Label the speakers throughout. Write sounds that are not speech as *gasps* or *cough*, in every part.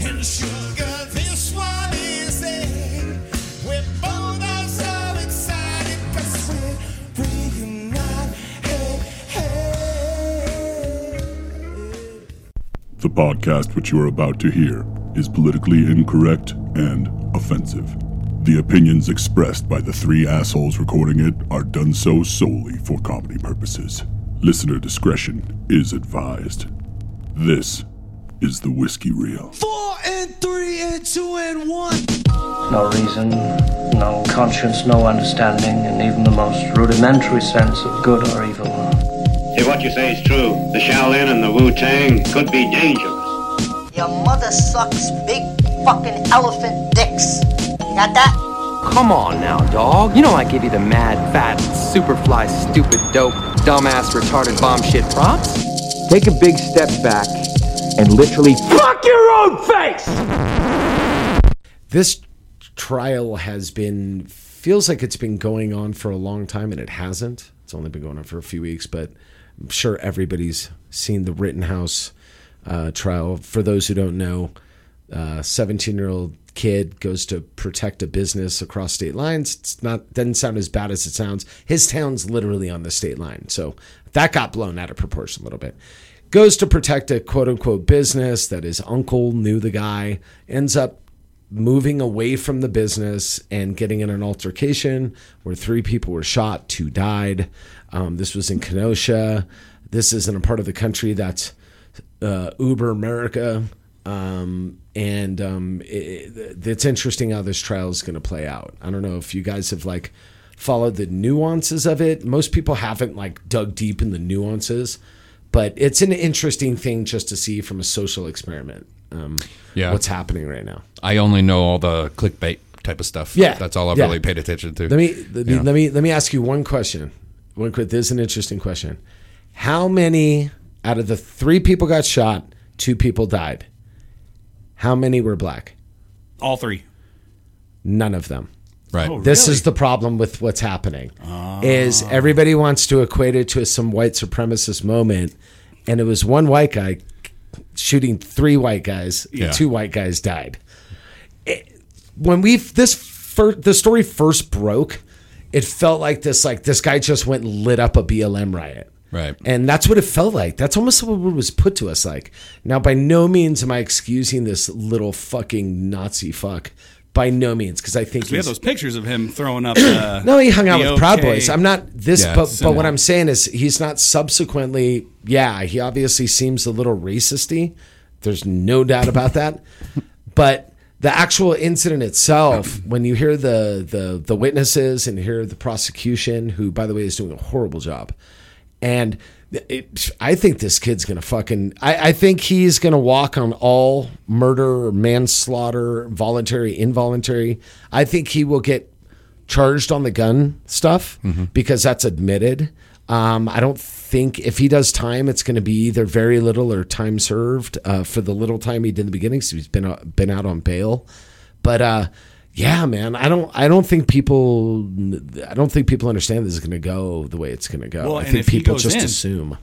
Speaker 1: Sugar, this one is it. We're both are so excited 'cause we're reunited. Hey, hey.
Speaker 2: The podcast which you are about to hear is politically incorrect and offensive. The opinions expressed by the three assholes recording it are done so solely for comedy purposes. Listener discretion is advised. This is the Whiskey Reel.
Speaker 1: Four and three and two and one.
Speaker 3: No reason, no conscience, no understanding, and even the most rudimentary sense of good or evil.
Speaker 4: If what you say is true, the Shaolin and the Wu Tang could be dangerous.
Speaker 5: Your mother sucks big fucking elephant dicks. You got that?
Speaker 6: Come on now, dog. You know I give you the mad, fat, superfly, stupid, dope, dumbass, retarded, bomb shit props.
Speaker 7: Take a big step back and literally fuck your own face.
Speaker 8: this trial has been feels like it's been going on for a long time and it hasn't it's only been going on for a few weeks but i'm sure everybody's seen the rittenhouse uh, trial for those who don't know 17 year old kid goes to protect a business across state lines it's not doesn't sound as bad as it sounds his town's literally on the state line so that got blown out of proportion a little bit goes to protect a quote unquote business that his uncle knew the guy ends up moving away from the business and getting in an altercation where three people were shot, two died. Um, this was in Kenosha. This is in a part of the country that's uh, Uber America. Um, and um, it, it- it's interesting how this trial is going to play out. I don't know if you guys have like followed the nuances of it. Most people haven't like dug deep in the nuances, but it's an interesting thing just to see from a social experiment. Um,
Speaker 9: Yeah.
Speaker 8: what's happening right now?
Speaker 9: I only know all the clickbait type of stuff.
Speaker 8: Yeah,
Speaker 9: that's all I've
Speaker 8: yeah.
Speaker 9: really paid attention to.
Speaker 8: Let me let me,
Speaker 9: Yeah.
Speaker 8: let me let me ask you one question. One quick. This is an interesting question. How many out of the three people got shot? Two people died. How many were black?
Speaker 10: All three.
Speaker 8: None of them.
Speaker 9: right.
Speaker 10: Oh,
Speaker 8: This is the problem with what's happening. Is everybody wants to equate it to some white supremacist moment, and it was one white guy shooting three white guys.
Speaker 9: Yeah.
Speaker 8: Two white guys died. It- when we this fir- the story first broke, it felt like this like this guy just went and lit up a BLM riot.
Speaker 9: Right.
Speaker 8: And that's what it felt like. That's almost what was put to us like. Now, by no means am I excusing this little fucking Nazi fuck. By no means, because I think
Speaker 10: We have
Speaker 8: he's-
Speaker 10: those pictures of him
Speaker 8: *coughs*
Speaker 10: throwing up. Uh,
Speaker 8: no, he hung out
Speaker 10: the
Speaker 8: with Proud
Speaker 10: OK.
Speaker 8: Boys. I'm not this,
Speaker 9: Yeah,
Speaker 8: but
Speaker 9: it's-
Speaker 8: but what I'm saying is he's not subsequently. Yeah, he obviously seems a little racisty. There's no doubt about that. *laughs* but the actual incident itself, when you hear the the the witnesses and hear the prosecution, who by the way is doing a horrible job, and it, I think this kid's gonna fucking. I, I think he's gonna walk on all murder, manslaughter, voluntary, involuntary. I think he will get charged on the gun stuff
Speaker 10: Mm-hmm.
Speaker 8: because that's admitted. Um, I don't think if he does time, it's going to be either very little or time served uh, for the little time he did in the beginning. So he's been out, been out on bail, but uh, yeah, man, I don't I don't think people I don't think people understand this is going to go the way it's going to go.
Speaker 10: Well,
Speaker 8: I
Speaker 10: and
Speaker 8: think
Speaker 10: if he
Speaker 8: people
Speaker 10: goes
Speaker 8: just
Speaker 10: in-
Speaker 8: assume.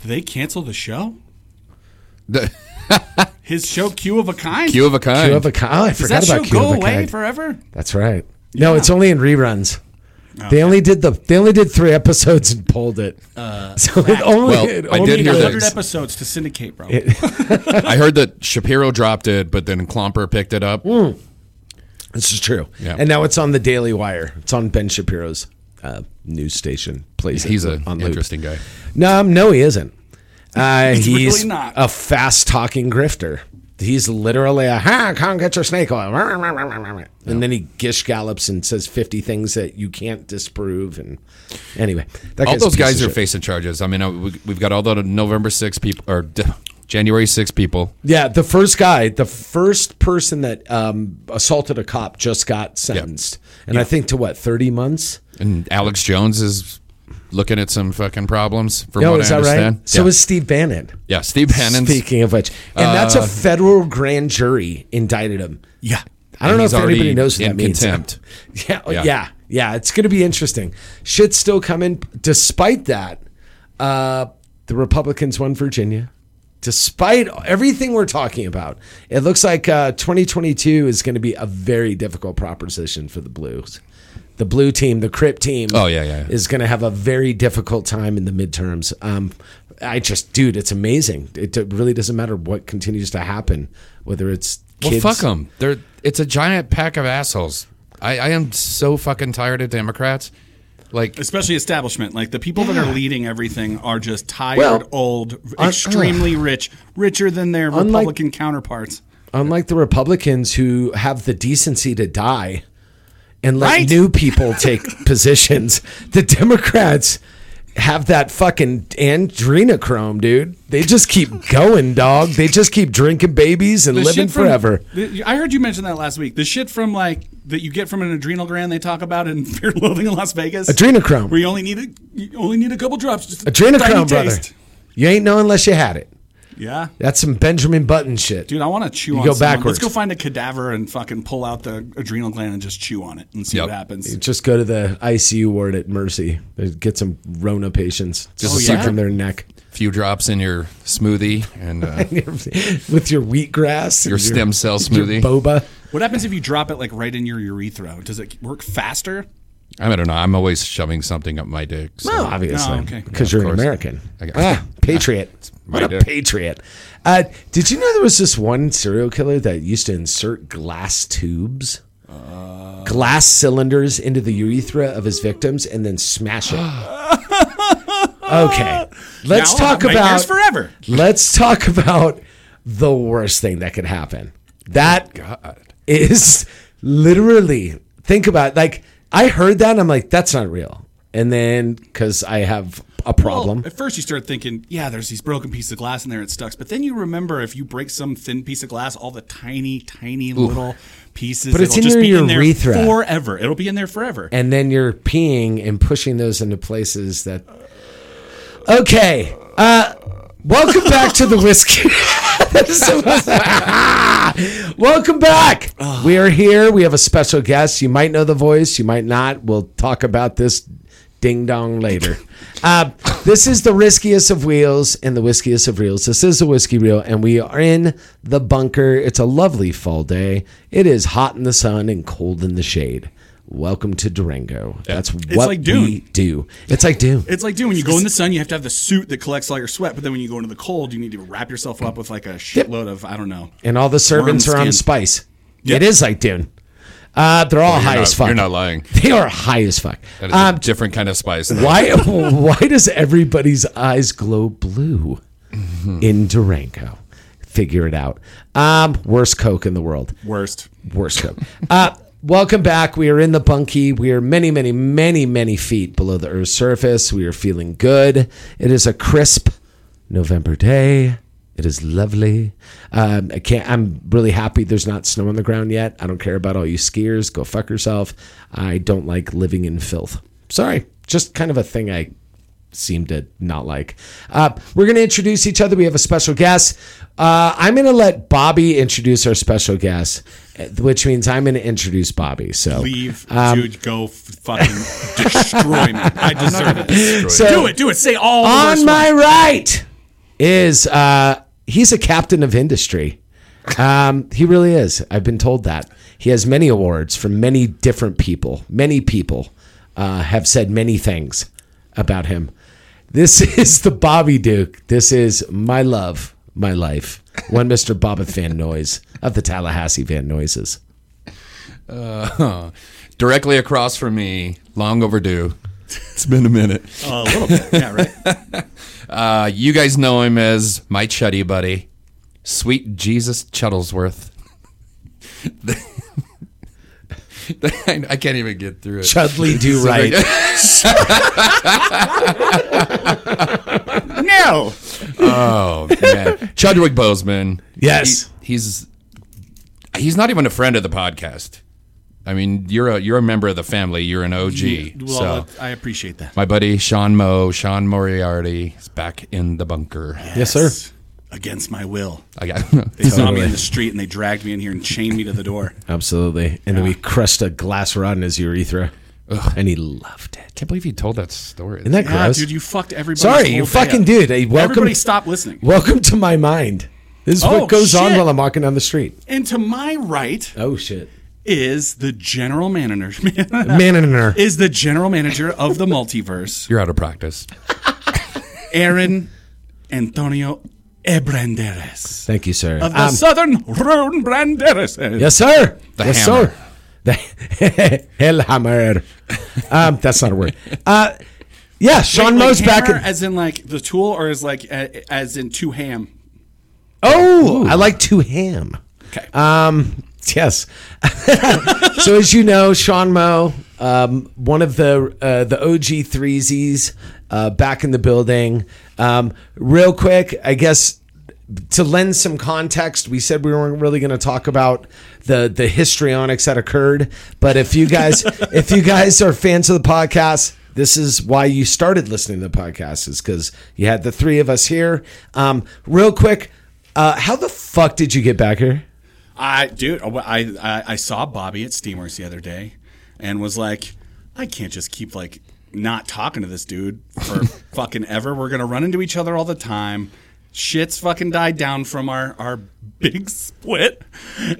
Speaker 10: Did they cancel the show?
Speaker 9: *laughs*
Speaker 10: His show, Q of a Kind?
Speaker 9: Q of a kind.
Speaker 8: Q of a kind. Oh, I
Speaker 10: Does
Speaker 8: forgot
Speaker 10: that show
Speaker 8: about Q
Speaker 10: go
Speaker 8: of a
Speaker 10: away
Speaker 8: kind.
Speaker 10: forever?
Speaker 8: That's right. No, it's only in reruns.
Speaker 10: Oh,
Speaker 8: They only did the they only did three *laughs* episodes and pulled it.
Speaker 10: Uh,
Speaker 8: so it only,
Speaker 9: Well,
Speaker 8: it
Speaker 9: Oh, I
Speaker 8: only
Speaker 9: did hear that-
Speaker 10: 100
Speaker 9: Thanks.
Speaker 10: episodes to syndicate, bro.
Speaker 9: I heard that Shapiro dropped it, but then Klomper picked it up.
Speaker 8: This is true.
Speaker 9: Yeah.
Speaker 8: And now it's on the Daily Wire. It's on Ben Shapiro's uh, news station. Plays
Speaker 9: He's
Speaker 8: it
Speaker 9: an
Speaker 8: *laughs* on loop.
Speaker 9: interesting guy.
Speaker 8: No, um, no,
Speaker 9: *laughs*
Speaker 8: he isn't. Uh, he's
Speaker 10: really not.
Speaker 8: a fast talking grifter. He's literally a ha, come get your snake oil, and then he gish gallops and says fifty things that you can't disprove. And anyway, that
Speaker 9: all
Speaker 8: guy's a
Speaker 9: those
Speaker 8: piece
Speaker 9: guys
Speaker 8: of
Speaker 9: are
Speaker 8: shit.
Speaker 9: facing charges. I mean, uh, we, we've got all the November 6th people or d- January 6th people.
Speaker 8: Yeah, the first guy, the first person that um, assaulted a cop just got sentenced, and I think to what thirty months.
Speaker 9: And Alex Jones is looking at some fucking problems from
Speaker 8: No,
Speaker 9: what
Speaker 8: is
Speaker 9: I
Speaker 8: that
Speaker 9: understand.
Speaker 8: right? So
Speaker 9: yeah.
Speaker 8: is Steve Bannon.
Speaker 9: yeah, Steve Bannon.
Speaker 8: Speaking of which, and that's a
Speaker 9: Uh,
Speaker 8: federal grand jury indicted him.
Speaker 9: Yeah.
Speaker 8: I don't
Speaker 9: And
Speaker 8: know
Speaker 9: he's
Speaker 8: if anybody
Speaker 9: already
Speaker 8: knows what
Speaker 9: in
Speaker 8: that means.
Speaker 9: contempt.
Speaker 8: *laughs* Yeah, oh, yeah,
Speaker 9: Yeah.
Speaker 8: yeah, It's going to be interesting. Shit's still coming. Despite that, uh, the Republicans won Virginia. Despite everything we're talking about, it looks like uh, 2022 is going to be a very difficult proposition for the Blues. The blue team, the Crip team,
Speaker 9: Oh, yeah, yeah, yeah.
Speaker 8: is going to have a very difficult time in the midterms. Um, I just, dude, it's amazing. It, it really doesn't matter what continues to happen, whether it's
Speaker 9: Well,
Speaker 8: kids.
Speaker 9: fuck them. They're it's a giant pack of assholes. I, I am so fucking tired of Democrats. Like
Speaker 10: especially establishment. Like the people that are leading everything are just tired,
Speaker 8: Well,
Speaker 10: old,
Speaker 8: un-
Speaker 10: extremely rich, richer than their
Speaker 8: Unlike-
Speaker 10: Republican counterparts.
Speaker 8: Unlike the Republicans who have the decency to die and let
Speaker 10: Right?
Speaker 8: new people take
Speaker 10: *laughs*
Speaker 8: positions, the Democrats have that fucking adrenochrome, dude. They just keep
Speaker 10: *laughs*
Speaker 8: going, dog. They just keep drinking babies and
Speaker 10: The
Speaker 8: living
Speaker 10: shit from-
Speaker 8: forever.
Speaker 10: the- I heard you mention that last week. The shit from like that you get from an adrenal gland they talk about in *laughs* Fear and Loathing in Las Vegas.
Speaker 8: Adrenochrome.
Speaker 10: Where you only need a you only need a couple drops. Just a tiny
Speaker 8: Adrenochrome, brother.
Speaker 10: taste.
Speaker 8: You ain't know unless you had it.
Speaker 10: Yeah.
Speaker 8: That's some Benjamin Button shit.
Speaker 10: Dude, I want to chew
Speaker 8: You
Speaker 10: on
Speaker 8: go
Speaker 10: someone.
Speaker 8: backwards.
Speaker 10: Let's go find a cadaver and fucking pull out the adrenal gland and just chew on it and see
Speaker 9: Yep.
Speaker 10: what happens.
Speaker 8: Just go to the ICU ward at Mercy. Get some Rona patients. Just
Speaker 9: Oh,
Speaker 8: suck
Speaker 9: yeah?
Speaker 8: from their neck. *laughs*
Speaker 9: few drops in your smoothie and
Speaker 10: *laughs*
Speaker 9: uh,
Speaker 8: With your wheatgrass. and
Speaker 9: your stem cell smoothie.
Speaker 8: Your boba.
Speaker 10: What happens if you drop it like right in your urethra? Does it work faster?
Speaker 9: I don't know. I'm always shoving something up my dick. So.
Speaker 8: No, obviously,
Speaker 10: No, oh, okay.
Speaker 8: because
Speaker 9: Yeah, of
Speaker 8: you're an
Speaker 9: course.
Speaker 8: American.
Speaker 9: I got-
Speaker 8: Ah, patriot.
Speaker 9: my
Speaker 8: What a
Speaker 9: dick.
Speaker 8: patriot. Uh, did you know there was this one serial killer that used to insert glass tubes,
Speaker 9: Uh.
Speaker 8: glass cylinders into the urethra of his victims and then smash it?
Speaker 9: *gasps*
Speaker 8: okay, let's
Speaker 10: Now,
Speaker 8: talk about
Speaker 10: nightmares forever.
Speaker 8: Let's talk about the worst thing that could happen. That
Speaker 10: Oh,
Speaker 8: is literally think about it, like I heard that and I'm like that's not real. And then cuz I have a problem.
Speaker 10: Well, at first, you start thinking, yeah, there's these broken pieces of glass in there, it sucks. But then you remember if you break some thin piece of glass, all the tiny, tiny little pieces.
Speaker 8: But it's
Speaker 10: it'll
Speaker 8: in
Speaker 10: just
Speaker 8: your
Speaker 10: be in
Speaker 8: urethra.
Speaker 10: there forever. It'll be in there forever.
Speaker 8: and then you're peeing and pushing those into places that Okay. Uh welcome back to the whiskey. *laughs* This was- welcome back. We are here. We have a special guest. You might know the voice, you might not. We'll talk about this ding dong
Speaker 9: *laughs*
Speaker 8: later. Uh, this is the riskiest of wheels and the whiskiest of reels. This is the whiskey reel, and we are in the bunker. It's a lovely fall day. It is hot in the sun and cold in the shade. Welcome to Durango. That's what
Speaker 10: like
Speaker 8: we
Speaker 10: Dune.
Speaker 8: do. It's like Dune.
Speaker 10: it's like, dude, when you go in the sun, you have to have the suit that collects all your sweat. But then when you go into the cold, you need to wrap yourself up with like a shitload of, I don't know.
Speaker 8: and all the servants
Speaker 10: Worm
Speaker 8: are on
Speaker 10: skin.
Speaker 8: spice. It
Speaker 10: Yep.
Speaker 8: is like Dune. Uh, they're all high
Speaker 9: You're
Speaker 8: as
Speaker 9: not,
Speaker 8: fuck.
Speaker 9: you're not lying.
Speaker 8: *laughs* They are high as fuck.
Speaker 9: That is
Speaker 8: Um,
Speaker 9: a different kind of spice.
Speaker 8: why why *laughs* does everybody's eyes glow blue in Durango? Figure it out. Um, worst Coke in the world.
Speaker 10: Worst.
Speaker 8: Worst Coke. Uh, welcome back. We are in the bunkie. We are many, many, many, many feet below the Earth's surface. We are feeling good. It is a crisp November day. It is lovely. Um, I can't. I'm really happy. There's not snow on the ground yet. I don't care about all you skiers. Go fuck yourself. I don't like living in filth. Sorry, just kind of a thing I seem to not like. Uh, we're going to introduce each other. We have a special guest. Uh, I'm going to let Bobby introduce our special guest, eh, which means I'm going to introduce Bobby. So
Speaker 10: Leave,
Speaker 9: Um,
Speaker 10: dude, go f- fucking destroy me. I deserve it.
Speaker 8: So-
Speaker 10: do it, do it. Say all the
Speaker 8: on
Speaker 10: worst ones.
Speaker 8: my right is uh, he's a captain of industry. Um, he really is. I've been told that he has many awards from many different people. Many people uh, have said many things about him. This *laughs* is the Bobby Duke. This is my love, my life. One Mister Bobbitt Van Noise of the Tallahassee Van Noises.
Speaker 9: Uh, *laughs* directly across from me, long overdue. It's been a minute.
Speaker 10: A little bit. Yeah, right.
Speaker 9: *laughs* Uh, you guys know him as my chuddy buddy, Sweet Jesus Chuttlesworth. *laughs* I I can't even get through it.
Speaker 8: *laughs* Chudley do right.
Speaker 10: no.
Speaker 9: Oh man, Chadwick Boseman.
Speaker 8: Yes.
Speaker 9: He- he's he's not even a friend of the podcast. I mean, you're a you're a member of the family. You're an OG. so
Speaker 10: Well, I appreciate that.
Speaker 9: my buddy Sean Moe, Sean Moriarty, is back in the bunker.
Speaker 8: Yes, sir.
Speaker 10: Against my will.
Speaker 9: I got *laughs*
Speaker 10: They saw me in the street and they dragged me in here and chained me to the door.
Speaker 8: Absolutely. And then we crushed a glass rod in his urethra. and he loved it.
Speaker 10: Can't believe you told that story.
Speaker 8: Isn't that
Speaker 1: Yeah,
Speaker 8: gross?
Speaker 1: dude, you fucked everybody.
Speaker 8: Sorry, you fucking did. Hey, welcome.
Speaker 1: Everybody stop listening.
Speaker 8: Welcome to my mind. This is
Speaker 1: Oh,
Speaker 8: what goes on
Speaker 1: shit.
Speaker 8: while I'm walking down the street.
Speaker 1: And *laughs* to my right
Speaker 8: Oh shit!
Speaker 1: is the general manager. *laughs*
Speaker 8: Man in her.
Speaker 1: is the general manager of the multiverse,
Speaker 10: You're out of practice.
Speaker 1: Aaron
Speaker 10: Oh.
Speaker 1: Antonio eh, Ebranderes
Speaker 8: Thank you, sir.
Speaker 1: of the
Speaker 8: Um,
Speaker 1: Southern Rhone Branderes.
Speaker 8: yes, sir.
Speaker 10: The
Speaker 8: yes,
Speaker 10: hammer.
Speaker 8: sir. The *laughs* hell hammer. Um, that's not a word. Uh, yeah, Sean
Speaker 1: Wait, like
Speaker 8: Moe's back.
Speaker 1: hammer
Speaker 8: in-
Speaker 1: as in like the tool, or as like a, as in two ham.
Speaker 8: oh, I like to ham.
Speaker 1: Okay.
Speaker 8: Um, yes. *laughs* so as you know, Sean Mo, um, one of the uh, the OG threesies, uh, back in the building. Um, real quick, I guess to lend some context, we said we weren't really going to talk about the the histrionics that occurred, but if
Speaker 1: *laughs*
Speaker 8: you guys if you guys are fans of the podcast. This is why you started listening to the podcast is because you had the three of us here. Um, real quick, uh, how the fuck did you get back here?
Speaker 1: I dude, I, I I saw Bobby at Steamers the other day, and was like, I can't just keep like not talking to this dude for fucking ever. We're gonna run into each other all the time. Shit's fucking died down from our our big split,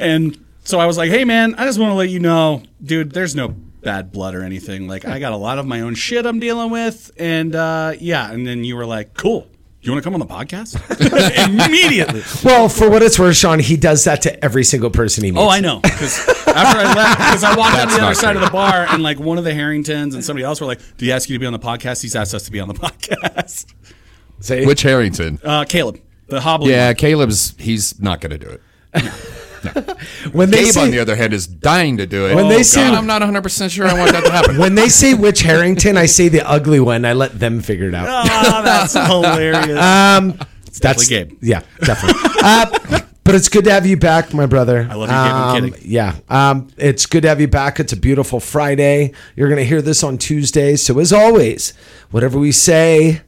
Speaker 1: and so I was like, hey man, I just want to let you know, dude, there's no bad blood or anything. Like I got a lot of my own shit I'm dealing with, and uh, yeah. And then you were like, cool. You want to come on the podcast immediately?
Speaker 8: *laughs* Well, for what it's worth, Sean, he does that to every single person he meets.
Speaker 1: Oh, I know. Because after I left, because I walked out
Speaker 10: That's
Speaker 1: the other
Speaker 10: not
Speaker 1: side
Speaker 10: true.
Speaker 1: of the bar, and like one of the Harringtons and somebody else were like, "Do you ask you to be on the podcast?" He's asked us to be on the *laughs* podcast.
Speaker 8: See?
Speaker 10: Which Harrington?
Speaker 1: Uh, Caleb, the hobbling.
Speaker 10: yeah, Caleb's. He's not going to do it.
Speaker 8: when they
Speaker 10: Gabe, on
Speaker 8: say
Speaker 10: the other hand, is dying to do it.
Speaker 8: When they Oh, say- God.
Speaker 10: I'm not 100 percent sure I want that to happen.
Speaker 8: *laughs* when they say which Harrington, I say the ugly one. I let them figure it out.
Speaker 1: *laughs* Oh, that's hilarious. Um,
Speaker 8: That's
Speaker 1: definitely Gabe.
Speaker 8: Yeah, definitely. *laughs* uh, but it's good to have you back, my brother. I
Speaker 1: love you, Gabe. I'm kidding.
Speaker 8: Yeah, um, it's good to have you back. It's a beautiful Friday. You're going to hear this on Tuesday. So as always, whatever we say.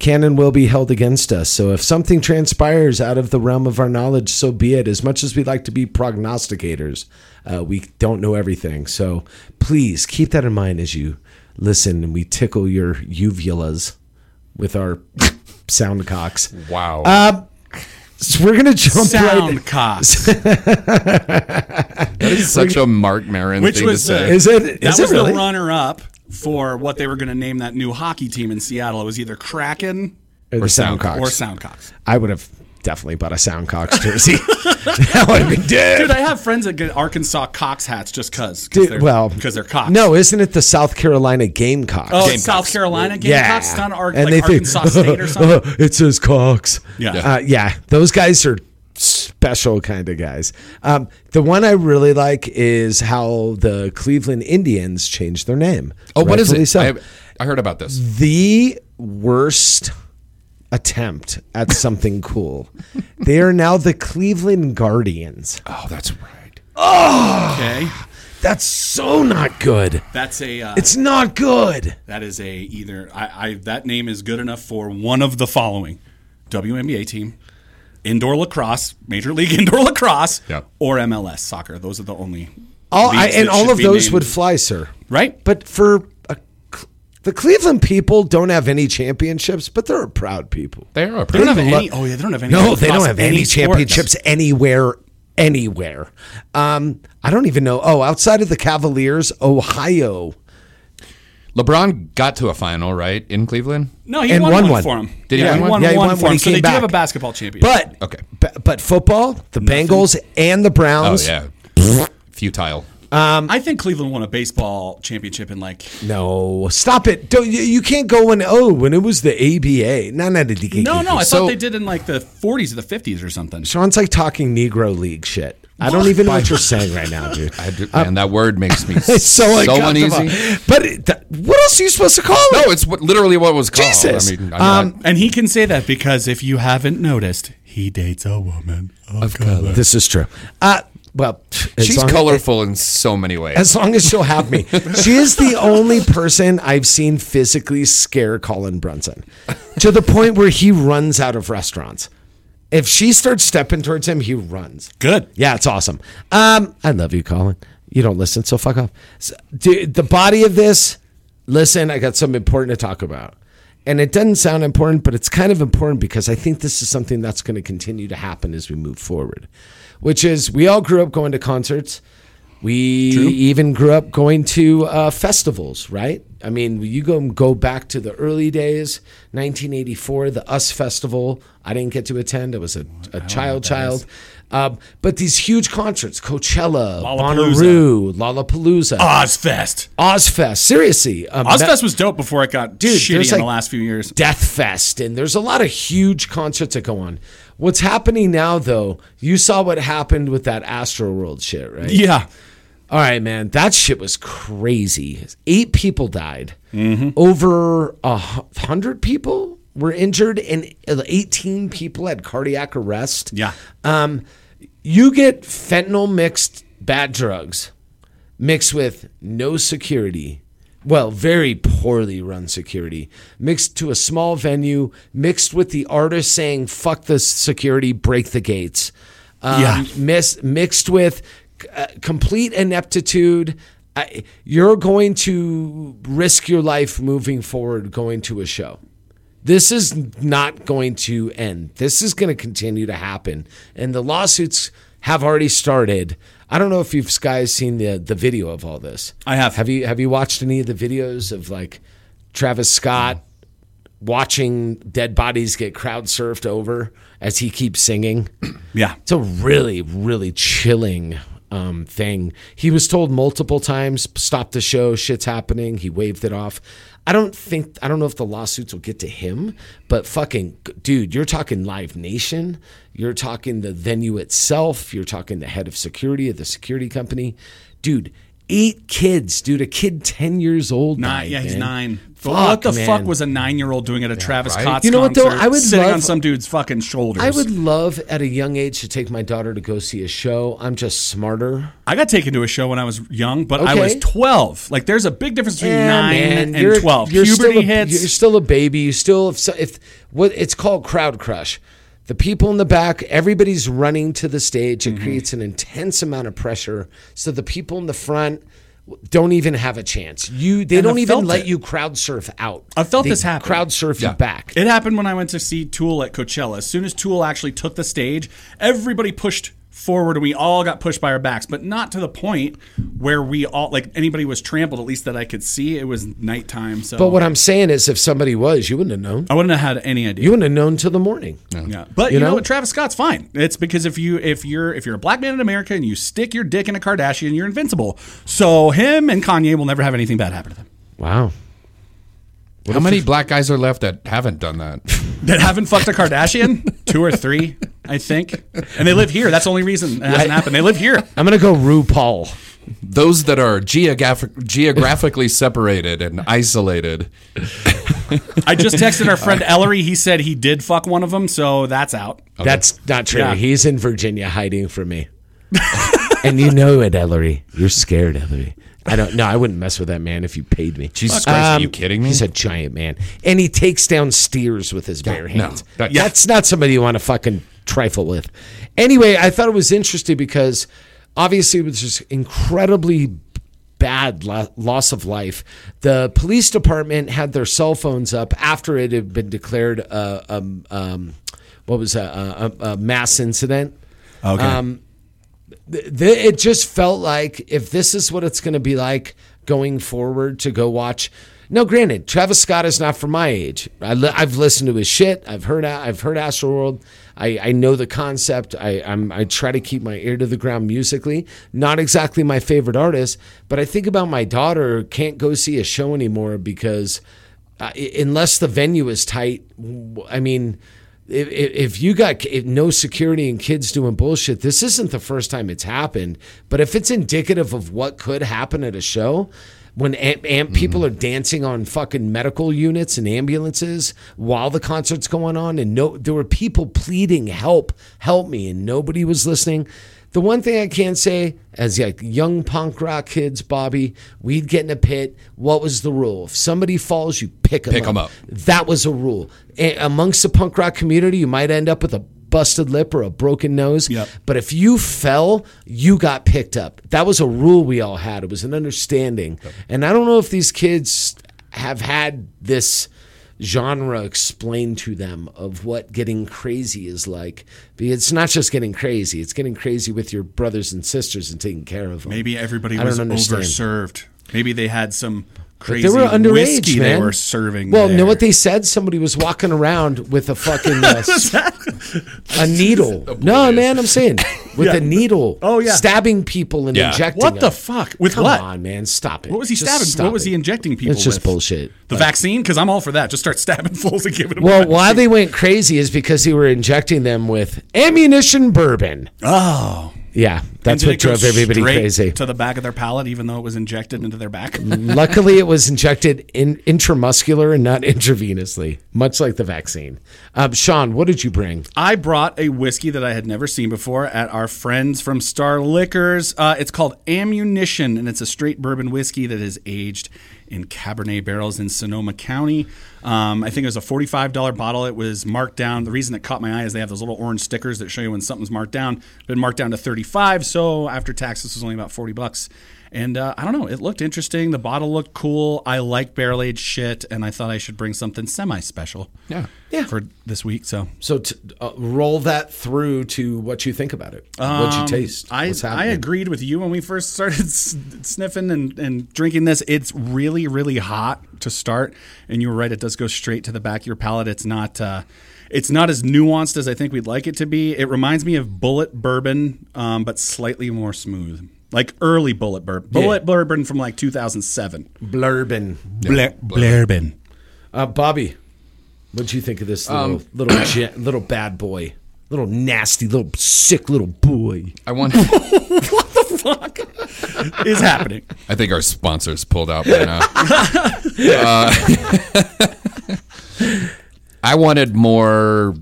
Speaker 8: Can and will be held against us. So if something transpires out of the realm of our knowledge, so be it. As much as we like to be prognosticators, uh, we don't know everything. So please keep that in mind as you listen and we tickle your uvulas with our *laughs* sound cocks.
Speaker 10: wow.
Speaker 8: So we're gonna jump right.
Speaker 1: *laughs* Sound cocks.
Speaker 10: that is such a Mark Maron
Speaker 1: Which
Speaker 10: thing
Speaker 1: was,
Speaker 10: to say.
Speaker 1: uh,
Speaker 8: Is it?
Speaker 1: That
Speaker 8: Is
Speaker 1: was
Speaker 8: it really?
Speaker 1: the runner-up for what they were going to name that new hockey team in Seattle. It was either Kraken
Speaker 8: Or the
Speaker 10: sound
Speaker 8: Soundcocks.
Speaker 1: or Soundcocks.
Speaker 8: I would have definitely bought a Soundcocks jersey. *laughs* that would have been dead.
Speaker 1: Dude, I have friends that get Arkansas Cox hats just because.
Speaker 8: Dude, well,
Speaker 1: because they're Cox.
Speaker 8: No, isn't it the South Carolina Gamecocks?
Speaker 1: Oh, it's South Carolina Gamecocks.
Speaker 8: yeah,
Speaker 1: It's not Ar- like Arkansas State *laughs* or something.
Speaker 8: "Uh, it says Cox.
Speaker 1: Yeah.
Speaker 8: uh, yeah. Those guys are special kind of guys. Um, the one I really like is how the Cleveland Indians changed their name.
Speaker 10: oh, what is
Speaker 8: Rightfully
Speaker 10: it?
Speaker 8: so.
Speaker 10: I, I heard about this.
Speaker 8: the worst attempt at something cool. They are now the Cleveland Guardians.
Speaker 10: Oh, that's right.
Speaker 1: Okay,
Speaker 8: That's so not good.
Speaker 1: that's a. Uh,
Speaker 8: It's not good.
Speaker 1: that is a either. I, I that name is good enough for one of the following: WNBA team, indoor lacrosse, Major League *laughs* Indoor Lacrosse,
Speaker 10: Yeah.
Speaker 1: or MLS soccer. Those are the only.
Speaker 8: All I,
Speaker 1: leagues
Speaker 8: and
Speaker 1: that
Speaker 8: all
Speaker 1: should
Speaker 8: of
Speaker 1: be
Speaker 8: those
Speaker 1: named-
Speaker 8: would fly, sir.
Speaker 1: right.
Speaker 8: But for a, the Cleveland people, don't have any championships, but they're a proud people.
Speaker 10: They are a
Speaker 1: They
Speaker 10: pretty.
Speaker 1: don't have
Speaker 8: lo-
Speaker 1: any. Oh yeah, they don't have any.
Speaker 8: No, they don't
Speaker 1: across
Speaker 8: have any,
Speaker 1: sports.
Speaker 8: championships anywhere, anywhere. Um, I don't even know. Oh, outside of the Cavaliers, Ohio
Speaker 10: LeBron got to a final, right, in Cleveland.
Speaker 1: No, he
Speaker 8: and
Speaker 1: won,
Speaker 8: won
Speaker 1: one
Speaker 8: one.
Speaker 1: for him.
Speaker 10: Did he
Speaker 1: yeah,
Speaker 10: win one?
Speaker 1: won
Speaker 8: Yeah, he
Speaker 1: one
Speaker 8: won
Speaker 1: for
Speaker 8: one.
Speaker 1: him.
Speaker 8: He
Speaker 1: So they
Speaker 8: came
Speaker 1: do have a
Speaker 8: back.
Speaker 1: basketball champion.
Speaker 8: But
Speaker 10: Okay.
Speaker 8: but, but football, the Bengals and the
Speaker 10: Oh
Speaker 8: Browns.
Speaker 10: yeah, futile.
Speaker 1: I think Cleveland won a baseball championship in like
Speaker 8: No, stop it! Don't you, you can't go and oh when it was the ABA. No, no, no,
Speaker 1: No, no, I
Speaker 10: So-
Speaker 1: thought they did in like the 40s or the 50s or something.
Speaker 8: Sean's like talking Negro League shit. I don't even know what
Speaker 1: *laughs*
Speaker 8: you're saying right now, dude.
Speaker 10: I do,
Speaker 1: Uh,
Speaker 10: man, that word makes me
Speaker 8: *laughs* It's so,
Speaker 10: so
Speaker 8: uncomfortable.
Speaker 10: uneasy.
Speaker 8: But it, that, what else are you supposed to call
Speaker 10: No,
Speaker 8: it?
Speaker 10: it's what, literally what it was called.
Speaker 8: Jesus. Um,
Speaker 10: I mean, I mean,
Speaker 1: And he can say that because if you haven't noticed, he dates a woman of, color.
Speaker 8: This is true. Uh, well,
Speaker 10: I-
Speaker 8: as
Speaker 10: she's
Speaker 8: long-
Speaker 10: colorful in so many ways.
Speaker 8: As long as she'll have me, she is the only person I've seen physically scare Colin Brunson to the point where he runs out of restaurants. If she starts stepping towards him, he runs.
Speaker 1: Good.
Speaker 8: Yeah, it's awesome. Um, I love you, Colin. You don't listen, so fuck off. So, dude, the body of this, listen, I got something important to talk about. And it doesn't sound important, but it's kind of important because I think this is something that's going to continue to happen as we move forward, which is we all grew up going to concerts. We even grew up going to uh, festivals, right? I mean, you go go back to the early days, 1984, the US Festival. I didn't get to attend; I was a,
Speaker 10: Oh,
Speaker 8: a child, child. Um, but these huge concerts, Coachella, Bonnaroo,
Speaker 10: Lollapalooza.
Speaker 8: Lollapalooza,
Speaker 10: Ozfest.
Speaker 8: Ozfest. Seriously, um,
Speaker 10: Ozfest
Speaker 8: that-
Speaker 10: was dope before it got
Speaker 8: Dude,
Speaker 10: shitty in
Speaker 8: there's
Speaker 10: the
Speaker 8: like-
Speaker 10: last few years.
Speaker 8: Death Fest, and there's a lot of huge concerts that go on. What's happening now, though? You saw what happened with that Astro World shit, right?
Speaker 10: Yeah.
Speaker 8: All right, man. That shit was crazy. Eight people died. Over a hu- hundred people were injured, and eighteen people had cardiac arrest.
Speaker 10: Yeah.
Speaker 8: Um, you get fentanyl mixed bad drugs mixed with no security. Well, very poorly run security, mixed to a small venue, mixed with the artist saying, fuck the security, break the gates. Um,
Speaker 10: Yeah.
Speaker 8: mis- mixed with uh, complete ineptitude. I, you're going to risk your life moving forward going to a show this is not going to end. This is going to continue to happen, and the lawsuits have already started. I don't know if you've guys seen the the video of all this.
Speaker 10: I have.
Speaker 8: Have you Have you watched any of the videos of like Travis Scott watching dead bodies get crowd surfed over as he keeps singing?
Speaker 10: Yeah.
Speaker 8: It's a really, really chilling um, thing. He was told multiple times, stop the show, shit's happening. He waved it off. I don't think, I don't know if the lawsuits will get to him, but fucking, dude, you're talking Live Nation. You're talking the venue itself. You're talking the head of security of the security company. Dude, eight kids, dude, a kid 10 years old.
Speaker 10: Nine,
Speaker 8: died,
Speaker 10: yeah, he's
Speaker 8: man.
Speaker 10: nine. But what the
Speaker 8: man.
Speaker 10: fuck was a nine-year-old doing at a Travis Scott's
Speaker 8: You know what, though?
Speaker 10: concert
Speaker 8: I would
Speaker 10: sitting
Speaker 8: love-
Speaker 10: on some dude's fucking shoulders?
Speaker 8: I would love at a young age to take my daughter to go see a show. I'm just smarter.
Speaker 10: I got taken to a show when I was young,
Speaker 5: Oh.
Speaker 10: but I
Speaker 8: Okay.
Speaker 10: was 12. Like, there's a big difference between
Speaker 8: Yeah,
Speaker 10: 9
Speaker 8: man,
Speaker 10: and
Speaker 8: you're-
Speaker 10: 12.
Speaker 8: you're
Speaker 10: Puberty
Speaker 8: still a,
Speaker 10: hits.
Speaker 8: You're still a baby. You still if, so- if what it's called crowd crush. The people in the back, everybody's running to the stage. It
Speaker 10: Mm-hmm.
Speaker 8: creates an intense amount of pressure. So the people in the front w- don't even have a chance. You they
Speaker 10: And I
Speaker 8: don't even
Speaker 10: felt
Speaker 8: let
Speaker 10: it.
Speaker 8: you crowd surf out.
Speaker 10: I felt
Speaker 8: They
Speaker 10: this happen.
Speaker 8: Crowd surf
Speaker 9: Yeah.
Speaker 8: you back.
Speaker 10: It happened when I went to see Tool at Coachella. As soon as Tool actually took the stage, everybody pushed forward and we all got pushed by our backs, but not to the point where we all like anybody was trampled, at least that I could see. It was nighttime. So
Speaker 8: But what I'm saying is if somebody was, you wouldn't have known.
Speaker 10: I wouldn't have had any idea.
Speaker 8: You wouldn't have known till the morning.
Speaker 10: yeah. But
Speaker 8: You
Speaker 10: you, know?
Speaker 8: know?
Speaker 10: what, Travis Scott's fine. It's because if you if you're if you're a black man in America and you stick your dick in a Kardashian, you're invincible. So him and Kanye will never have anything bad happen to them.
Speaker 8: Wow.
Speaker 9: How many black guys are left that haven't done that?
Speaker 10: That haven't fucked a Kardashian? Two or three, I think. And they live here. That's the only reason it hasn't happened. They live here.
Speaker 8: I'm gonna go RuPaul.
Speaker 9: Those that are geographic, geographically separated and isolated.
Speaker 10: I just texted our friend Ellery. He said he did fuck one of them, so that's out.
Speaker 8: That's not true.
Speaker 10: Yeah.
Speaker 8: He's in Virginia hiding from me. *laughs* and you know it, Ellery. You're scared, Ellery. I don't know. I wouldn't mess with that man if you paid me. Um,
Speaker 9: Jesus Christ, are you kidding me?
Speaker 8: He's a giant man. And he takes down steers with his bare
Speaker 9: no.
Speaker 8: hands.
Speaker 9: That- yeah.
Speaker 8: That's not somebody you want to fucking trifle with. Anyway, I thought it was interesting because obviously it was just incredibly bad lo- loss of life. The police department had their cell phones up after it had been declared a, um, um, what was that, a, a, a mass incident
Speaker 10: Okay.
Speaker 8: th- it just felt like if this is what it's going to be like going forward to go watch. Now, granted, Travis Scott is not for my age. I li- I've listened to his shit. I've heard I've heard Astroworld. I, I know the concept. I I'm, I try to keep my ear to the ground musically. Not exactly my favorite artist, but I think about my daughter can't go see a show anymore because uh, i- unless the venue is tight. w- I mean, if, if if you got ki- if no security and kids doing bullshit, this isn't the first time it's happened. But if it's indicative of what could happen at a show, when amp, amp people are dancing on fucking medical units and ambulances while the concert's going on, and no, there were people pleading help, help me, and nobody was listening. The one thing I can say, as like young punk rock kids, Bobby, we'd get in a pit. What was the rule? If somebody falls, you pick them
Speaker 9: Pick 'em up.
Speaker 8: That was a rule A- amongst the punk rock community. You might end up with a busted lip or a broken nose.
Speaker 5: Yep.
Speaker 8: But if you fell, you got picked up. That was a rule we all had. It was an understanding. And I don't know if these kids have had this genre explained to them of what getting crazy is like. Be- It's not just getting crazy, it's getting crazy with your brothers and sisters and taking care of them.
Speaker 5: Maybe everybody
Speaker 8: I don't
Speaker 5: was
Speaker 8: understand.
Speaker 5: overserved. Maybe they had some
Speaker 8: But
Speaker 5: crazy
Speaker 8: they were underage,
Speaker 5: whiskey
Speaker 8: man.
Speaker 5: they were serving.
Speaker 8: Well,
Speaker 5: there.
Speaker 8: know what they said? Somebody was walking around with a
Speaker 5: *laughs*
Speaker 8: fucking uh, a needle. No, man,
Speaker 5: *laughs*
Speaker 8: I'm saying with
Speaker 5: Yeah.
Speaker 8: a needle.
Speaker 5: Oh, yeah.
Speaker 8: stabbing people and
Speaker 10: Yeah.
Speaker 8: injecting.
Speaker 5: What the
Speaker 8: them.
Speaker 5: fuck? With
Speaker 8: Come
Speaker 5: what?
Speaker 8: on, man, stop it.
Speaker 5: What was he
Speaker 8: Just
Speaker 5: stabbing?
Speaker 8: stop
Speaker 5: What was
Speaker 8: it.
Speaker 5: he injecting people?
Speaker 8: It's just
Speaker 5: with?
Speaker 8: bullshine.
Speaker 5: The vaccine? Because I'm all for that. Just start stabbing *laughs* fools and giving them.
Speaker 8: Well,
Speaker 5: the
Speaker 8: why
Speaker 5: vaccine.
Speaker 8: they went crazy is because they were injecting them with ammunition bourbon.
Speaker 5: Oh,
Speaker 8: Yeah,
Speaker 5: And
Speaker 8: that's
Speaker 5: did
Speaker 8: what
Speaker 5: it go
Speaker 8: drove everybody
Speaker 5: straight
Speaker 8: crazy.
Speaker 5: to the back of their palate, even though it was injected into their
Speaker 8: *laughs*
Speaker 5: back.
Speaker 8: Luckily, it was injected in intramuscular and not intravenously, much like the vaccine. Um, Sean, what did you bring?
Speaker 5: I brought a whiskey that I had never seen before at our friends from Star Liquors. Uh, it's called Ammunition, and it's a straight bourbon whiskey that is aged in Cabernet barrels in Sonoma County. Um, I think it was a $45 bottle. It was marked down. The reason it caught my eye is they have those little orange stickers that show you when something's marked down. Been marked down to 35 so after tax, this was only about 40 bucks. And uh, I don't know, it looked interesting. The bottle looked cool. I like barrel aged shit, and I thought I should bring something semi special
Speaker 10: Yeah.
Speaker 5: for this week. So
Speaker 8: So t- uh, roll that through to what you think about it, what you
Speaker 5: Um,
Speaker 8: taste.
Speaker 5: I,
Speaker 8: what's
Speaker 5: I
Speaker 8: happening.
Speaker 5: agreed with you when we first started *laughs* s- sniffing and, and drinking this. It's really, really hot to start. And you were right. It does go straight to the back of your palate. It's not, uh, it's not as nuanced as I think we'd like it to be. It reminds me of bullet bourbon, um, but slightly more smooth. Like early bullet bourbon. Bullet bourbon from like 2007.
Speaker 8: Blurbin.
Speaker 5: bourbon.
Speaker 8: Uh, Bobby, what'd you think of this little little ge- little bad boy, little nasty, little sick little boy?
Speaker 10: I want.
Speaker 5: Is happening.
Speaker 10: I think our sponsors pulled out
Speaker 5: *laughs*
Speaker 10: by now. Uh, *laughs* I wanted more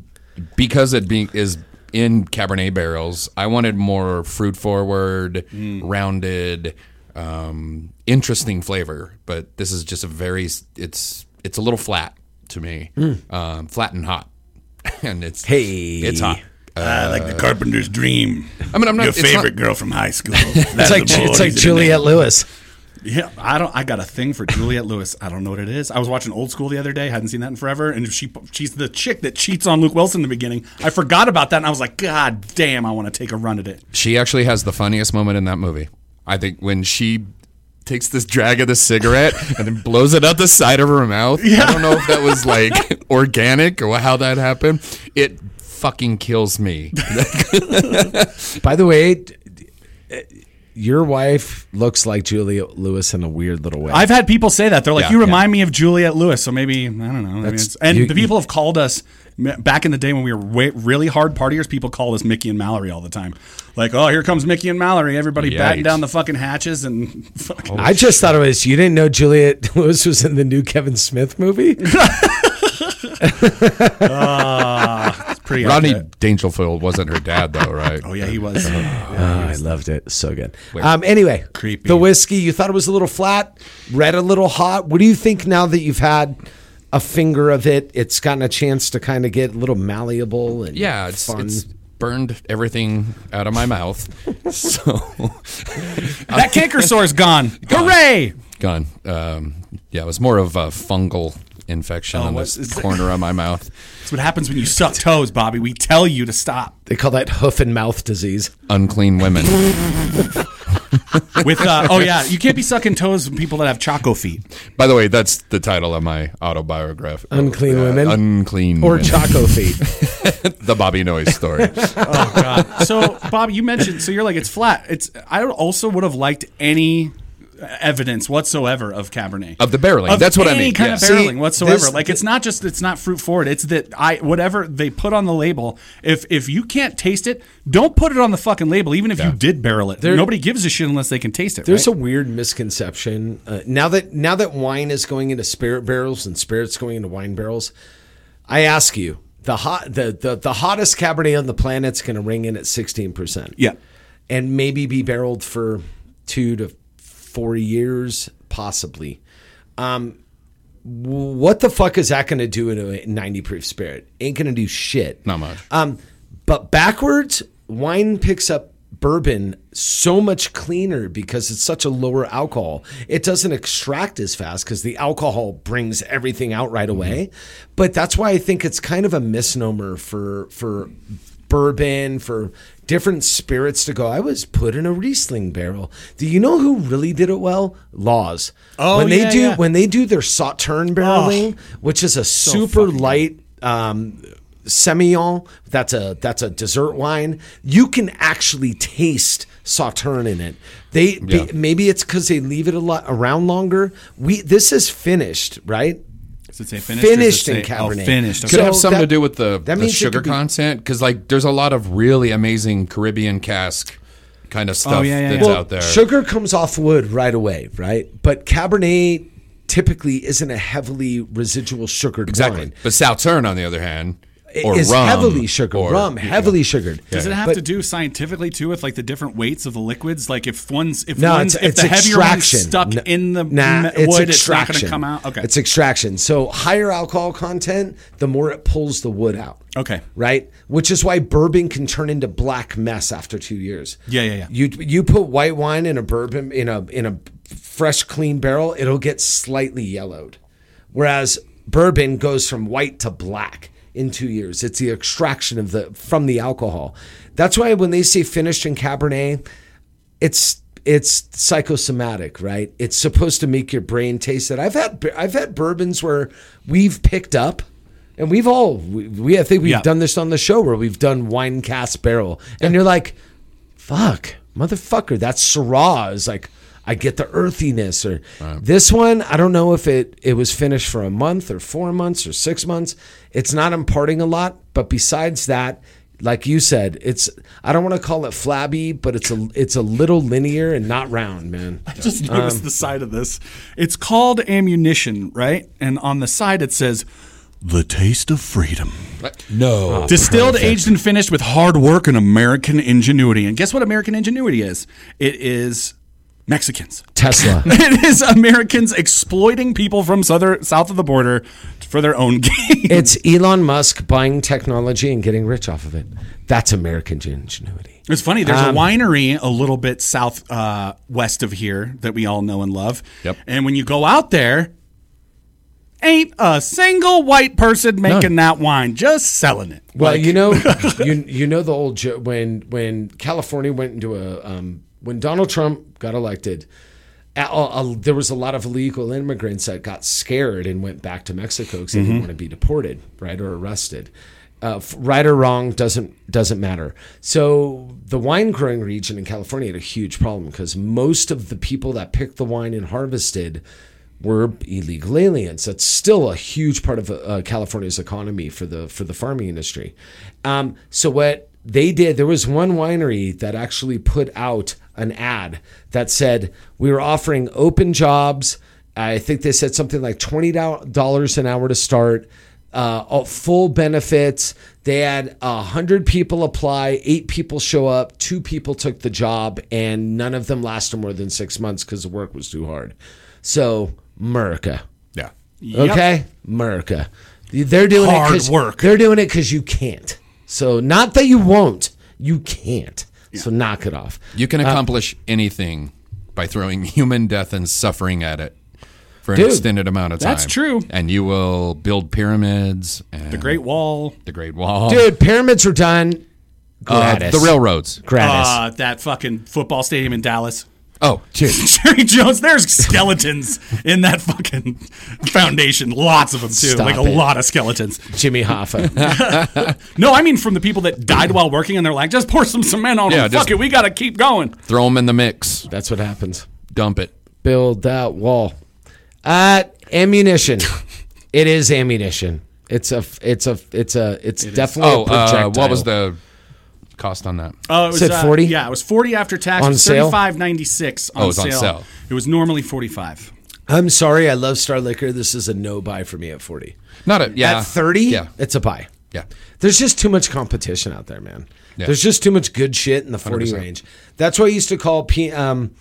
Speaker 10: because it being is in Cabernet barrels. I wanted more fruit forward,
Speaker 5: Mm.
Speaker 10: rounded, um, interesting flavor. But this is just a very it's it's a little flat to me, um, flat and hot, *laughs* and it's
Speaker 8: Hey.
Speaker 10: it's hot.
Speaker 5: I like the carpenter's dream.
Speaker 10: I mean, I'm not
Speaker 5: Your
Speaker 10: it's not-
Speaker 5: favorite girl from high school. That's
Speaker 8: It's like it's like Juliette Lewis.
Speaker 5: Yeah, I don't. I got a thing for Juliette Lewis. I don't know what it is. I was watching Old School the other day. Hadn't seen that in forever. And she she's the chick that cheats on Luke Wilson in the beginning. I forgot about that, and I was like, God damn, I want to take a run at it.
Speaker 10: She actually has the funniest moment in that movie. I think when she takes this drag of
Speaker 5: *laughs*
Speaker 10: the cigarette and then blows it out the side of her mouth. I don't know if that was like
Speaker 5: *laughs*
Speaker 10: organic or how that happened. It fucking kills me.
Speaker 8: By the way, d- d- your wife looks like Juliette Lewis in a weird little way.
Speaker 5: I've had people say that they're like,
Speaker 10: Yeah,
Speaker 5: "You remind me of Juliette Lewis." So maybe I don't know. I mean,
Speaker 8: That's-
Speaker 5: it's, and
Speaker 8: you-
Speaker 5: the people have called us m- back in the day when we were way, really hard partiers. People called us Mickey and Mallory all the time. Like, oh, here comes Mickey and Mallory. Everybody batting
Speaker 10: Yikes.
Speaker 5: down the fucking hatches and *laughs* fucking.
Speaker 8: I just thought it was you didn't know Juliette *laughs* Lewis was in the new Kevin Smith
Speaker 10: *laughs*
Speaker 8: movie.
Speaker 5: It's pretty.
Speaker 10: Rodney
Speaker 5: accurate.
Speaker 10: Dangerfield wasn't her dad though, right? Uh,
Speaker 5: Oh yeah, he was.
Speaker 8: Oh, I loved it. So good. Um, anyway,
Speaker 5: Creepy.
Speaker 8: The whiskey, you thought it was a little flat, red a little hot. What do you think now that you've had a finger of it? It's gotten a chance to kind of get a little malleable and
Speaker 10: Yeah, it's,
Speaker 8: fun.
Speaker 10: it's burned everything out of my mouth. *laughs* So *laughs*
Speaker 5: that canker sore's gone. Hooray!
Speaker 10: gone. Um, yeah, it was more of a fungal infection on
Speaker 5: Oh, what
Speaker 10: this
Speaker 5: is it?
Speaker 10: corner of my mouth.
Speaker 5: That's what happens when you suck toes, Bobby. We tell you to stop.
Speaker 8: they call that hoof and mouth disease.
Speaker 10: Unclean women.
Speaker 5: With uh, oh yeah, you can't be sucking toes from people that have choco feet.
Speaker 10: By the way, that's the title of my autobiograph.
Speaker 8: Unclean women?
Speaker 10: Oh, Unclean
Speaker 8: Or
Speaker 10: women.
Speaker 8: choco feet.
Speaker 10: *laughs* the Bobby Noise story.
Speaker 5: Oh god. So Bob, you mentioned so you're like it's flat. It's I also would have liked any evidence whatsoever of Cabernet.
Speaker 10: Of the barreling.
Speaker 5: Of
Speaker 10: That's what I
Speaker 5: any
Speaker 10: mean.
Speaker 5: kind
Speaker 10: Yeah.
Speaker 5: of
Speaker 10: See,
Speaker 5: barreling whatsoever.
Speaker 8: this-
Speaker 5: like it's not just it's not fruit forward. It's that I whatever they put on the label. If if you can't taste it, don't put it on the fucking label. Even if you did barrel it, nobody gives a shit unless they can taste it.
Speaker 8: There's
Speaker 5: right?
Speaker 8: a weird misconception uh, now that now that wine is going into spirit barrels and spirits going into wine barrels. I ask you, the hot the the, the hottest Cabernet on the planet's going to ring in at sixteen percent.
Speaker 5: Yeah.
Speaker 8: and maybe be barreled for two to four years, possibly. Um, w- what the fuck is that going to do in a ninety proof spirit? Ain't going to do shit.
Speaker 10: Not much.
Speaker 8: Um, But backwards, wine picks up bourbon so much cleaner because it's such a lower alcohol. It doesn't extract as fast because the alcohol brings everything out right away.
Speaker 11: Mm-hmm.
Speaker 8: But that's why I think it's kind of a misnomer for for bourbon for different spirits to go. I was put in a Riesling barrel. Do you know who really did it well? Laws.
Speaker 11: Oh,
Speaker 8: when they
Speaker 11: yeah,
Speaker 8: do
Speaker 11: yeah.
Speaker 8: when they do their Sauterne barreling, which is a super light um, Semillon. That's a that's a dessert wine. You can actually taste Sauterne in it. They be-
Speaker 9: Yeah.
Speaker 8: maybe it's because they leave it a lot around longer. We this is finished, right?
Speaker 10: Does it say finished or does it
Speaker 8: in
Speaker 10: say- oh,
Speaker 8: Cabernet.
Speaker 10: finished, okay.
Speaker 9: Could have
Speaker 8: So
Speaker 9: something
Speaker 8: that-
Speaker 9: to do with the,
Speaker 8: that
Speaker 9: the
Speaker 8: means it
Speaker 9: sugar
Speaker 8: could be-
Speaker 9: content because like there's a lot of really amazing Caribbean cask kind
Speaker 5: Oh,
Speaker 9: of stuff
Speaker 10: yeah, yeah,
Speaker 9: that's out there.
Speaker 8: Sugar comes off wood right away, right? But Cabernet typically isn't a heavily residual sugared
Speaker 9: exactly.
Speaker 8: wine.
Speaker 9: But Sauterne on the other hand, or
Speaker 8: is
Speaker 9: rum,
Speaker 8: heavily sugared,
Speaker 9: or-
Speaker 8: rum heavily sugared.
Speaker 10: Does it have
Speaker 8: But-
Speaker 10: to do scientifically too with like the different weights of the liquids? Like if one's if
Speaker 8: No,
Speaker 10: one's
Speaker 8: it's,
Speaker 10: if
Speaker 8: it's
Speaker 10: the heavier one's
Speaker 8: extraction.
Speaker 10: stuck
Speaker 8: No-
Speaker 10: in the
Speaker 8: nah,
Speaker 10: me-
Speaker 8: it's
Speaker 10: wood, it's not
Speaker 8: extraction.
Speaker 10: going to come out. Okay,
Speaker 8: It's extraction. So higher alcohol content, the more it pulls the wood out.
Speaker 10: okay.
Speaker 8: Right, which is why bourbon can turn into black mess after two years.
Speaker 10: Yeah, yeah, yeah.
Speaker 8: You you put white wine in a bourbon in a in a fresh clean barrel, it'll get slightly yellowed, whereas bourbon goes from white to black in two years. It's the extraction of the from the alcohol. That's why when they say finished in Cabernet, it's it's psychosomatic, right? It's supposed to make your brain taste it. I've had I've had bourbons where we've picked up, and we've all we, we I think we've
Speaker 10: Yeah.
Speaker 8: done this on the show where we've done wine cast barrel, and you're like, fuck, motherfucker, that Syrah is like. I get the earthiness, or this one. I don't know if it it was finished for a month or four months or six months. It's not imparting a lot, but besides that, like you said, it's I don't want to call it flabby, but it's a it's a little linear and not round, man.
Speaker 10: I just noticed the side of this. It's called ammunition, right? And on the side it says the taste of freedom.
Speaker 9: No,
Speaker 10: Distilled, aged, and finished with hard work and American ingenuity. And guess what American ingenuity is? It is Mexicans.
Speaker 8: Tesla.
Speaker 10: *laughs* It is Americans exploiting people from southern, south of the border for their own *laughs* gain.
Speaker 8: It's Elon Musk buying technology and getting rich off of it. That's American ingenuity.
Speaker 10: It's funny. There's
Speaker 9: Um,
Speaker 10: a winery a little bit south uh, west of here that we all know and love.
Speaker 9: Yep.
Speaker 10: And when you go out there, ain't a single white person making that wine, just selling it.
Speaker 8: Well,
Speaker 10: Like,
Speaker 8: you know, you you know the old joke when when California went into a um, when Donald Trump got elected, a, a, a- there was a lot of illegal immigrants that got scared and went back to Mexico because they didn't want to be deported, right, or arrested. Uh, f- right or wrong doesn't doesn't matter. So the wine growing region in California had a huge problem because most of the people that picked the wine and harvested were illegal aliens. That's still a huge part of uh, California's economy for the for the farming industry. Um, so what they did, there was one winery that actually put out an ad that said we were offering open jobs. I think they said something like twenty dollars an hour to start. Uh, all- full benefits. They had a hundred people apply. Eight people show up. Two people took the job, and none of them lasted more than six months because the work was too hard. So, America.
Speaker 9: yeah,
Speaker 8: Okay, America. They're doing it
Speaker 10: Hard
Speaker 8: 'cause-
Speaker 10: work.
Speaker 8: They're doing it because you can't. So, not that you won't, you can't. So, knock it off.
Speaker 9: you can accomplish anything by throwing *laughs* human death and suffering at it for an
Speaker 8: Dude,
Speaker 9: extended amount of time.
Speaker 10: that's true.
Speaker 9: and you will build pyramids. And
Speaker 10: the Great Wall.
Speaker 9: the Great Wall,
Speaker 8: Dude, pyramids are done.
Speaker 9: Uh,
Speaker 8: Gratis.
Speaker 9: the railroads.
Speaker 8: Gratis.
Speaker 10: Uh, that fucking football stadium in Dallas.
Speaker 9: Oh, dude.
Speaker 10: *laughs* Jerry Jones, there's skeletons in that fucking foundation. Lots of them, too.
Speaker 8: Stop
Speaker 10: like a
Speaker 8: it.
Speaker 10: lot of skeletons.
Speaker 8: Jimmy
Speaker 10: *laughs*
Speaker 8: Hoffa.
Speaker 10: No, I mean from the people that died while working and they're like, just pour some cement on
Speaker 9: Yeah,
Speaker 10: them.
Speaker 9: just-
Speaker 10: Fuck it, we got to keep going.
Speaker 9: Throw them in the mix.
Speaker 8: That's what happens.
Speaker 9: Dump it.
Speaker 8: Build that wall. Uh, *laughs* ammunition. it is ammunition. It's a. It's a. It's a. It's definitely
Speaker 9: Oh,
Speaker 8: a projectile.
Speaker 9: uh, what was the cost on that?
Speaker 10: Oh, it was
Speaker 8: Said 40?
Speaker 10: Yeah, it was 40 after tax.
Speaker 8: On
Speaker 10: it was
Speaker 8: sale?
Speaker 10: 35.96 on,
Speaker 9: Oh, it was on sale.
Speaker 10: It was normally 45.
Speaker 8: I'm sorry. I love Star Liquor. This is a no buy for me at 40.
Speaker 9: Not a yeah.
Speaker 8: At 30,
Speaker 9: Yeah,
Speaker 8: it's a buy.
Speaker 10: *laughs*
Speaker 9: yeah.
Speaker 8: There's just too much competition out there, man.
Speaker 9: Yeah.
Speaker 8: There's just too much good shit in the 40 range. That's why I used to call P, um,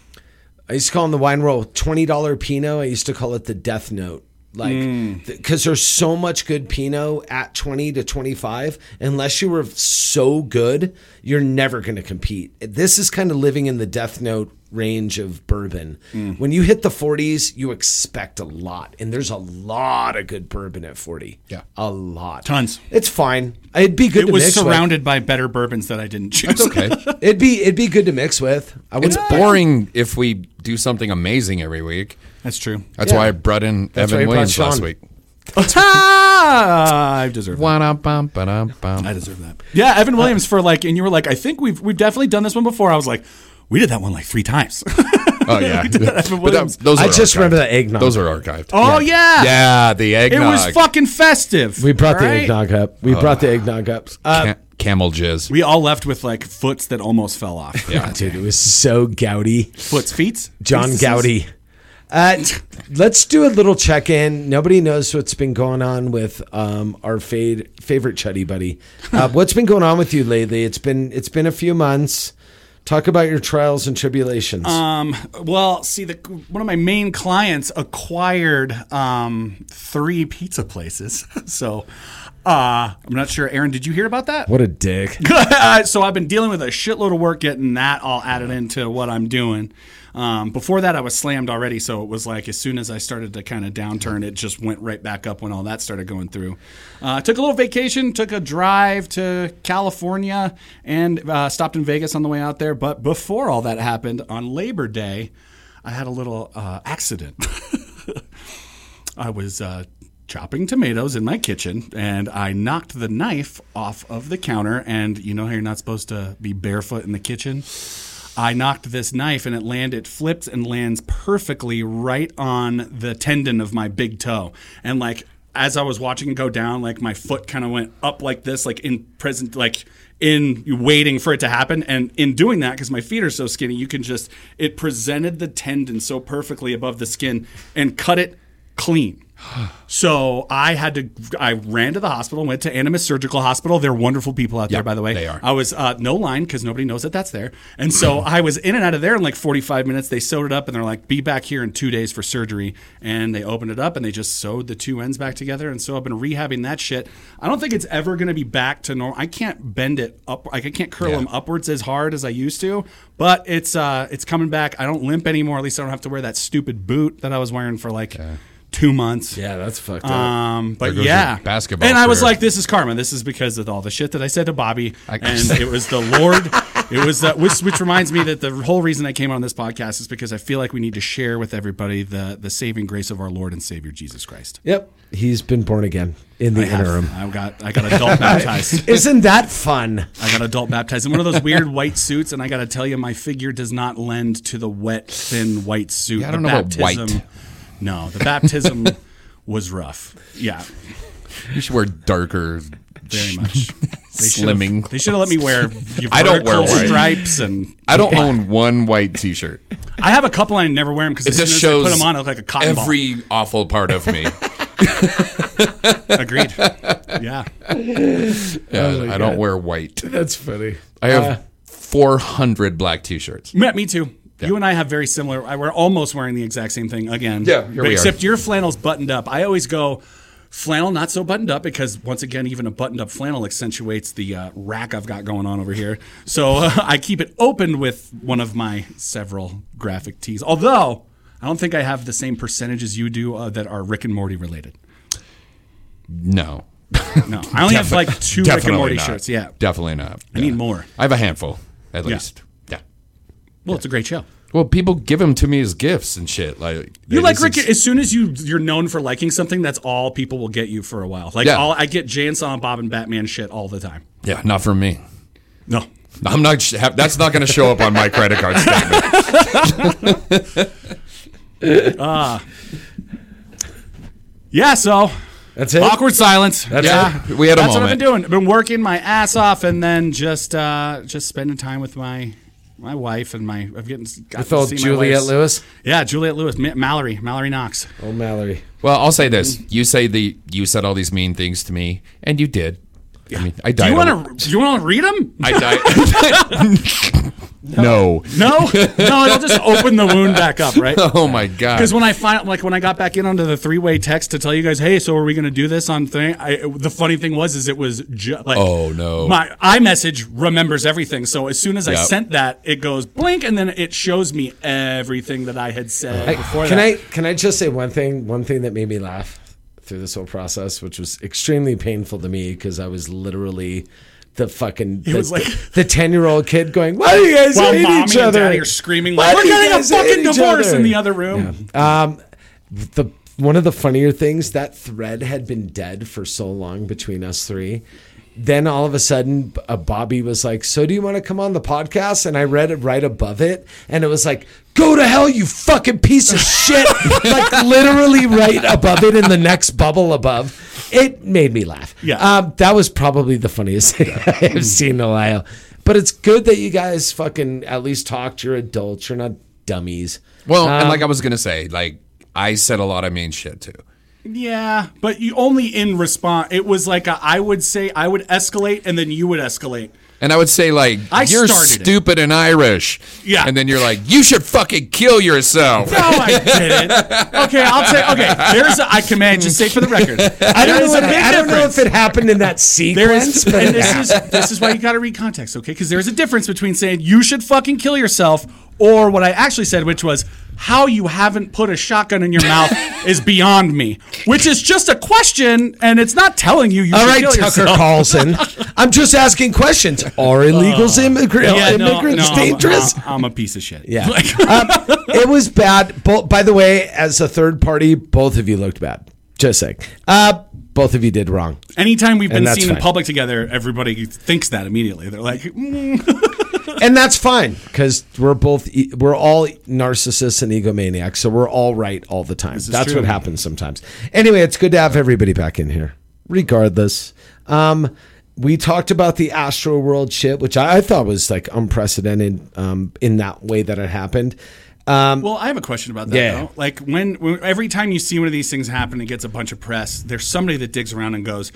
Speaker 8: I used to call in the wine roll $20 Pinot. I used to call it the death note Like,
Speaker 10: Hmm.
Speaker 5: Mm.
Speaker 8: because there's so much good Pinot at 20 to 25. Unless you were so good, you're never going to compete. This is kind of living in the death note range of bourbon.
Speaker 10: Hmm.
Speaker 12: Mm.
Speaker 8: When you hit the 40s, you expect a lot, and there's a lot of good bourbon at 40. Yeah, a lot,
Speaker 5: Tons.
Speaker 8: It's fine. It'd be good.
Speaker 5: It
Speaker 8: to
Speaker 5: was
Speaker 8: mix with.
Speaker 5: surrounded by better bourbons that I didn't choose.
Speaker 10: That's okay. *laughs*
Speaker 8: it'd be it'd be good to mix with. I
Speaker 10: it's
Speaker 8: wouldn't-
Speaker 10: boring if we do something amazing every week.
Speaker 5: That's true.
Speaker 10: That's
Speaker 8: Yeah.
Speaker 10: why I brought in
Speaker 8: That's why you
Speaker 10: Evan
Speaker 8: brought
Speaker 10: Williams last
Speaker 8: Sean.
Speaker 10: week. *laughs*
Speaker 9: *laughs*
Speaker 5: Uh, I deserve that.
Speaker 10: I
Speaker 5: deserve that. Yeah, Evan Williams for like, and you were like, I think we've we've definitely done this one before. I was like, we did that one like three times. *laughs*
Speaker 10: Oh yeah,
Speaker 5: We did that, Evan
Speaker 10: But that-
Speaker 5: Williams.
Speaker 10: those
Speaker 8: I
Speaker 10: are
Speaker 8: just
Speaker 10: archived.
Speaker 8: remember the eggnog.
Speaker 10: Those are archived.
Speaker 5: Oh yeah,
Speaker 10: yeah, the eggnog.
Speaker 5: It was fucking festive.
Speaker 8: We brought the
Speaker 5: right?
Speaker 8: eggnog up. We
Speaker 10: Uh,
Speaker 8: brought the eggnog up. Uh,
Speaker 10: Ca- camel jizz.
Speaker 5: We all left with like foots that almost fell off.
Speaker 10: Yeah.
Speaker 8: dude, it was so gouty.
Speaker 5: foots, feet.
Speaker 8: John
Speaker 5: Feetses?
Speaker 8: Gowdy. Uh, let's do a little check in. Nobody knows what's been going on with um, our fade, favorite chuddy buddy. *laughs* Uh, what's been going on with you lately? It's been it's been a few months. Talk about your trials and tribulations.
Speaker 5: Um, well, see, the one of my main clients acquired um, three pizza places. *laughs* So uh, I'm not sure. Aaron, did you hear about that?
Speaker 8: what
Speaker 5: *laughs*
Speaker 8: a dick.
Speaker 5: so I've been dealing with a shitload of work getting that all added into what I'm doing. Um, before that, I was slammed already, so it was like as soon as I started to kind of downturn, it just went right back up when all that started going through. Uh, I took a little vacation, took a drive to California, and uh, stopped in Vegas on the way out there. But before all that happened on Labor Day, I had a little uh, accident. *laughs* I was uh, chopping tomatoes in my kitchen and I knocked the knife off of the counter. And you know how you're not supposed to be barefoot in the kitchen? I knocked this knife and it landed, it flips and lands perfectly right on the tendon of my big toe. And like, as I was watching it go down, like my foot kind of went up like this, like in present, like in waiting for it to happen. And in doing that, because my feet are so skinny, you can just, it presented the tendon so perfectly above the skin and cut it clean. So I had to. I ran to the hospital, went to Animus Surgical Hospital. They're wonderful people out there, by the way. They are. I was uh, no line because nobody knows that that's there, and so I was in and out of there in like 45 minutes. They sewed it up, and they're like, "Be back here in two days for surgery." And they opened it up, and they just sewed the two ends back together. And so I've been rehabbing that shit. I don't think it's ever going to be back to normal. I can't bend it up. Like I can't curl them upwards as hard as I used to, but it's uh, it's coming back. I don't limp anymore. At least I don't have to wear that stupid boot that I was wearing for like two months.
Speaker 8: Yeah, that's fucked up.
Speaker 5: Um,
Speaker 10: There
Speaker 5: but
Speaker 10: goes
Speaker 5: yeah,
Speaker 10: your basketball
Speaker 5: And I was
Speaker 10: career.
Speaker 5: like, "This is karma. This is because of all the shit that I said to Bobby,
Speaker 10: I-
Speaker 5: and it was the Lord. It was the, which, which reminds me that the whole reason I came on this podcast is because I feel like we need to share with everybody the the saving grace of our Lord and Savior Jesus Christ.
Speaker 8: Yep, he's been born again in the
Speaker 5: I have-
Speaker 8: interim.
Speaker 5: I got I got adult baptized.
Speaker 8: *laughs* Isn't that fun?
Speaker 5: I got adult baptized in one of those weird white suits, and I got to tell you, my figure does not lend to the wet, thin white suit.
Speaker 10: Yeah, I don't
Speaker 5: The
Speaker 10: know about white.
Speaker 5: No, the
Speaker 10: *laughs*
Speaker 5: baptism was rough. Yeah,
Speaker 10: You should wear darker,
Speaker 5: very
Speaker 10: *laughs*
Speaker 5: much. They should've-
Speaker 10: slimming.
Speaker 5: They should have let me wear.
Speaker 10: *laughs* I don't wear
Speaker 5: vertical
Speaker 10: white.
Speaker 5: stripes, and
Speaker 10: I don't own one white T-shirt.
Speaker 5: I have a couple I never wear them because
Speaker 10: It
Speaker 5: as soon
Speaker 10: just
Speaker 5: as I
Speaker 10: shows
Speaker 5: put them on, I look like a cotton
Speaker 10: every awful part of me.
Speaker 5: ball. *laughs*
Speaker 10: *laughs*
Speaker 5: Agreed. Yeah,
Speaker 10: Yeah,
Speaker 8: Oh my
Speaker 10: I don't
Speaker 8: God.
Speaker 10: wear white.
Speaker 8: That's funny.
Speaker 10: I have 400 black T-shirts.
Speaker 5: Uh, me, me too. You and I have very similar. I- We're almost wearing the exact same thing again.
Speaker 10: Yeah, here
Speaker 5: But
Speaker 10: we are.
Speaker 5: except your flannel's buttoned up. I always go flannel, not so buttoned up, because once again, even a buttoned up flannel accentuates the uh, rack I've got going on over here. So uh, I keep it open with one of my several graphic tees. Although I don't think I have the same percentages you do uh, that are Rick and Morty related. Oh.
Speaker 10: No,
Speaker 5: No, I only have
Speaker 10: Defi-
Speaker 5: like two Rick and
Speaker 10: definitely
Speaker 5: Morty
Speaker 10: not.
Speaker 5: shirts. Yeah.
Speaker 10: definitely not.
Speaker 5: I need more.
Speaker 10: I have a handful, at
Speaker 5: Yeah.
Speaker 10: least. Yeah.
Speaker 5: Well, it's a great show.
Speaker 10: Well, people give them to me as gifts and shit. Like
Speaker 5: You
Speaker 10: it
Speaker 5: like
Speaker 10: is
Speaker 5: Rick?
Speaker 10: ex-
Speaker 5: As soon as you you're known for liking something, that's all people will get you for a while. Like
Speaker 10: Yeah.
Speaker 5: all I get Jay and Silent Bob and Batman shit all the time.
Speaker 10: yeah, not from me.
Speaker 5: No,
Speaker 10: I'm not. sh- ha-
Speaker 5: *laughs*
Speaker 10: That's not going to show up *laughs* on my credit card statement.
Speaker 5: *laughs* Ah. yeah. So
Speaker 8: That's it.
Speaker 5: awkward silence. That's yeah,
Speaker 10: it. We had a
Speaker 5: That's what I've
Speaker 10: moment.
Speaker 5: been doing. I've been working my ass off and then just uh just spending time with my my wife and my I've getting got
Speaker 8: With
Speaker 5: to
Speaker 8: old
Speaker 5: see my
Speaker 8: Juliet
Speaker 5: wife's-
Speaker 8: Lewis,
Speaker 5: Yeah, Juliet Lewis, Ma- Mallory, Mallory Knox.
Speaker 8: old Oh, Mallory.
Speaker 10: Well, I'll say this: you say the you said all these mean things to me, and you did. I mean, I died.
Speaker 5: Do you
Speaker 10: on-
Speaker 5: want to? Do you want to read them?
Speaker 10: I died.
Speaker 9: No.
Speaker 10: No, no, it'll just open the wound back up, *laughs* right?
Speaker 9: Oh my god.
Speaker 10: Because when I find, like, when I got back in onto the three-way text to tell you guys, hey, so are we going to do this on thing? I, the funny thing was, is it was ju- like,
Speaker 9: Oh, no.
Speaker 10: my iMessage remembers everything. So as soon as I
Speaker 9: Yep.
Speaker 10: sent that, it goes blink, and then it shows me everything that I had said
Speaker 8: I-
Speaker 10: before.
Speaker 8: can
Speaker 10: that.
Speaker 8: I can I just say one thing? One thing that made me laugh through this whole process, which was extremely painful to me because I was literally the fucking the,
Speaker 10: was like-
Speaker 8: the ten year old kid going, "Why do you guys
Speaker 10: While
Speaker 8: hate
Speaker 10: mommy
Speaker 8: each
Speaker 10: and
Speaker 8: other?"
Speaker 10: daddy are screaming,
Speaker 8: Why
Speaker 10: like,
Speaker 8: do
Speaker 10: "We're
Speaker 8: you
Speaker 10: getting a
Speaker 8: guys hate
Speaker 10: fucking
Speaker 8: each
Speaker 10: divorce
Speaker 8: other?"
Speaker 10: in the other room."
Speaker 9: Uh,
Speaker 8: Um, the one of the funnier things that thread had been dead for so long between us three. Then all of a sudden, uh, Bobby was like, "So do you want to come on the podcast?" And I read it right above it, and it was like, "Go to hell, you fucking piece of shit!" like literally right above it in the next bubble above. It made me laugh.
Speaker 10: Yeah.
Speaker 8: um, that was probably the funniest thing *laughs* I have seen in a while. But it's good that you guys fucking at least talked. You're adults. You're not dummies.
Speaker 9: well, and
Speaker 8: Um,
Speaker 9: like I was gonna say, like I said a lot of mean shit too.
Speaker 10: Yeah, but you only in response. It was like a, I would say I would escalate, and then you would escalate.
Speaker 9: And I would say like
Speaker 10: I
Speaker 9: you're
Speaker 10: started it.
Speaker 9: stupid and Irish.
Speaker 10: Yeah.
Speaker 9: And then you're like, you should fucking kill yourself.
Speaker 10: No,
Speaker 9: *laughs*
Speaker 10: I didn't. Okay, I'll say. Okay, there's. A, I command. Just say for the record.
Speaker 8: I don't,
Speaker 10: There is
Speaker 8: know,
Speaker 10: a
Speaker 8: if,
Speaker 10: big
Speaker 8: I don't know
Speaker 10: difference.
Speaker 8: if it happened in that sequence.
Speaker 10: There is,
Speaker 8: but
Speaker 10: and this is this is why you got to read context, okay? Because there's a difference between saying you should fucking kill yourself or what I actually said, which was how you haven't put a shotgun in your mouth
Speaker 8: *laughs*
Speaker 10: is beyond me, which is just a question, and it's not telling you you
Speaker 8: all
Speaker 10: should
Speaker 8: right,
Speaker 10: kill
Speaker 8: Tucker
Speaker 10: yourself.
Speaker 8: Carlson. I'm just asking questions. Are illegals immigra-
Speaker 10: *laughs* Yeah, no,
Speaker 8: immigrants
Speaker 10: no, I'm-
Speaker 8: dangerous?
Speaker 10: I'm, I'm a piece of shit.
Speaker 8: *laughs* yeah. Um, it was bad. Bo- by the way, as a third party, both of you looked bad. Just saying. Uh, both of you did wrong.
Speaker 10: *laughs* Anytime we've been
Speaker 8: And that's
Speaker 10: seen in
Speaker 8: fine.
Speaker 10: public together, everybody thinks that immediately. They're like, mm.
Speaker 8: And that's fine because we're both, e- we're all narcissists and egomaniacs. So we're all right all the time. That's
Speaker 10: true.
Speaker 8: what happens sometimes. Anyway, it's good to have everybody back in here, regardless. Um, we talked about the Astro World shit, which I, I thought was like unprecedented um, in that way that it happened. Um,
Speaker 10: Well, I have a question about that.
Speaker 8: Yeah.
Speaker 10: Though. Like when, when every time you see one of these things happen, it gets a bunch of press. There's somebody that digs around and goes,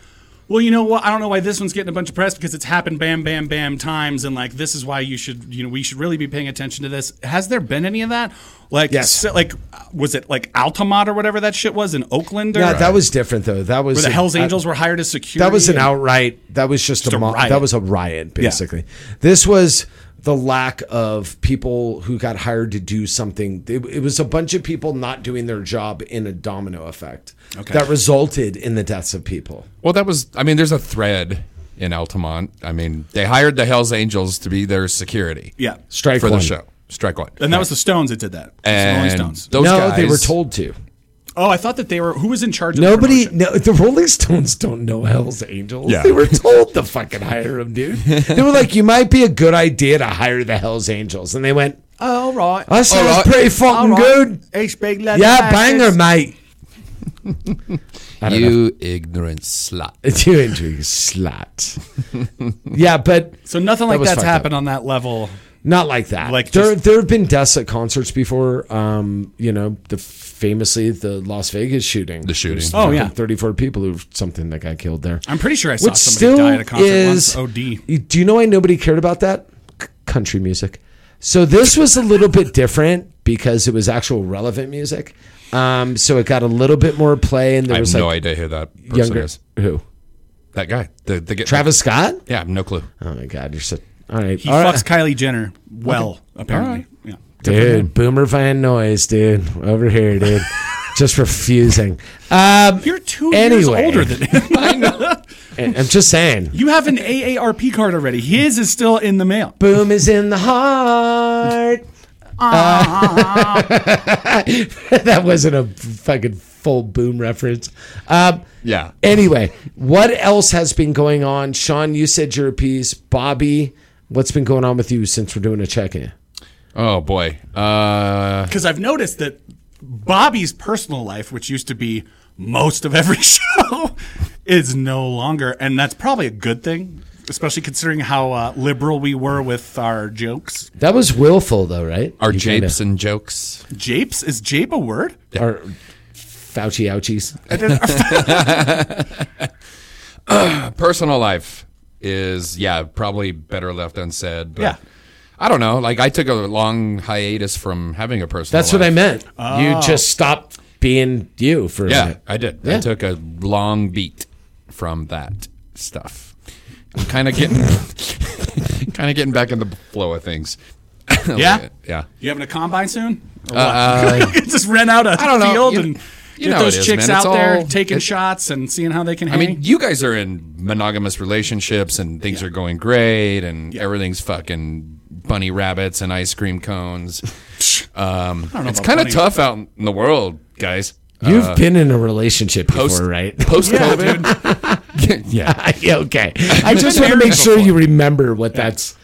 Speaker 10: "Well, you know what? I don't know why this one's getting a bunch of press because it's happened bam, bam, bam times, and like this is why you should, you know, we should really be paying attention to this." Has there been any of that? Like,
Speaker 8: Yes.
Speaker 10: so- like was it like Altamont or whatever that shit was in Oakland? Or,
Speaker 8: yeah, that was different though. That was
Speaker 10: where the
Speaker 8: an-
Speaker 10: Hell's
Speaker 8: uh,
Speaker 10: Angels were hired as security.
Speaker 8: That was an
Speaker 10: and-
Speaker 8: outright. That was just,
Speaker 10: a
Speaker 8: a, mo-
Speaker 10: riot.
Speaker 8: that was a riot basically. This was the lack of people who got hired to do something. It, it was a bunch of people not doing their job in a domino effect that resulted in the deaths of people.
Speaker 9: Well, that was. I mean, there's a thread in Altamont. I mean, they hired the Hell's Angels to be their security.
Speaker 10: Yeah,
Speaker 8: Strike
Speaker 9: for
Speaker 8: one.
Speaker 9: the show. Strike one.
Speaker 10: and that was the Stones that did that. It was the
Speaker 9: And
Speaker 10: Rolling Stones.
Speaker 9: those
Speaker 8: no,
Speaker 9: guys.
Speaker 8: they were told to.
Speaker 10: Oh, I thought that they were. Who was in charge? of the
Speaker 8: Nobody,
Speaker 10: promotion?
Speaker 8: no, the Rolling Stones don't know Hell's Angels.
Speaker 9: Yeah.
Speaker 8: They were told to fucking hire them, dude. They were like, "You might be a good idea to hire the Hell's Angels," and they went,
Speaker 10: Oh, right.
Speaker 8: "That sounds
Speaker 9: right.
Speaker 8: pretty fucking good."
Speaker 10: H big leather.
Speaker 8: Yeah, banger, mate.
Speaker 9: You ignorant slut.
Speaker 8: It's you into your slot. *laughs* yeah, but
Speaker 10: So nothing like
Speaker 8: was
Speaker 10: that's
Speaker 8: fucked up.
Speaker 10: happened on that level.
Speaker 8: not like that.
Speaker 10: Like
Speaker 8: there,
Speaker 10: just-
Speaker 8: there have been deaths at concerts before. Um, you know, the famously the Las Vegas shooting. The
Speaker 9: shooting.
Speaker 10: Oh, yeah.
Speaker 8: thirty-four people who something that got killed there.
Speaker 10: I'm pretty sure I saw
Speaker 8: Which
Speaker 10: somebody
Speaker 8: still
Speaker 10: die at a concert
Speaker 8: is
Speaker 10: once. OD.
Speaker 8: You- Do you know why nobody cared about that? C- country music. So this was a little bit different because it was actual relevant music. Um, so it got a little bit more play, and there
Speaker 9: I have
Speaker 8: was
Speaker 9: no
Speaker 8: like
Speaker 9: idea who that person
Speaker 8: younger
Speaker 9: is.
Speaker 8: who
Speaker 9: That guy. The, the,
Speaker 8: Travis Scott.
Speaker 9: Yeah, I have no clue.
Speaker 8: Oh my God, you're so all right.
Speaker 10: He
Speaker 8: all right.
Speaker 10: fucks Kylie Jenner well, apparently. Yeah.
Speaker 8: dude. Boomer Van Noise, dude, over
Speaker 9: *laughs*
Speaker 8: here, dude, just refusing. Um,
Speaker 10: You're two
Speaker 8: Anyway.
Speaker 10: years older
Speaker 8: *laughs*
Speaker 10: than him.
Speaker 8: I'm
Speaker 9: *laughs*
Speaker 8: just saying.
Speaker 10: *laughs* you have an AARP card already. His is still in the mail.
Speaker 8: Boom is in the heart.
Speaker 9: Ah.
Speaker 8: Uh, *laughs* that wasn't a fucking full boom reference. Um,
Speaker 9: Yeah.
Speaker 8: anyway, what else has been going on? Sean, you said your piece. Bobby, what's been going on with you since we're doing a check in?
Speaker 9: Oh boy. Uh,
Speaker 10: Because I've noticed that Bobby's personal life, which used to be most of every *laughs* show, is no longer, and that's probably a good thing, especially considering how uh, liberal we were with our jokes.
Speaker 8: That was willful, though, right?
Speaker 9: our
Speaker 8: You kinda-
Speaker 9: japes and jokes.
Speaker 10: Japes is jape a word?
Speaker 8: Our Fauci ouchies.
Speaker 9: Personal life is yeah probably better left unsaid. But,
Speaker 10: Yeah.
Speaker 9: I don't know. Like I took a long hiatus from having a personal.
Speaker 8: That's what I
Speaker 9: life.
Speaker 8: meant.
Speaker 10: Oh.
Speaker 8: You just stopped being you for a
Speaker 9: Yeah,
Speaker 8: minute.
Speaker 9: I did. I
Speaker 8: Yeah.
Speaker 9: took a long beat from that stuff. I'm kind of getting, kind of getting back in the flow of things. Oh,
Speaker 10: Yeah?
Speaker 9: yeah.
Speaker 10: You having a combine soon? Or
Speaker 9: Uh,
Speaker 10: *laughs* what? just rent out a
Speaker 9: I don't know.
Speaker 10: field
Speaker 9: You-
Speaker 10: and
Speaker 9: you
Speaker 10: get
Speaker 9: know
Speaker 10: those
Speaker 9: it is,
Speaker 10: chicks
Speaker 9: man. It's
Speaker 10: out there
Speaker 9: all-
Speaker 10: taking
Speaker 9: it-
Speaker 10: shots and seeing how they can
Speaker 9: I
Speaker 10: hang.
Speaker 9: mean, you guys are in monogamous relationships and things are going great and
Speaker 10: Yeah.
Speaker 9: everything's fucking bunny rabbits and ice cream cones. Um,
Speaker 10: know
Speaker 9: it's
Speaker 10: about
Speaker 9: kind of
Speaker 10: bunny
Speaker 9: tough out in the world, guys.
Speaker 8: You've been in a relationship before, right?
Speaker 9: Uh, *laughs* Post COVID.
Speaker 8: yeah. *laughs* yeah. Okay. I just want to make sure you remember what that's.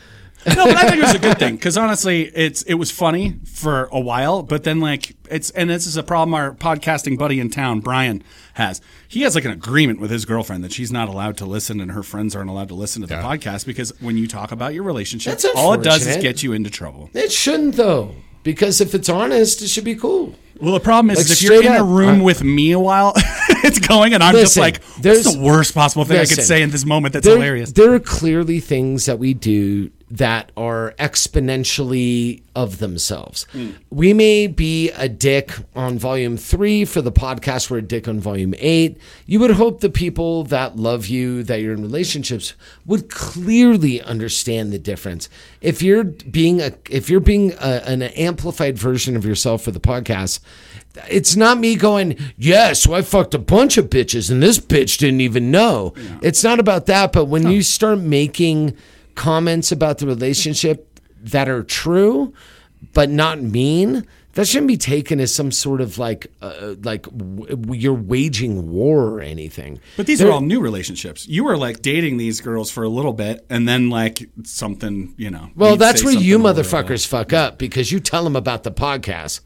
Speaker 10: no, but I think it was a good thing because honestly, it's it was funny for a while, but then like it's and this is a problem our podcasting buddy in town Brian has. He has like an agreement with his girlfriend that she's not allowed to listen and her friends aren't allowed to listen to the
Speaker 9: Yeah.
Speaker 10: podcast because when you talk about your relationship,
Speaker 8: That's
Speaker 10: all it does is
Speaker 8: unfortunate.
Speaker 10: get you into trouble.
Speaker 8: It shouldn't though, because if it's honest, it should be cool.
Speaker 10: Well, the problem is,
Speaker 8: Like,
Speaker 10: is if you're
Speaker 8: straight
Speaker 10: in a
Speaker 8: up,
Speaker 10: room
Speaker 8: I-
Speaker 10: with me a while, *laughs* it's going, and I'm just
Speaker 8: Listen,
Speaker 10: like,
Speaker 8: there's-
Speaker 10: "What's the worst possible thing I could
Speaker 8: Listen,
Speaker 10: say in this moment?" That's
Speaker 8: there,
Speaker 10: hilarious.
Speaker 8: There are clearly things that we do that are exponentially of themselves.
Speaker 10: Hmm.
Speaker 8: We may be a dick on volume three for the podcast, we're a dick on volume eight. You would hope the people that love you, that you're in relationships, would clearly understand the difference. If you're being a if you're being a, an amplified version of yourself for the podcast, it's not me going, yeah, so I fucked a bunch of bitches and this bitch didn't even know. It's not about that. But when you start making comments about the relationship that are true, but not mean, that shouldn't be taken as some sort of like, uh, like w- w- you're waging war or anything.
Speaker 10: But these are all new relationships. You were like dating these girls for a little bit, and then like something, you know.
Speaker 8: Well,
Speaker 10: you'd
Speaker 8: that's
Speaker 10: say
Speaker 8: where you
Speaker 10: something
Speaker 8: motherfuckers fuck up because you tell them about the podcast.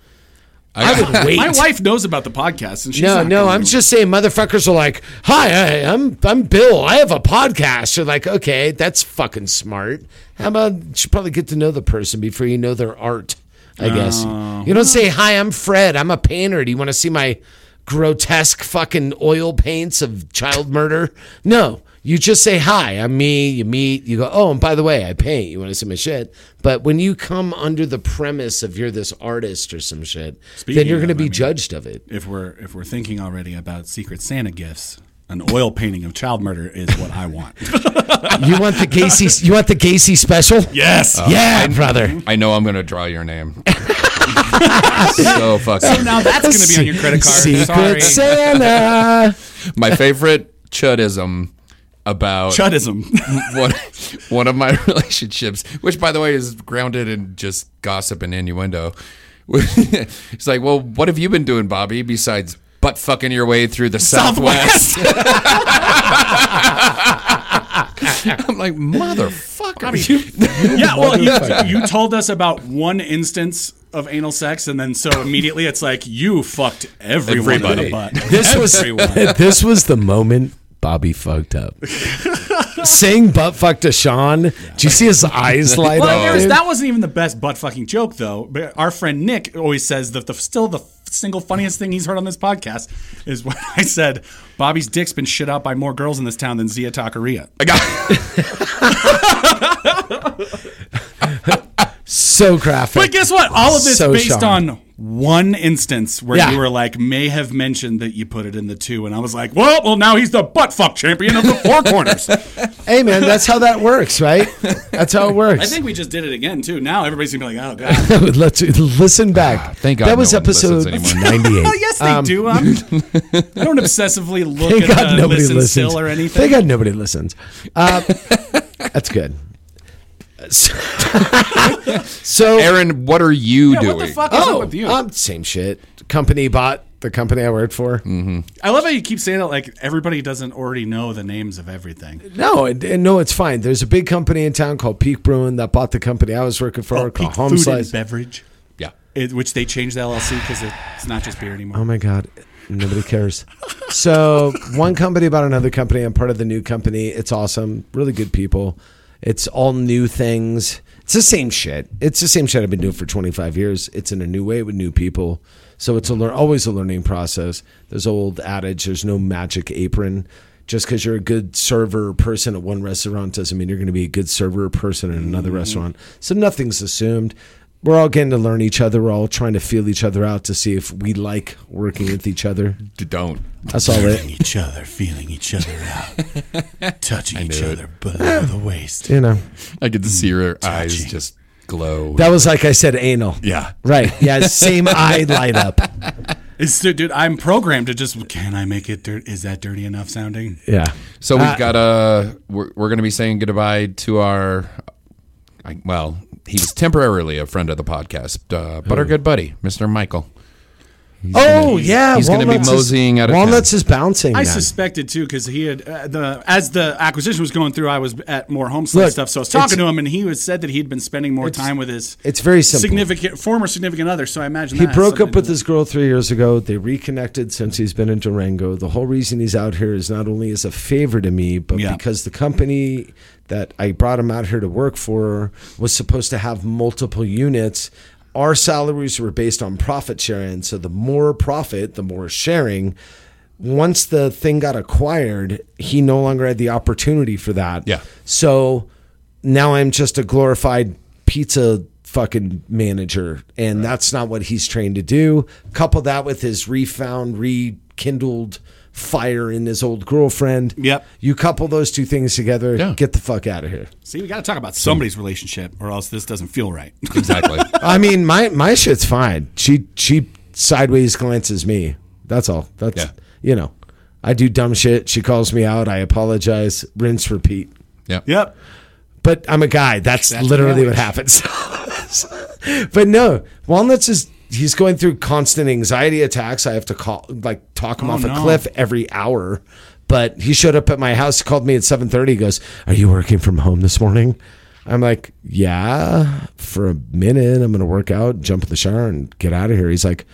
Speaker 8: I would wait.
Speaker 10: horrible. *laughs* My wife knows about the podcast, and she's
Speaker 8: No,
Speaker 10: not
Speaker 8: no,
Speaker 10: going
Speaker 8: I'm
Speaker 10: to-
Speaker 8: just saying motherfuckers are like, "Hi, I, I'm I'm Bill. I have a podcast." You're like, "Okay, that's fucking smart." How about you should probably get to know the person before you know their art, I guess.
Speaker 10: Oh.
Speaker 8: You don't say, "Hi, I'm Fred. I'm a painter. Do you want to see my grotesque fucking oil paints of child murder?" No. You just say hi. I'm me. You meet. You go. Oh, and by the way, I paint. You want to see my shit? But when you come under the premise of you're this artist or some shit, then
Speaker 10: Speaking
Speaker 8: you're going to
Speaker 10: of,
Speaker 8: be
Speaker 10: I mean-
Speaker 8: judged of it.
Speaker 10: if we're if we're thinking already about Secret Santa gifts, an oil painting of child murder is what
Speaker 8: *laughs*
Speaker 10: I want.
Speaker 8: Oh, You want the
Speaker 10: *laughs*
Speaker 8: Gacy? You want the Gacy special?
Speaker 10: yes.
Speaker 8: yeah, brother.
Speaker 9: I know I'm going to draw your name. so fucking.
Speaker 10: Now that's going to be on your credit card.
Speaker 8: Secret
Speaker 10: Sorry.
Speaker 8: Santa.
Speaker 9: My favorite chudism about
Speaker 10: Chudism. *laughs*
Speaker 9: one, *laughs* one of my relationships, which by the way is grounded in just gossip and innuendo. *laughs* it's like, well, what have you been doing, Bobby, besides butt fucking your way through
Speaker 10: *laughs*
Speaker 9: the Southwest? I'm like, motherfucker.
Speaker 10: *laughs* yeah, well, you, you told us about one instance of anal sex, and then so immediately it's like you fucked everyone
Speaker 9: *laughs*
Speaker 10: in the
Speaker 9: Everybody.
Speaker 10: butt.
Speaker 8: *laughs* This was
Speaker 10: Everyone.
Speaker 8: *laughs* this was the moment Bobby fucked up. Saying butt fuck to Sean. Do you see his
Speaker 10: *laughs*
Speaker 8: eyes light
Speaker 10: Well,
Speaker 8: up?
Speaker 10: there was,
Speaker 8: dude?
Speaker 10: that wasn't even the best butt fucking joke though. But our friend Nick always says that the still the single funniest thing he's heard on this podcast is when *laughs* I said Bobby's dick's been shit out by more girls in this town than Zia Taqueria.
Speaker 9: I got
Speaker 10: *laughs*
Speaker 8: so graphic.
Speaker 10: But guess what? All of this
Speaker 8: So
Speaker 10: based
Speaker 8: Sean.
Speaker 10: on one instance where
Speaker 8: Yeah.
Speaker 10: you were like may have mentioned that you put it in the two, and I was like, well, well, now he's the butt fuck champion of the
Speaker 8: *laughs*
Speaker 10: four corners.
Speaker 8: hey man, that's how that works,
Speaker 10: *laughs*
Speaker 8: right? That's how it works.
Speaker 10: I think we just did it again too. Now everybody's gonna be like, "Oh *laughs* god."
Speaker 8: *laughs* Let's listen back.
Speaker 9: Ah, thank God
Speaker 8: That was
Speaker 9: no one listens
Speaker 8: episode
Speaker 9: anymore. *laughs*
Speaker 8: ninety-eight.
Speaker 10: oh yes, they
Speaker 8: *laughs*
Speaker 10: do. I'm, I don't obsessively look
Speaker 8: Um, Thank
Speaker 10: at
Speaker 8: God
Speaker 10: the
Speaker 8: nobody
Speaker 10: uh, listen
Speaker 8: listens.
Speaker 10: still or anything.
Speaker 8: Thank God nobody listens.
Speaker 10: *laughs*
Speaker 8: Uh, that's good. So, so
Speaker 9: Aaron, what are you
Speaker 10: Yeah,
Speaker 9: doing?
Speaker 10: what the fuck is up
Speaker 8: oh,
Speaker 10: with you?
Speaker 8: um, same shit. Company bought the company I worked for.
Speaker 10: Mm. I love how you keep saying that like everybody doesn't already know the names of everything.
Speaker 8: No, and, and no, it's fine. There's a big company in town called Peak Brewing that bought the company I was working for.
Speaker 10: Oh,
Speaker 8: called
Speaker 10: Peak
Speaker 8: Home
Speaker 10: Food
Speaker 8: Slice.
Speaker 10: and Beverage,
Speaker 9: Yeah.
Speaker 10: it, which they changed the LLC because it's not just beer anymore.
Speaker 8: Oh my God. Nobody cares. so one company about another company. I'm part of the new company. It's awesome. Really good people. It's all new things. It's the same shit. It's the same shit I've been doing for 25 years. It's in a new way with new people. So it's a lear- always a learning process. There's old adage. There's no magic apron. Just because you're a good server person at one restaurant doesn't mean you're going to be a good server person at another restaurant. So nothing's assumed. We're all getting to learn each other. We're all trying to feel each other out to see if we like working with each other.
Speaker 9: Don't.
Speaker 8: That's all
Speaker 10: Feeling
Speaker 8: it.
Speaker 10: each other, feeling each other
Speaker 8: *laughs*
Speaker 10: out, touching each
Speaker 9: knew it.
Speaker 10: other below the waist.
Speaker 8: You know,
Speaker 9: I get to see her eyes just glow.
Speaker 8: that was like I said, anal.
Speaker 9: yeah.
Speaker 8: Right. Yeah.
Speaker 9: *laughs*
Speaker 8: Same eye light up.
Speaker 10: It's, dude, I'm programmed to just. Can I make it? Dirt? Is that dirty enough sounding?
Speaker 8: Yeah. Uh,
Speaker 9: So we've got a we're, we're going to be saying goodbye to our I, well, he's temporarily a friend of the podcast, uh, but our good buddy, Mr. Michael.
Speaker 8: oh yeah.
Speaker 9: he's gonna be
Speaker 8: Walnuts is-
Speaker 9: moseying out of town.
Speaker 8: Walnuts is bouncing.
Speaker 10: I
Speaker 8: now.
Speaker 10: suspected too because he had uh, the as the acquisition was going through, I was at more home slate
Speaker 8: Look,
Speaker 10: stuff. So I was
Speaker 8: it's-
Speaker 10: talking to him, and he was said that he'd been spending more time with his
Speaker 8: it's very simple.
Speaker 10: significant former significant other. So I imagine
Speaker 8: He
Speaker 10: that has
Speaker 8: broke
Speaker 10: something
Speaker 8: up
Speaker 10: to
Speaker 8: with
Speaker 10: do
Speaker 8: his girl three years ago. They reconnected since he's been in Durango. The whole reason he's out here is not only as a favor to me, but
Speaker 10: Yeah.
Speaker 8: because the company that I brought him out here to work for was supposed to have multiple units. Our salaries were based on profit sharing. So the more profit, the more sharing. Once the thing got acquired, he no longer had the opportunity for that.
Speaker 9: Yeah.
Speaker 8: So now I'm just a glorified pizza fucking manager, and that's not what he's trained to do. Couple that with his refound, rekindled fire in his old girlfriend.
Speaker 10: Yep.
Speaker 8: You couple those two things together,
Speaker 9: Yeah.
Speaker 8: get the fuck out of here.
Speaker 10: See, we got to talk
Speaker 8: Mm.
Speaker 10: about somebody's relationship, or else this doesn't
Speaker 8: *laughs*
Speaker 10: feel right.
Speaker 9: Exactly.
Speaker 8: I mean, my my shit's fine. She she sideways glances me. That's all. That's
Speaker 9: Yeah.
Speaker 8: you know. I do dumb shit. She calls me out. I apologize. Rinse, repeat.
Speaker 9: yeah.
Speaker 10: *laughs* yep.
Speaker 8: but I'm a guy. That's, literally what happens. *laughs* but no, Walnuts is he's going through constant anxiety attacks. I have to call like talk him off a
Speaker 10: no.
Speaker 8: cliff every hour. But he showed up at my house, called me at 7:30. He goes, "Are you working from home this morning?" I'm like, "Yeah, for a minute. I'm going to work out, jump in the shower and get out of here." He's like,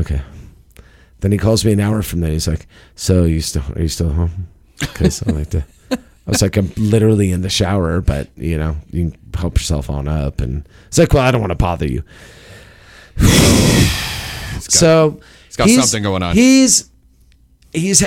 Speaker 8: "Okay." Then he calls me an hour from there. He's like, "So you still are you still home?" Because I like to. I was like, I'm literally in the shower, but you know, you can help yourself on up. And it's like, well, I don't want to bother you. *sighs* so
Speaker 9: he's got
Speaker 8: he's-
Speaker 9: something going on.
Speaker 8: He's he's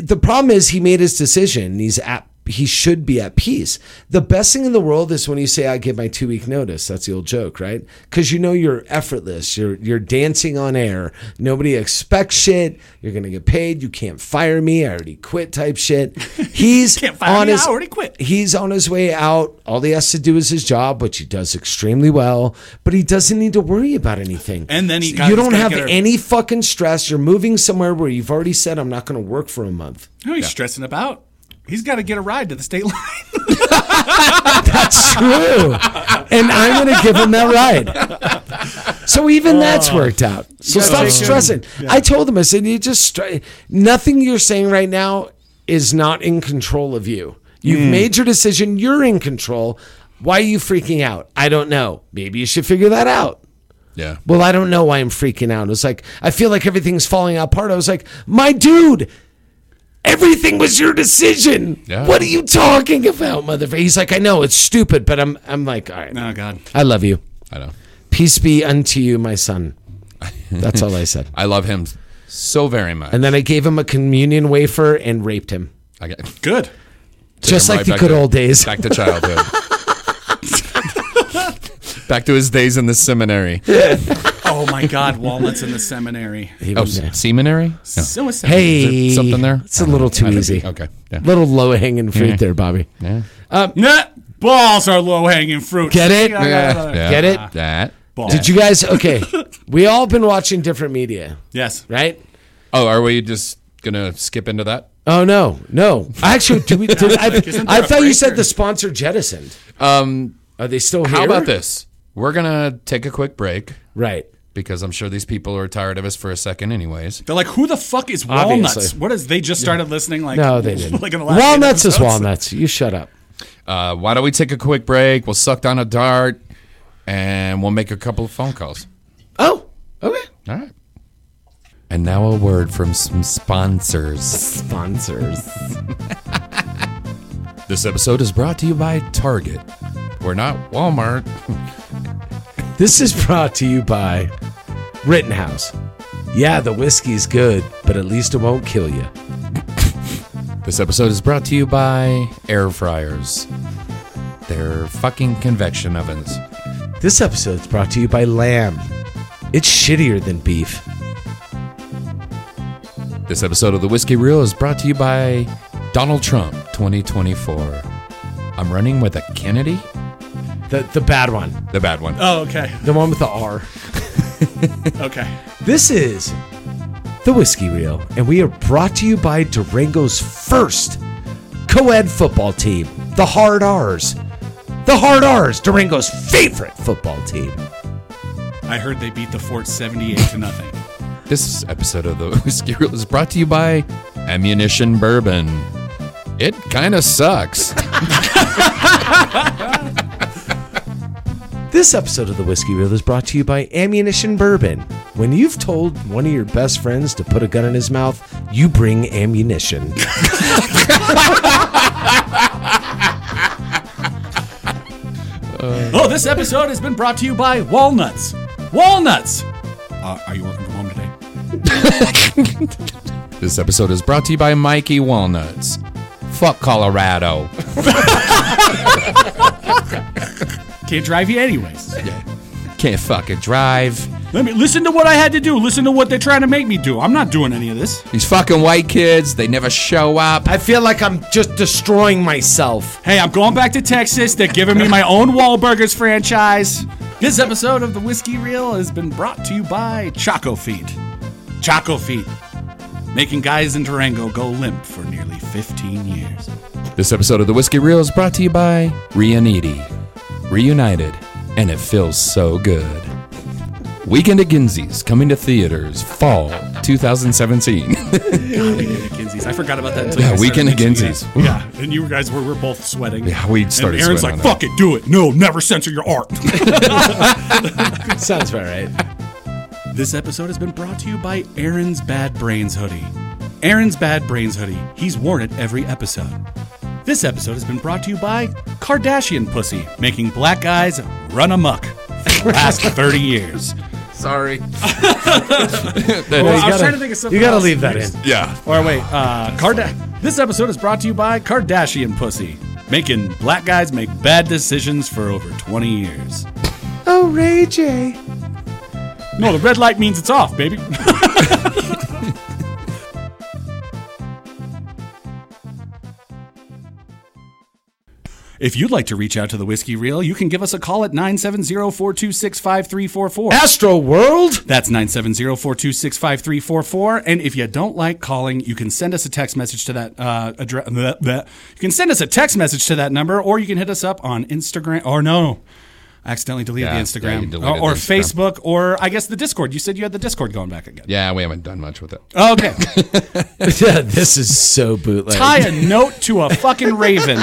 Speaker 8: the problem is he made his decision. He's at he should be at peace. The best thing in the world is when you say I give my two week notice. That's the old joke, right? Because you know you're effortless. You're you're dancing on air. Nobody expects shit. You're gonna get paid. You can't fire me. I already quit type
Speaker 10: *laughs*
Speaker 8: shit. He's
Speaker 10: Can't fire
Speaker 8: on
Speaker 10: me. I
Speaker 8: his
Speaker 10: already quit.
Speaker 8: he's on his way out. All he has to do is his job, which he does extremely well. But he doesn't need to worry about anything.
Speaker 10: And then he got-
Speaker 8: you
Speaker 10: he's
Speaker 8: don't
Speaker 10: gonna
Speaker 8: have
Speaker 10: get her-
Speaker 8: any fucking stress. You're moving somewhere where you've already said I'm not going to work for a month.
Speaker 10: Who Oh, he's stressing about? He's got to get a ride to the state line.
Speaker 8: That's true. and I'm going to give him that ride. So even that's worked out. So stop
Speaker 10: Oh. take him.
Speaker 8: stressing. I told him, I said, you just str- nothing you're saying right now is not in control of you. You've
Speaker 10: Hmm.
Speaker 8: made your decision. You're in control. Why are you freaking out? I don't know. Maybe you should figure that out.
Speaker 10: *laughs*
Speaker 9: Yeah.
Speaker 8: Well, I don't know why I'm freaking out. It's like I feel like everything's falling apart. I was like, my dude, everything was your decision.
Speaker 9: Yeah.
Speaker 8: What are you talking about, motherfucker? He's like, I know it's stupid, but I'm I'm like, all right,
Speaker 10: oh God.
Speaker 8: I love you.
Speaker 9: I know.
Speaker 8: Peace be unto you,
Speaker 9: *laughs*
Speaker 8: my son. That's all I said.
Speaker 9: I love him so very much.
Speaker 8: And then I gave him a communion wafer and raped him,
Speaker 9: I got took
Speaker 10: Good.
Speaker 8: just
Speaker 9: him
Speaker 8: like
Speaker 9: right
Speaker 8: the
Speaker 9: back
Speaker 8: good
Speaker 9: to-
Speaker 8: old days.
Speaker 9: Back to childhood. back to his days in the
Speaker 8: *laughs*
Speaker 9: seminary.
Speaker 10: Oh my God. Walnuts in the seminary.
Speaker 8: *laughs* He
Speaker 9: Oh,
Speaker 8: was-
Speaker 9: seminary? No.
Speaker 10: Suicide.
Speaker 8: hey,
Speaker 9: Is there something there?
Speaker 8: It's a little too easy.
Speaker 9: Okay. Yeah.
Speaker 8: little low hanging fruit there, Bobby.
Speaker 9: Yeah.
Speaker 10: Nah, balls are low hanging fruit.
Speaker 8: Get it?
Speaker 10: Yeah, yeah, yeah.
Speaker 8: Get it?
Speaker 9: That.
Speaker 8: Did you guys? Okay, we all been watching different media,
Speaker 10: Yes.
Speaker 8: right?
Speaker 9: Oh, are we just gonna skip into that?
Speaker 8: Oh no, no. Actually, do we,
Speaker 10: *laughs*
Speaker 8: did, I,
Speaker 10: isn't
Speaker 8: I
Speaker 10: there a
Speaker 8: thought you
Speaker 10: break
Speaker 8: said
Speaker 10: or-
Speaker 8: the sponsor jettisoned.
Speaker 9: Um,
Speaker 8: Are they still here?
Speaker 9: how about this? We're gonna take a quick break
Speaker 8: Right.
Speaker 9: because I'm sure these people are tired of us for a second, anyways.
Speaker 10: They're like, who the fuck is
Speaker 8: Obviously.
Speaker 10: walnuts? What is? They just started listening. Like
Speaker 8: No,
Speaker 10: *laughs*
Speaker 8: they didn't.
Speaker 10: Like in the last eight
Speaker 8: walnuts is
Speaker 10: episodes.
Speaker 8: walnuts. You shut up.
Speaker 9: Uh, why don't we take a quick break? We'll suck down a dart, and we'll make a couple of phone calls.
Speaker 8: Oh, okay.
Speaker 9: All right. And now a word from some sponsors.
Speaker 8: Sponsors.
Speaker 9: This episode is brought to you by Target. We're not Walmart.
Speaker 8: This is brought to you by Rittenhouse. Yeah, the whiskey's good, but at least it won't kill you.
Speaker 9: This episode is brought to you by air fryers. They're fucking convection ovens.
Speaker 8: This episode is brought to you by lamb. It's shittier than beef.
Speaker 9: This episode of the Whiskey Reel is brought to you by Donald Trump 2024. I'm running with a Kennedy?
Speaker 8: The the bad one.
Speaker 9: The bad one.
Speaker 10: Oh, okay.
Speaker 8: The one with the R.
Speaker 10: Okay.
Speaker 8: This is the Whiskey Reel, and we are brought to you by Durango's first co ed football team, the Hard R's. The Hard R's, Durango's favorite football team.
Speaker 10: I heard they beat the Fort 78 to nothing.
Speaker 9: This episode of the *laughs* Whiskey Reel is brought to you by Ammunition Bourbon. It kind of
Speaker 10: *laughs*
Speaker 9: sucks.
Speaker 8: This episode of the Whiskey Reel is brought to you by Ammunition Bourbon. When you've told one of your best friends to put a gun in his mouth, you bring ammunition.
Speaker 10: Oh, this episode has been brought to you by Walnuts. Walnuts! Uh, are you working from home today?
Speaker 9: *laughs* this episode is brought to you by Mikey Walnuts. Fuck Colorado.
Speaker 10: *laughs* Can't drive you anyways.
Speaker 9: Can't fucking drive.
Speaker 10: Let me listen to what I had to do. Listen to what they're trying to make me do. I'm not doing any of this.
Speaker 9: These fucking white kids, they never show up.
Speaker 8: *laughs* I feel like I'm just destroying myself.
Speaker 10: Hey, I'm going back to Texas. They're giving me my own Wahlburgers franchise. This episode of the Whiskey Reel has been brought to you by Choco Feet. Choco Feet, making guys in Durango go limp for nearly 15 years.
Speaker 9: This episode of the Whiskey Reel is brought to you by Reuniti. Reunited, and it feels so good. Weekend at Ginzy's coming to theaters fall 2017.
Speaker 10: I forgot about that. Until
Speaker 9: Yeah,
Speaker 10: you guys
Speaker 9: Weekend
Speaker 10: started
Speaker 9: at
Speaker 10: mentioning
Speaker 9: Ginzy's.
Speaker 10: that. Yeah, and you guys were, were both sweating.
Speaker 9: Yeah, we started
Speaker 10: And Aaron's
Speaker 9: sweating
Speaker 10: like,
Speaker 9: on that.
Speaker 10: "Fuck it, do it. No, never censor your art."
Speaker 8: *laughs* Sounds about right.
Speaker 10: This episode has been brought to you by Aaron's Bad Brains hoodie. Aaron's Bad Brains hoodie. He's worn it every episode. This episode has been brought to you by Kardashian Pussy, making black guys run amok for the *laughs* last 30 years.
Speaker 9: Sorry.
Speaker 10: I was
Speaker 8: gotta-
Speaker 10: trying to think of something
Speaker 8: You gotta
Speaker 10: else.
Speaker 8: leave that in.
Speaker 9: yeah.
Speaker 10: Or wait, uh, Karda- this episode is brought to you by Kardashian Pussy, making black guys make bad decisions for over 20 years.
Speaker 8: Oh, Ray J.
Speaker 10: No, the red light means it's off, baby. *laughs* If you'd like to reach out to the Whiskey Reel, you can give us a call at 970-426-5344.
Speaker 8: Astro World?
Speaker 10: That's 970-426-5344. And if you don't like calling, you can send us a text message to that uh, address. You can send us a text message to that number, or you can hit us up on Instagram. Or no, I accidentally deleted
Speaker 9: Yeah,
Speaker 10: the
Speaker 9: yeah,
Speaker 10: Instagram.
Speaker 9: you deleted
Speaker 10: or Uh, or
Speaker 9: the Instagram.
Speaker 10: Facebook, or I guess the Discord. You said you had the Discord going back again. Oh,
Speaker 9: Yeah, Ah, we haven't done much with it. *laughs*
Speaker 10: Okay.
Speaker 8: *laughs* yeah, this is so bootleg.
Speaker 10: Tie a note to a fucking raven,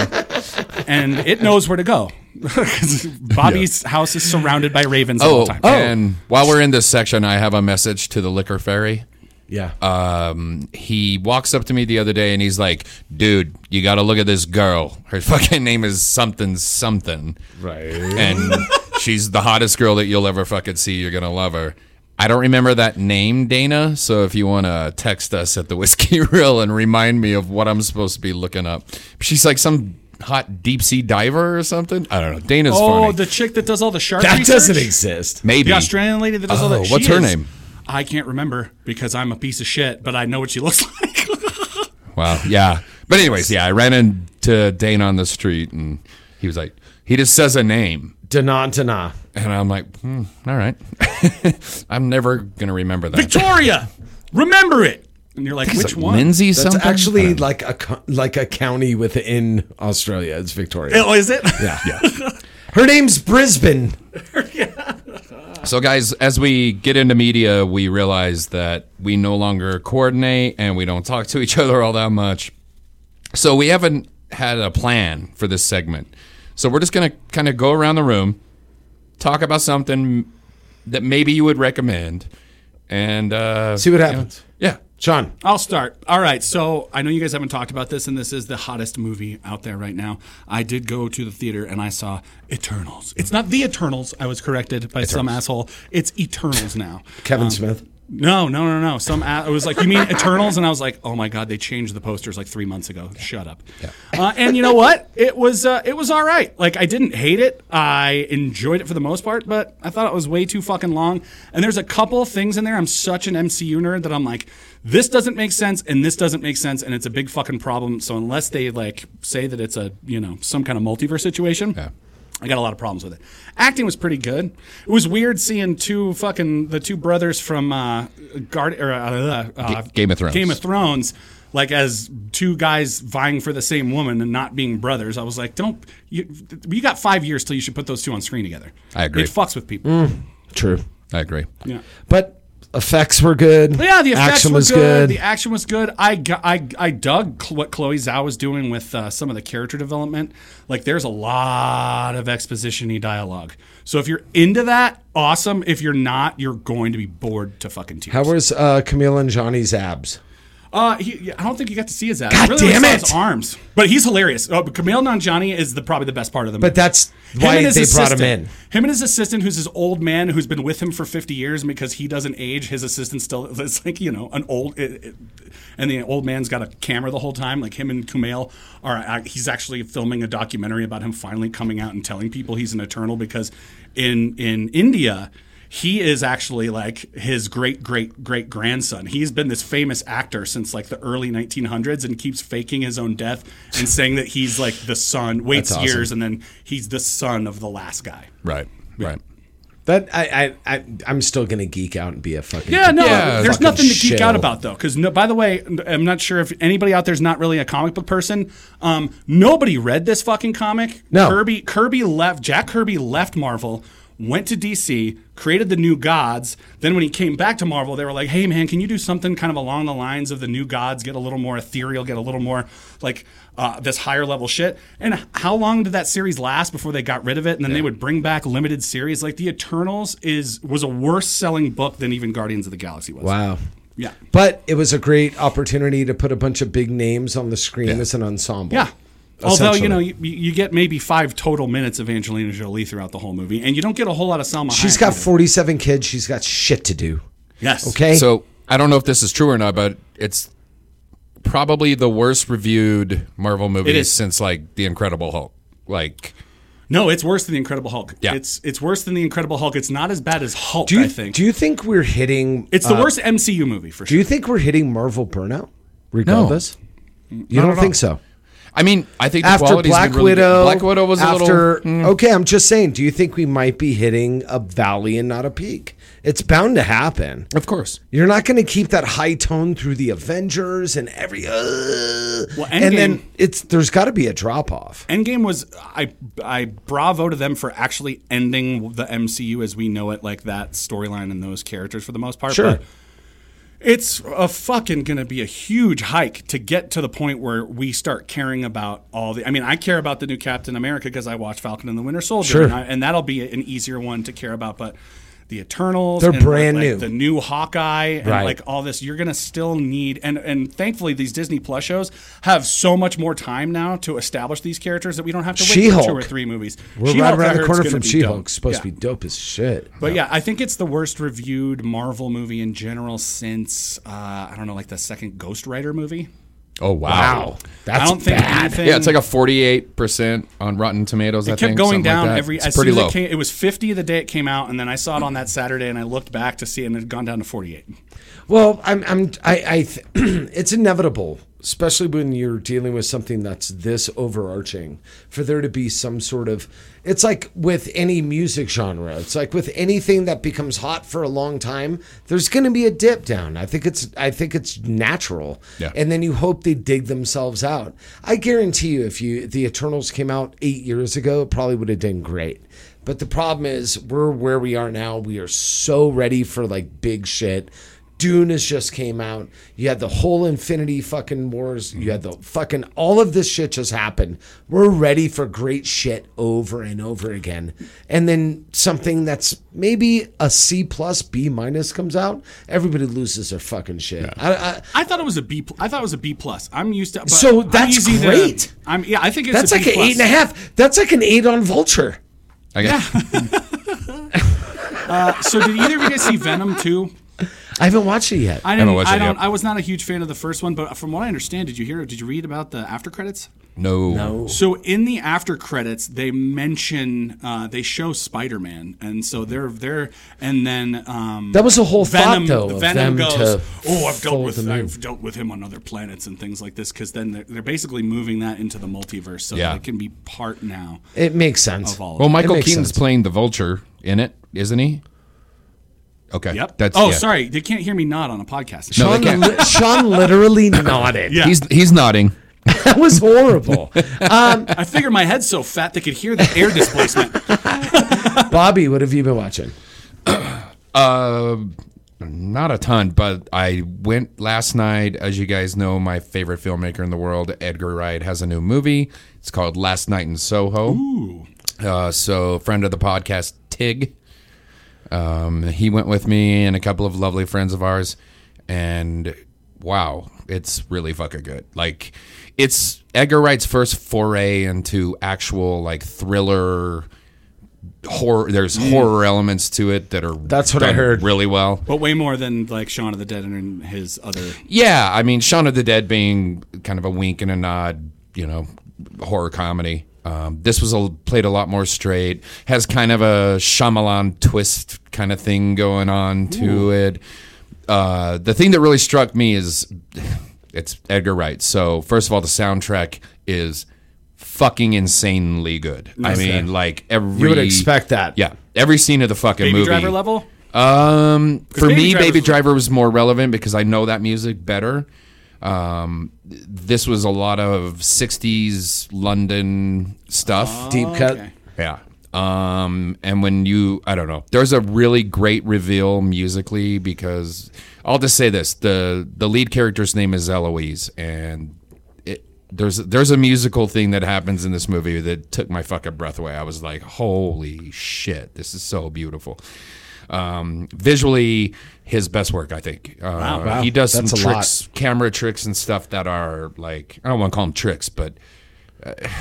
Speaker 10: and it knows where to go. *laughs* 'Cause Bobby's house is surrounded by ravens all
Speaker 9: Oh,
Speaker 10: the time.
Speaker 9: and while we're in this section, I have a message to the liquor fairy.
Speaker 8: Yeah.
Speaker 9: um, he walks up to me the other day and he's like, "Dude, you got to look at this girl. Her *laughs* fucking name is something something,
Speaker 8: right.
Speaker 9: and she's the hottest girl that you'll ever fucking see. You're gonna love her." I don't remember that name, Dana. So if you want to text us at the whiskey reel and remind me of what I'm supposed to be looking up, uh, she's like some hot deep sea diver or something. I don't know. Dana's
Speaker 10: oh,
Speaker 9: funny.
Speaker 10: the chick that does all the shark
Speaker 8: That
Speaker 10: research?
Speaker 8: doesn't exist.
Speaker 9: Maybe
Speaker 10: The Australian lady that does all
Speaker 9: Oh,
Speaker 10: that.
Speaker 9: what's
Speaker 10: she
Speaker 9: her
Speaker 10: is-
Speaker 9: name?
Speaker 10: I can't remember because I'm a piece of shit, but I know what she looks *laughs* like.
Speaker 9: Wow. Yeah. But anyways, yeah, I ran into Dane on the street and he was like, he just says a name.
Speaker 8: Dana, Dana.
Speaker 9: And I'm like, hmm, all right. I'm never going to remember that.
Speaker 10: Victoria, remember it. And you're like,
Speaker 9: It's
Speaker 10: which
Speaker 9: like
Speaker 10: one?
Speaker 9: Lindsay
Speaker 8: That's
Speaker 9: something? I
Speaker 8: actually
Speaker 9: don't know.
Speaker 8: like a co- like a county within Australia. It's Victoria.
Speaker 10: *laughs* Oh, is it?
Speaker 8: Yeah. Her name's Brisbane.
Speaker 9: *laughs* So, guys, as we get into media, we realize that we no longer coordinate and we don't talk to each other all that much. So, we haven't had a plan for this segment. So, we're just going to kind of go around the room, talk about something that maybe you would recommend, and uh,
Speaker 8: See what happens.
Speaker 9: Yeah.
Speaker 8: Sean.
Speaker 10: I'll start. All right. So I know you guys haven't talked about this, and this is the hottest movie out there right now. I did go to the theater and I saw Eternals. It's not the Eternals. I was corrected by some asshole. It's Eternals now. Um,
Speaker 8: Kevin Smith.
Speaker 10: No, no, no, no. Some a- it was like, you mean Eternals? And I was like, oh my god, they changed the posters like three months ago. Shut up. Uh, and you know what? It was uh, it was all right. Like I didn't hate it. I enjoyed it for the most part, but I thought it was way too fucking long. And there's a couple things in there. I'm such an MCU nerd that I'm like, this doesn't make sense, and this doesn't make sense, and it's a big fucking problem. So unless they like say that it's a you know some kind of multiverse situation. I got a lot of problems with it. Acting was pretty good. It was weird seeing two fucking the two brothers from uh, Guard or, uh, uh,
Speaker 9: G- Game of Thrones.
Speaker 10: Game of Thrones, like as two guys vying for the same woman and not being brothers. I was like, don't you? You got five years till you should put those two on screen together.
Speaker 9: I agree. Mm.
Speaker 10: It fucks with people.
Speaker 8: True.
Speaker 9: I agree.
Speaker 10: Yeah.
Speaker 8: But effects were good.
Speaker 10: But yeah, the effects
Speaker 8: action
Speaker 10: were
Speaker 8: was
Speaker 10: good.
Speaker 8: good.
Speaker 10: The action was good. I, gu- I, I dug cl- what Chloe Zhao was doing with uh, some of the character development. Like, there's a lot of exposition-y dialogue. So if you're into that, awesome. If you're not, you're going to be bored to fucking tears.
Speaker 8: How was uh, Camille and Johnny's abs?
Speaker 10: Uh, he, I don't think you got to see his abs.
Speaker 8: God
Speaker 10: really only
Speaker 8: damn
Speaker 10: saw
Speaker 8: it!
Speaker 10: His arms, but he's hilarious. Oh, but Camille Nanjani is the probably the best part of the movie.
Speaker 8: But that's
Speaker 10: Him
Speaker 8: why
Speaker 10: and
Speaker 8: they
Speaker 10: his
Speaker 8: brought him
Speaker 10: assistant.
Speaker 8: in.
Speaker 10: Him and his assistant, who's his old man, who's been with him for fifty years, and because he doesn't age, his assistant still *laughs* it's like you know an old, it, it, and the old man's got a camera the whole time. Like him and Kumail are, uh, he's actually filming a documentary about him finally coming out and telling people he's an eternal because in in India. He is actually like his great great great grandson. He's been this famous actor since like the early 1900s and keeps faking his own death and saying that he's like the son, waits
Speaker 8: awesome.
Speaker 10: years, and then he's the son of the last guy.
Speaker 9: Right. Right.
Speaker 8: That I I, I I'm still gonna geek out and be a fucking
Speaker 10: Yeah, no,
Speaker 9: Yeah.
Speaker 10: there's
Speaker 8: Fucking
Speaker 10: nothing to geek
Speaker 8: shell.
Speaker 10: out about though. Because no, by the way, I'm not sure if anybody out there's not really a comic book person. Um, nobody read this fucking comic.
Speaker 8: No.
Speaker 10: Kirby Kirby left. Jack Kirby left Marvel, went to DC, created the New Gods. Then when he came back to Marvel, they were like, "Hey man, can you do something kind of along the lines of the New Gods? Get a little more ethereal, get a little more like." Uh, this higher level shit. And how long did that series last before they got rid of it? And then they would bring back limited series. Like the Eternals is was a worse selling book than even Guardians of the Galaxy was.
Speaker 8: Wow.
Speaker 10: Yeah.
Speaker 8: But it was a great opportunity to put a bunch of big names on the screen as an ensemble.
Speaker 10: Yeah. Although you
Speaker 8: Essentially.
Speaker 10: know you, you get maybe five total minutes of Angelina Jolie throughout the whole movie, and you don't get a whole lot of Selma.
Speaker 8: she's
Speaker 10: Hayek
Speaker 8: got
Speaker 10: either.
Speaker 8: 47 kids. She's got shit to do.
Speaker 10: yes.
Speaker 8: Okay.
Speaker 9: So I don't know if this is true or not, but it's probably the worst reviewed Marvel
Speaker 10: It
Speaker 9: movie
Speaker 10: is.
Speaker 9: since like The Incredible Hulk. Like
Speaker 10: No, it's worse than the Incredible Hulk.
Speaker 9: Yeah.
Speaker 10: It's it's worse than the Incredible Hulk. It's not as bad as Hulk.
Speaker 8: do you
Speaker 10: I think
Speaker 8: do you think we're hitting?
Speaker 10: it's the
Speaker 8: uh,
Speaker 10: worst MCU movie for
Speaker 8: Do
Speaker 10: sure.
Speaker 8: you think we're hitting Marvel burnout? Regardless, you don't think so.
Speaker 9: I mean, I think the
Speaker 8: After
Speaker 9: quality's
Speaker 8: Black
Speaker 9: been really good.
Speaker 8: Widow,
Speaker 9: Black Widow was a
Speaker 8: after,
Speaker 9: little mm,
Speaker 8: Okay, I'm just saying. Do you think we might be hitting a valley and not a peak? It's bound to happen.
Speaker 9: Of course.
Speaker 8: You're not going to keep that high tone through the Avengers and every. Uh, and
Speaker 10: Endgame-
Speaker 8: then it's there's got to be a drop off.
Speaker 10: Endgame was I I bravo to them for actually ending the MCU as we know it, like that storyline and those characters for the most part.
Speaker 8: Sure.
Speaker 10: But it's a fucking going to be a huge hike to get to the point where we start caring about all the. I mean, I care about the new Captain America because I watched Falcon and the Winter Soldier,
Speaker 8: Sure.
Speaker 10: and, I, and that'll be an easier one to care about. But the Eternals,
Speaker 8: They're
Speaker 10: and,
Speaker 8: brand
Speaker 10: like,
Speaker 8: new.
Speaker 10: The new Hawkeye, and
Speaker 8: Right.
Speaker 10: like all this, you're gonna still need and and thankfully these Disney Plus shows have so much more time now to establish these characters that we don't have to wait for two
Speaker 8: She-Hulk.
Speaker 10: or three movies.
Speaker 8: We're
Speaker 10: She-Hulk,
Speaker 8: right
Speaker 10: I
Speaker 8: around the
Speaker 10: heard's
Speaker 8: corner
Speaker 10: gonna
Speaker 8: from
Speaker 10: be
Speaker 8: She
Speaker 10: dope.
Speaker 8: Hulk. Supposed to
Speaker 10: Yeah.
Speaker 8: be dope as shit.
Speaker 10: But yeah, I think it's the worst reviewed Marvel movie in general since uh, I don't know, like the second Ghost Rider movie.
Speaker 9: Oh wow.
Speaker 8: that's
Speaker 10: I don't think
Speaker 8: bad.
Speaker 10: anything.
Speaker 9: Yeah, it's like a forty-eight percent on Rotten Tomatoes. I
Speaker 10: It kept
Speaker 9: think,
Speaker 10: going
Speaker 9: something like
Speaker 10: down
Speaker 9: that.
Speaker 10: every.
Speaker 9: It's
Speaker 10: as
Speaker 9: pretty
Speaker 10: soon as
Speaker 9: low.
Speaker 10: It, came, it was fifty the day it came out, and then I saw it on that Saturday, and I looked back to see, it, and it had gone down to forty-eight.
Speaker 8: Well, I'm, I'm, I, I th- *clears throat* it's inevitable, especially when you're dealing with something that's this overarching, for there to be some sort of. It's like with any music genre. It's like with anything that becomes hot for a long time. There's going to be a dip down. I think it's, I think it's natural.
Speaker 9: Yeah.
Speaker 8: And then you hope they dig themselves out. I guarantee you, if you the Eternals came out eight years ago, it probably would have done great. But the problem is, we're where we are now. We are so ready for like big shit. Dune has just came out. You had the whole Infinity fucking wars. You had the fucking all of this shit just happened. We're ready for great shit over and over again. And then something that's maybe a C plus B minus comes out. Everybody loses their fucking shit. I, I,
Speaker 10: I thought it was a B. Pl- I thought it was a B plus. I'm used to. But
Speaker 8: So
Speaker 10: I'm
Speaker 8: that's
Speaker 10: easy to-
Speaker 8: great.
Speaker 10: I'm yeah. I think it's
Speaker 8: That's
Speaker 10: a
Speaker 8: like
Speaker 10: B
Speaker 8: an eight and a half. That's like an eight on Vulture.
Speaker 9: I guess.
Speaker 10: So did either of you guys see Venom two?
Speaker 5: I haven't watched it yet.
Speaker 10: I didn't.
Speaker 8: watched
Speaker 10: I
Speaker 8: it
Speaker 10: don't.
Speaker 8: yet.
Speaker 10: I was not a huge fan of the first one, but from what I understand, did you hear? Did you read about the after credits?
Speaker 8: No.
Speaker 5: No.
Speaker 10: So in the after credits, they mention uh, they show Spider Man, and so they're they're and then um,
Speaker 5: That was a whole thought, though, of
Speaker 10: Venom
Speaker 5: them
Speaker 10: goes,
Speaker 5: to
Speaker 10: "Oh, I've dealt
Speaker 5: fold
Speaker 10: with
Speaker 5: them in."
Speaker 10: I've dealt with him on other planets and things like this," because then they're, they're basically moving that into the multiverse, so
Speaker 8: Yeah.
Speaker 10: that it can be part now
Speaker 5: It makes sense.
Speaker 10: of all.
Speaker 8: Well,
Speaker 10: of it.
Speaker 8: Michael
Speaker 5: It makes
Speaker 8: Keaton's
Speaker 5: sense.
Speaker 8: playing the Vulture in it, isn't he? Okay.
Speaker 10: Yep.
Speaker 8: That's.
Speaker 10: oh,
Speaker 8: yeah.
Speaker 10: sorry, they can't hear me nod on a podcast.
Speaker 8: No,
Speaker 5: Sean,
Speaker 8: they can't.
Speaker 5: li- Sean
Speaker 8: *laughs*
Speaker 5: literally nodded.
Speaker 10: Yeah.
Speaker 8: He's he's nodding.
Speaker 5: *laughs* That was horrible.
Speaker 8: *laughs*
Speaker 10: I figure my head's so fat they could hear the air displacement. *laughs*
Speaker 5: Bobby, what have you been
Speaker 8: *clears throat*
Speaker 5: watching?
Speaker 8: Uh, Not a ton, but I went last night. As you guys know, my favorite filmmaker in the world, Edgar Wright, has a new movie. It's called Last Night in Soho. Uh, so, friend of the podcast, Tig, um, he went with me and a couple of lovely friends of ours, and wow, it's really fucking good. Like, it's Edgar Wright's first foray into actual like thriller. Horror, there's horror elements to it that are
Speaker 5: That's what I
Speaker 8: done
Speaker 5: heard.
Speaker 8: really well.
Speaker 10: But way more than like Shaun of the Dead and his other.
Speaker 8: Yeah, I mean, Shaun of the Dead being kind of a wink and a nod, you know, horror comedy. Um, this was a, played a lot more straight. Has kind of a Shyamalan twist kind of thing going on to it. Uh, the thing that really struck me is it's Edgar Wright. So first of all, the soundtrack is fucking insanely good. I mean, like every
Speaker 5: You would expect that.
Speaker 8: Yeah, every scene of the fucking
Speaker 10: Baby
Speaker 8: movie.
Speaker 10: Driver level?
Speaker 8: Um, for
Speaker 10: Baby
Speaker 8: me,
Speaker 10: Driver's
Speaker 8: Baby
Speaker 10: the-
Speaker 8: Driver was more relevant because I know that music better. Um, this was a lot of '60s London stuff.
Speaker 10: Uh-huh.
Speaker 5: Deep cut.
Speaker 8: Yeah. Um, and when you, I don't know, there's a really great reveal musically because I'll just say this: the the lead character's name is Eloise, and it, there's there's a musical thing that happens in this movie that took my fucking breath away. I was like, holy shit, this is so beautiful. Um, visually, his best work, I think. Uh,
Speaker 5: Wow.
Speaker 8: He does some
Speaker 5: That's a lot.
Speaker 8: tricks, camera tricks and stuff that are like I don't want to call them tricks, but uh, *sighs*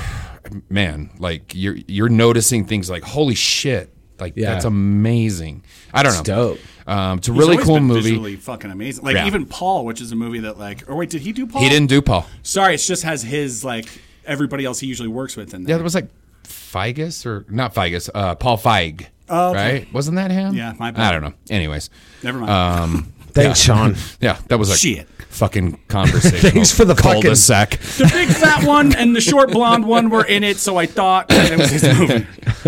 Speaker 8: man, like you're you're noticing things like holy shit, like
Speaker 5: Yeah.
Speaker 8: that's amazing. I don't
Speaker 5: It's
Speaker 8: know,
Speaker 5: dope.
Speaker 8: Um, it's a
Speaker 10: He's
Speaker 8: really
Speaker 10: always
Speaker 8: cool
Speaker 10: been
Speaker 8: movie.
Speaker 10: Visually fucking amazing. Like
Speaker 8: Yeah.
Speaker 10: even Paul, which is a movie that like, or wait, did he do Paul?
Speaker 8: He didn't do Paul.
Speaker 10: Sorry, it just has his like everybody else he usually works with in
Speaker 8: Yeah,
Speaker 10: there.
Speaker 8: there was like Figus or not Figus, uh, Paul Feig.
Speaker 10: Oh, okay.
Speaker 8: Right? Wasn't that him?
Speaker 10: Yeah, my bad.
Speaker 8: I don't know. Anyways,
Speaker 10: Never mind.
Speaker 8: Um,
Speaker 5: Thanks, Sean.
Speaker 8: yeah, that was a
Speaker 10: Shit.
Speaker 5: *laughs*
Speaker 8: fucking conversation.
Speaker 5: Thanks for the fucking-
Speaker 8: cul-de-sac.
Speaker 10: the big fat one and the short blonde one were in it, so I thought that it was
Speaker 8: *laughs*
Speaker 10: his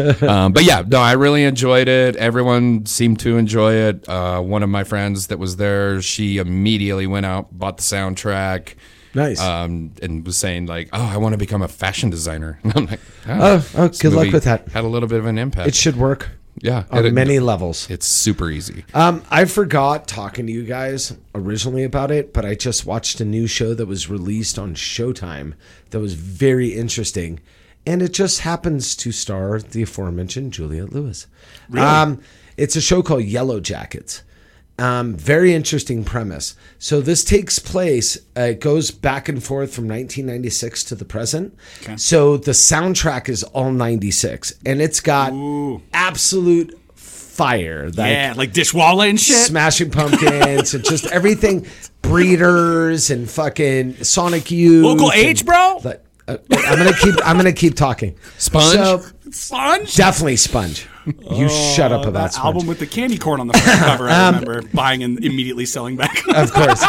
Speaker 10: movie.
Speaker 8: Um, but yeah, no, I really enjoyed it. Everyone seemed to enjoy it. Uh, one of my friends that was there, she immediately went out, bought the soundtrack.
Speaker 5: Nice.
Speaker 8: Um, and was saying like, "Oh, I want to become a fashion designer." *laughs* And I'm like, "Ah,
Speaker 5: Oh, oh,
Speaker 8: this
Speaker 5: good luck
Speaker 8: movie
Speaker 5: with that."
Speaker 8: Had a little bit of an impact.
Speaker 5: It should work
Speaker 8: yeah,
Speaker 5: on
Speaker 8: it-
Speaker 5: many levels.
Speaker 8: It's super easy.
Speaker 5: Um, I forgot talking to you guys originally about it, but I just watched a new show that was released on Showtime that was very interesting. And it just happens to star the aforementioned Juliet Lewis. Um, it's a show called Yellow Jackets. Um, very interesting premise. So this takes place, uh, it goes back and forth from 1996 to the present. So the soundtrack is all 96, and it's got absolute fire. Like,
Speaker 10: yeah, like Dishwalla and shit.
Speaker 5: Smashing Pumpkins and just everything, Breeders and fucking Sonic Youth.
Speaker 10: Local
Speaker 5: and-
Speaker 10: H, bro?
Speaker 5: Like, uh, I'm gonna keep. I'm gonna keep talking.
Speaker 8: Sponge? *laughs*
Speaker 10: Sponge.
Speaker 5: definitely Sponge. You shut up about
Speaker 10: Uh, That
Speaker 5: Sponge.
Speaker 10: album with the candy corn on the front cover,
Speaker 9: Um,
Speaker 10: I remember buying and immediately
Speaker 9: *laughs*
Speaker 10: selling back.
Speaker 5: of course.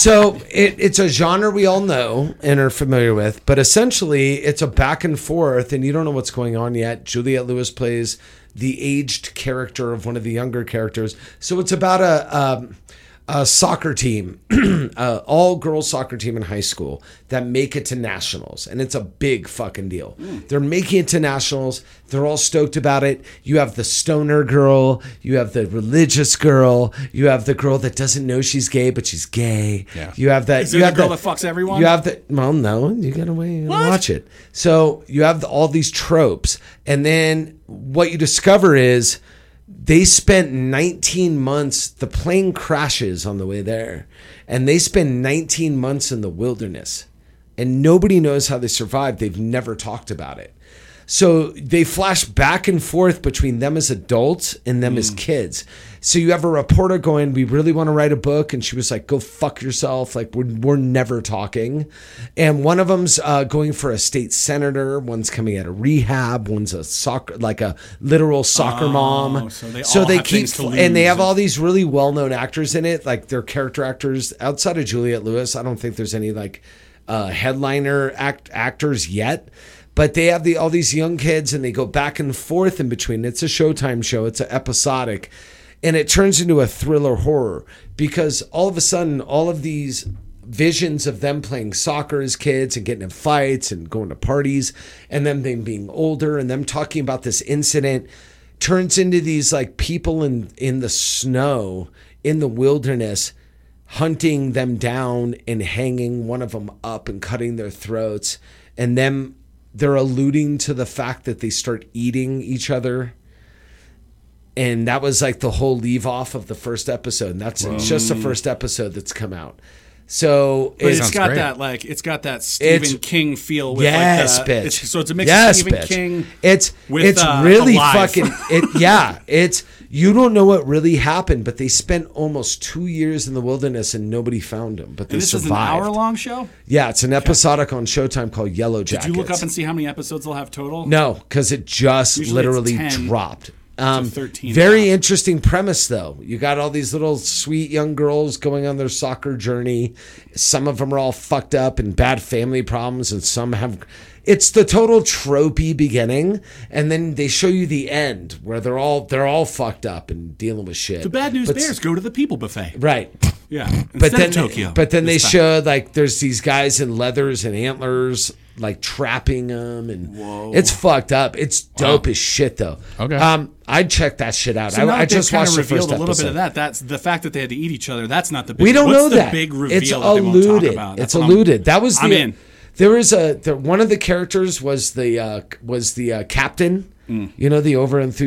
Speaker 5: so it, it's a genre we all know and are familiar with, but essentially it's a back and forth, and you don't know what's going on yet. Juliette Lewis plays the aged character of one of the younger characters, so it's about a. Um, a soccer team, *clears throat* uh, all girls soccer team in high school that make it to nationals, and it's a big fucking deal. They're making it to nationals. They're all stoked about it. You have the stoner girl, you have the religious girl, you have the girl that doesn't know she's gay but she's gay.
Speaker 8: Yeah.
Speaker 5: You have that.
Speaker 10: Is
Speaker 5: you
Speaker 10: there the
Speaker 5: have
Speaker 10: girl that fucks everyone?
Speaker 5: You have the. Well, no, you gotta wait and watch it. So you have the, all these tropes, and then what you discover is they spent 19 months the plane crashes on the way there and they spend 19 months in the wilderness and nobody knows how they survived they've never talked about it
Speaker 9: So they flash back and forth between them as adults and them
Speaker 5: Hmm.
Speaker 9: as kids. So you have a reporter going, "We really want to write a book," and she was like, "Go fuck yourself! Like we're we're never talking." And one of them's uh, going for a state senator. One's coming out of rehab. One's a soccer, like a literal soccer mom.
Speaker 10: Oh, so they all have things to
Speaker 9: and they
Speaker 10: lose.
Speaker 9: have all these really well-known actors in it, like they're character actors outside of Juliette Lewis. I don't think there's any like uh, headliner act actors yet, but they have the all these young kids, and they go back and forth in between. It's a Showtime show. It's a episodic, and it turns into a thriller horror because all of a sudden, all of these visions of them playing soccer as kids and getting in fights and going to parties, and then them being older and them talking about this incident turns into these like people in in the snow in the wilderness hunting them down and hanging one of them up and cutting their throats and them they're alluding to the fact that they start eating each other and that was like the whole leave off of the first episode and that's it's just the first episode that's come out so
Speaker 10: But it's
Speaker 8: Sounds
Speaker 10: got
Speaker 8: great.
Speaker 10: that like it's got that Stephen
Speaker 9: It's-
Speaker 10: King feel. With
Speaker 9: yes,
Speaker 10: like the,
Speaker 9: bitch.
Speaker 10: It's, so it's a mix
Speaker 9: yes,
Speaker 10: of Stephen
Speaker 9: bitch.
Speaker 10: King.
Speaker 9: It's
Speaker 10: with,
Speaker 9: it's
Speaker 10: uh,
Speaker 9: really
Speaker 10: Alive. *laughs*
Speaker 9: fucking it. Yeah, it's you don't know what really happened, but they spent almost two years in the wilderness and nobody found them, but they
Speaker 10: And this
Speaker 9: survived.
Speaker 10: is an hour long show.
Speaker 9: Yeah, it's an episodic on Showtime called Yellow Jackets.
Speaker 10: Did you look up and see how many episodes they'll have total?
Speaker 9: No, because it just
Speaker 10: Usually it's
Speaker 9: literally
Speaker 10: 10
Speaker 9: dropped. Um,
Speaker 10: 13
Speaker 9: very
Speaker 10: now.
Speaker 9: interesting premise, though. You got all these little sweet young girls going on their soccer journey. Some of them are all fucked up and bad family problems, and some have. It's the total tropey beginning, and then they show you the end where they're all they're all fucked up and dealing with shit.
Speaker 10: The bad news
Speaker 9: But-
Speaker 10: bears go to the people buffet.
Speaker 9: right?
Speaker 10: Yeah,
Speaker 9: but
Speaker 10: instead
Speaker 9: then
Speaker 10: of Tokyo.
Speaker 9: But then they
Speaker 10: this time.
Speaker 9: showed like there's these guys in leathers and antlers like trapping them and it's fucked up. It's dope as shit though.
Speaker 8: Okay.
Speaker 9: Um, I'd check that shit out.
Speaker 10: So now
Speaker 9: I, I
Speaker 10: that they've
Speaker 9: just
Speaker 10: kinda
Speaker 9: watched the
Speaker 10: revealed
Speaker 9: first
Speaker 10: a little bit
Speaker 9: episode.
Speaker 10: of that. That's the fact that they had to eat each other. That's not the big.
Speaker 9: We don't
Speaker 10: what's
Speaker 9: know
Speaker 10: the
Speaker 9: that.
Speaker 10: Big reveal.
Speaker 9: it's
Speaker 10: that they won't
Speaker 9: alluded.
Speaker 10: Talk about? That's
Speaker 9: It's
Speaker 10: what I'm-
Speaker 9: alluded. That was the.
Speaker 10: I'm in.
Speaker 9: There was a the, one of the characters was the uh, was the uh, captain. You know the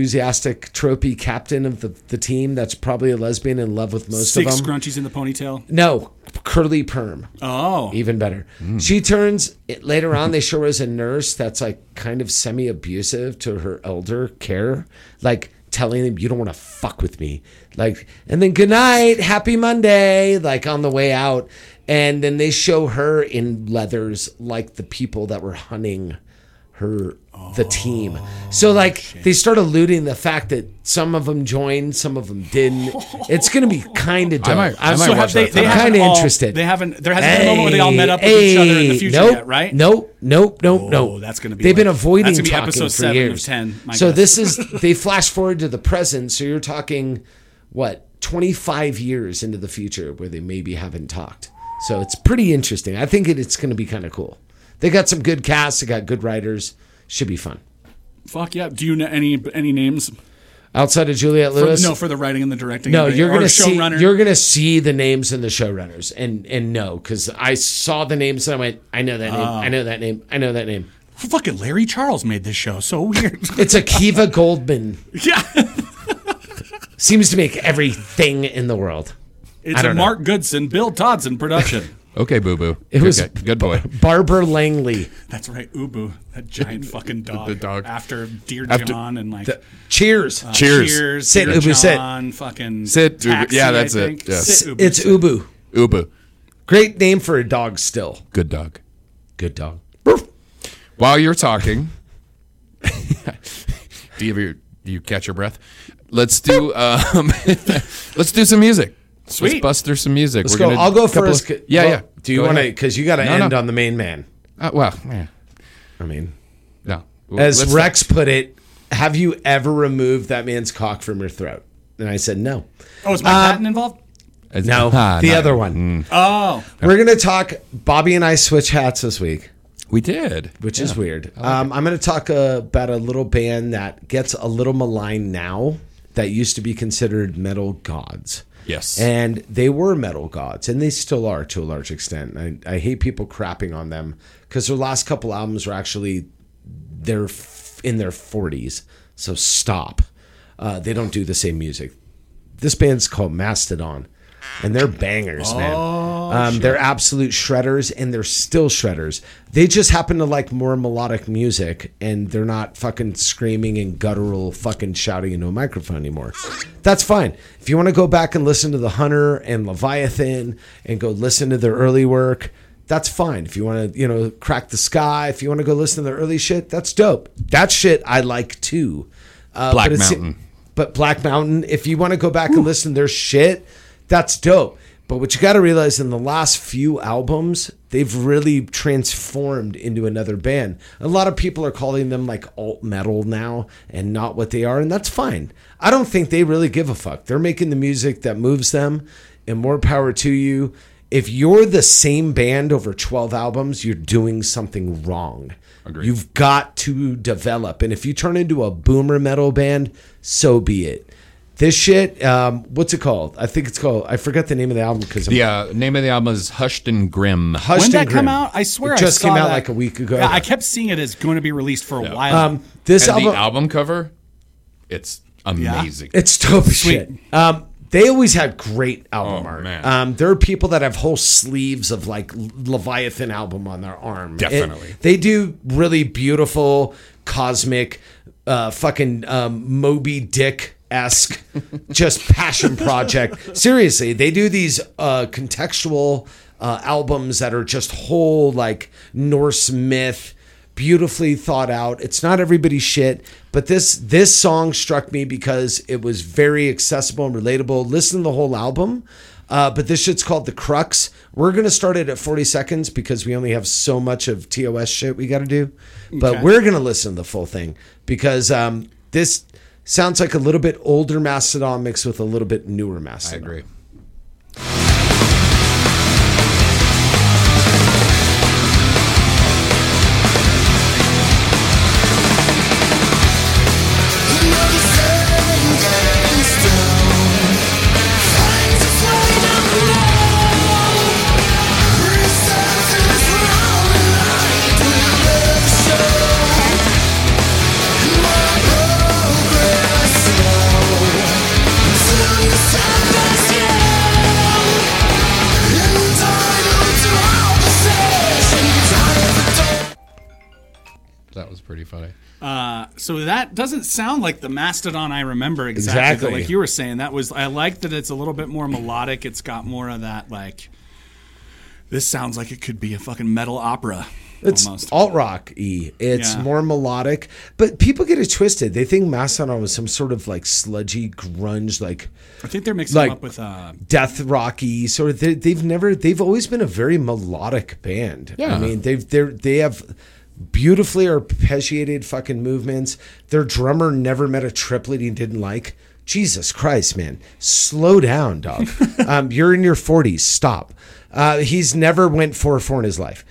Speaker 9: overenthusiastic, tropey captain of the, the team that's probably a lesbian in love with most
Speaker 10: Six
Speaker 9: of them.
Speaker 10: scrunchies in the ponytail.
Speaker 9: no, Oh, curly perm
Speaker 10: Oh,
Speaker 9: even better. She turns it, later on. They show her as a nurse that's like kind of semi abusive to her elder care, like telling them you don't want to fuck with me, like and then good night, happy Monday, like on the way out, and then they show her in leathers like the people that were hunting her the team so like they start alluding the fact that some of them joined some of them didn't it's gonna be kind of dope
Speaker 8: might- I
Speaker 9: I'm-
Speaker 8: might
Speaker 10: so
Speaker 8: watch
Speaker 10: have they?
Speaker 8: that
Speaker 10: they
Speaker 8: tonight.
Speaker 9: I'm
Speaker 10: haven't
Speaker 9: kind of
Speaker 10: all-
Speaker 9: interested.
Speaker 10: They haven't. There hasn't been a moment where they all met up with each other in the future
Speaker 9: nope,
Speaker 10: yet, right? Oh,
Speaker 9: Nope, nope, nope, nope.
Speaker 10: that's gonna be
Speaker 9: They've been
Speaker 10: like-
Speaker 9: avoiding
Speaker 10: that's gonna be
Speaker 9: talking
Speaker 10: episode
Speaker 9: for
Speaker 10: seven of
Speaker 9: years.
Speaker 10: 10, my
Speaker 9: so
Speaker 10: guess.
Speaker 9: this is they flash forward to the present. So you're talking what 25 years into the future where they maybe haven't talked. So it's pretty interesting. I think it, it's going to be kind of cool. They got some good casts. They got good writers. Should be fun.
Speaker 10: *laughs* Fuck yeah. Do you know any any names?
Speaker 9: Outside of Juliette
Speaker 10: For,
Speaker 9: Lewis,
Speaker 10: no, for the writing and the directing.
Speaker 9: No,
Speaker 10: and the-
Speaker 9: you're
Speaker 10: or
Speaker 9: gonna see
Speaker 10: showrunner.
Speaker 9: you're gonna see the names in the showrunners, and and no, because I saw the names and I went, I know that
Speaker 10: Oh.
Speaker 9: name, I know that name, I know that name.
Speaker 10: fucking Larry Charles made this show. So weird.
Speaker 9: *laughs* It's Akiva Goldman.
Speaker 10: *laughs* yeah.
Speaker 9: Seems to make everything in the world.
Speaker 10: It's a
Speaker 9: don't know.
Speaker 10: Mark Goodson, Bill Dodson production.
Speaker 8: Okay, boo boo.
Speaker 9: It was-
Speaker 8: okay, good boy.
Speaker 9: Barbara Langley.
Speaker 10: *laughs* That's right, Ubu, that giant fucking dog.
Speaker 8: The dog.
Speaker 10: After Dear
Speaker 8: After-
Speaker 10: John and like uh,
Speaker 9: Cheers.
Speaker 8: Cheers.
Speaker 10: Cheers,
Speaker 9: Sit,
Speaker 10: Dear
Speaker 9: Ubu, sit.
Speaker 10: John, fucking
Speaker 8: Sit, Ubu.
Speaker 10: Taxi,
Speaker 8: Yeah,
Speaker 10: I
Speaker 8: that's it.
Speaker 10: think.
Speaker 8: Yeah.
Speaker 10: Sit, Ubu,
Speaker 9: It's
Speaker 10: sit.
Speaker 9: Ubu.
Speaker 8: Ubu,
Speaker 9: Great name for a dog. Still
Speaker 8: good dog.
Speaker 9: good dog.
Speaker 8: While you're talking, *laughs* do you ever do you catch your breath? Let's do um, *laughs* let's do some music. Let's
Speaker 10: Sweet.
Speaker 8: bust through some music.
Speaker 9: Let's go. I'll go first.
Speaker 8: yeah,
Speaker 9: Well,
Speaker 8: yeah.
Speaker 9: Do you
Speaker 8: Go
Speaker 9: want to?
Speaker 8: ahead.
Speaker 9: Because you got to
Speaker 8: No,
Speaker 9: end
Speaker 8: no.
Speaker 9: on the main man.
Speaker 8: Uh, well, yeah,
Speaker 9: I mean,
Speaker 8: no. Well,
Speaker 9: as
Speaker 8: let's-
Speaker 9: Rex put it, have you ever removed that man's cock from your throat? And I said no.
Speaker 10: Oh, is my Patton involved?
Speaker 8: as-
Speaker 9: No,
Speaker 8: Ah,
Speaker 9: the
Speaker 8: no.
Speaker 9: other one.
Speaker 10: Oh,
Speaker 9: We're gonna talk. Bobby and I switch hats this week,
Speaker 8: We did.
Speaker 9: which is weird. um, I'm gonna talk uh, about a little band that gets a little maligned now that used to be considered metal gods.
Speaker 8: Yes.
Speaker 9: And they were metal gods, and they still are to a large extent. I, I hate people crapping on them because their last couple albums were actually they're f- in their 40s, so stop. Uh, they don't do the same music. This band's called Mastodon.
Speaker 1: and they're bangers, man.
Speaker 10: oh,
Speaker 1: Um, They're absolute shredders, and they're still shredders. They just happen to like more melodic music, and they're not fucking screaming and guttural, fucking shouting into a microphone anymore. That's fine. If you want to go back and listen to the Hunter and Leviathan, and go listen to their early work. That's fine. If you want to, you know, crack the sky, if you want to go listen to their early shit, that's dope. That shit I like too. Uh,
Speaker 8: Black
Speaker 1: but it's-
Speaker 8: Mountain.
Speaker 1: but Black Mountain, if you want to go back and listen to their shit, that's dope. But what you got to realize in the last few albums, they've really transformed into another band. A lot of people are calling them like alt metal now and not what they are, and that's fine. I don't think they really give a fuck. They're making the music that moves them, and more power to you. If you're the same band over 12 albums, you're doing something wrong. You've got to develop. And if you turn into a boomer metal band, so be it. This shit, um, what's it called? I think it's called, I forgot the name of the album because
Speaker 8: The uh, name of the album is Hushed and Grim.
Speaker 1: Hushed
Speaker 10: when did
Speaker 1: and
Speaker 10: that come
Speaker 1: Grim.
Speaker 10: out? I swear
Speaker 1: it
Speaker 10: I
Speaker 1: just
Speaker 10: saw
Speaker 1: came out
Speaker 10: that.
Speaker 1: like a week ago.
Speaker 10: Yeah, I kept seeing it as going to be released for a while.
Speaker 1: um, this
Speaker 8: and
Speaker 1: album,
Speaker 8: the album cover, it's amazing.
Speaker 1: It's dope as Oh, shit. Um, they always had great album
Speaker 8: Oh,
Speaker 1: art.
Speaker 8: man.
Speaker 1: Um, there are people that have whole sleeves of like Leviathan album on their arm. It-
Speaker 8: Definitely.
Speaker 1: they do really beautiful, cosmic, uh, fucking um, Moby Dick esque, just passion
Speaker 10: *laughs*
Speaker 1: project. Seriously, they do these uh, contextual uh, albums that are just whole like Norse myth beautifully thought out. It's not everybody's shit, but this this song struck me because it was very accessible and relatable. Listen to the whole album. Uh, but this shit's called the crux. We're gonna start it at 40 seconds because we only have so much of TOS shit we got to do. But we're gonna listen to the full thing because um, this sounds like a little bit older Mastodon mixed with a little bit newer
Speaker 8: I
Speaker 1: Mastodon.
Speaker 8: agree. That was pretty funny.
Speaker 10: so that doesn't sound like the Mastodon I remember exactly. but
Speaker 1: Exactly.
Speaker 10: Like you were saying, that was I like that it's a little bit more melodic. It's got more of that like. This sounds like it could be a fucking metal opera.
Speaker 1: It's
Speaker 10: almost.
Speaker 1: alt rock y. It's
Speaker 10: Yeah.
Speaker 1: more melodic, but people get it twisted. They think Mastodon was some sort of like sludgy grunge, like
Speaker 10: I think they're mixing
Speaker 1: like-
Speaker 10: them up with uh,
Speaker 1: death rocky. So they, they've never they've always been a very melodic band. I
Speaker 8: Yeah.
Speaker 1: mean they've they are they have beautifully arpeggiated fucking movements. Their drummer never met a triplet he didn't like. Jesus Christ, man, slow down, dog. um, you're in your 40s. Stop. Uh, he's never went four four in his life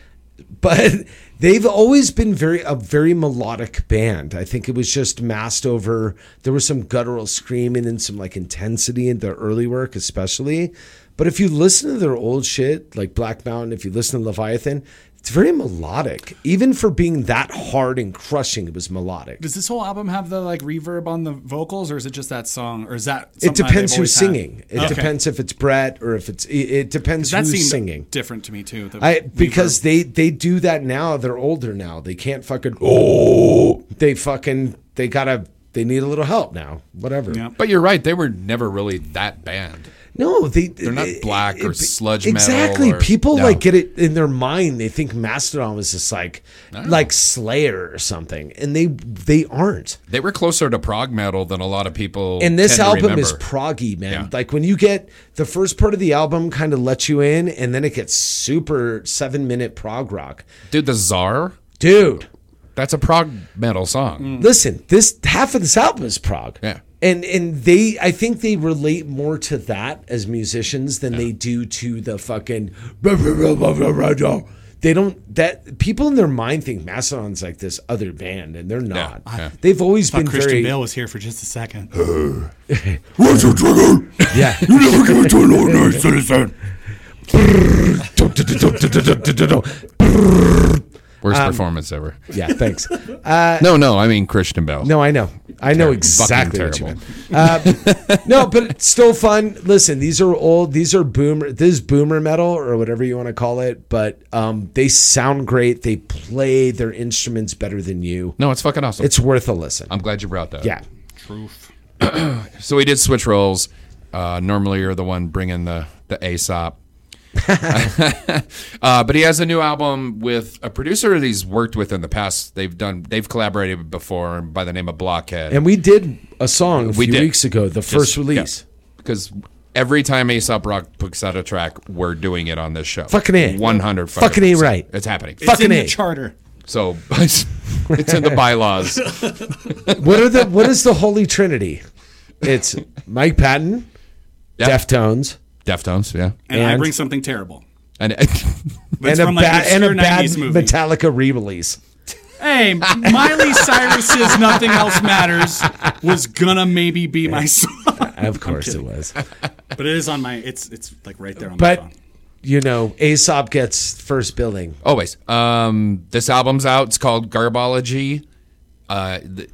Speaker 1: but *laughs* they've always been very a very melodic band. I think it was just masked over. There was some guttural screaming and some like intensity in their early work, especially. But if you listen to their old shit, like Black Mountain, if you listen to Leviathan, it's very melodic. Even for being that hard and crushing, it was melodic.
Speaker 10: Does this whole album have the like reverb on the vocals, or is it just that song, or is that?
Speaker 1: It
Speaker 10: something
Speaker 1: depends
Speaker 10: they've
Speaker 1: who's
Speaker 10: always had?
Speaker 1: singing. It
Speaker 10: Okay.
Speaker 1: depends if it's Brett or if it's. It, it depends
Speaker 10: That
Speaker 1: who's
Speaker 10: seemed
Speaker 1: singing.
Speaker 10: different to me too. the
Speaker 1: I
Speaker 10: reverb.
Speaker 1: because they they do that now. They're older now. They can't fucking. Oh, they fucking. They gotta. They need a little help now. Whatever.
Speaker 10: Yeah.
Speaker 8: But you're right; they were never really that band.
Speaker 1: No, they they're
Speaker 8: not black or sludge metal
Speaker 1: Exactly.
Speaker 8: or-
Speaker 1: People
Speaker 8: No.
Speaker 1: like get it in their mind. They think Mastodon was just like like Slayer or something, and they they aren't.
Speaker 8: They were closer to prog metal than a lot of people.
Speaker 1: And this
Speaker 8: tend to
Speaker 1: album is
Speaker 8: remember.
Speaker 1: proggy, man.
Speaker 8: Yeah.
Speaker 1: Like when you get the first part of the album, kind of lets you in, and then it gets super seven minute prog rock,
Speaker 8: dude. The Czar.
Speaker 1: dude.
Speaker 8: That's a prog metal song.
Speaker 1: listen, this half of this album is prog.
Speaker 8: Yeah.
Speaker 1: And and they I think they relate more to that as musicians than they do to the fucking they don't that people in their mind think Mastodon's like this other band and they're not.
Speaker 8: yeah.
Speaker 1: Uh, They've always
Speaker 10: I
Speaker 1: been
Speaker 10: thought Christian
Speaker 1: very
Speaker 10: Bale was here for just a second.
Speaker 2: What's your trigger?
Speaker 1: yeah.
Speaker 2: You never give it to an ordinary citizen.
Speaker 8: Worst performance ever.
Speaker 1: yeah, thanks. Um,
Speaker 8: *laughs* no, no, I mean Christian Bell.
Speaker 1: Uh, No, I know.
Speaker 5: I know
Speaker 8: Ter-
Speaker 5: exactly
Speaker 8: fucking
Speaker 5: what you meant. Uh, no, but it's still fun. Listen, these are old. These are boomer. This is boomer metal or whatever you want to call it. But um, they sound great. They play their instruments better than you.
Speaker 8: No, it's fucking awesome.
Speaker 5: It's worth a listen.
Speaker 8: I'm glad you brought that. up.
Speaker 5: yeah.
Speaker 10: Truth.
Speaker 8: So we did switch roles. Uh, normally, you're the one bringing the the ASOP. *laughs* uh, but he has a new album with a producer that he's worked with in the past. They've done they've collaborated before by the name of Blockhead.
Speaker 5: And we did a song a
Speaker 8: We
Speaker 5: few
Speaker 8: did.
Speaker 5: weeks ago, the
Speaker 8: Just-
Speaker 5: first release.
Speaker 8: yeah. because every time Aesop Rock puts out a track, we're doing it on this show.
Speaker 5: Fucking A.
Speaker 8: one hundred
Speaker 5: Fucking A right.
Speaker 8: It's happening.
Speaker 5: Fuck- Fucking
Speaker 10: it's in
Speaker 5: A.
Speaker 10: the charter.
Speaker 8: So *laughs* it's in the
Speaker 5: *laughs*
Speaker 8: bylaws.
Speaker 5: What
Speaker 9: *laughs*
Speaker 5: are the What is the Holy Trinity? It's Mike Patton,
Speaker 8: Yeah.
Speaker 5: Deftones,
Speaker 8: Deftones, yeah,
Speaker 10: And, I
Speaker 5: And-
Speaker 10: bring something terrible.
Speaker 8: and *laughs*
Speaker 10: But
Speaker 5: and
Speaker 10: it's
Speaker 5: a,
Speaker 10: from like
Speaker 5: bad
Speaker 10: an
Speaker 5: and a
Speaker 10: obscure
Speaker 5: bad
Speaker 10: 90s movie.
Speaker 5: Metallica re-release.
Speaker 10: hey, Miley Cyrus's Nothing Else Matters was gonna maybe be my song.
Speaker 5: *laughs* Of course it was.
Speaker 10: But it is on my it's it's like right there on
Speaker 5: But
Speaker 10: my phone.
Speaker 5: you know, Aesop gets first billing.
Speaker 8: always. Um, this album's out. It's called Garbology. Uh, th-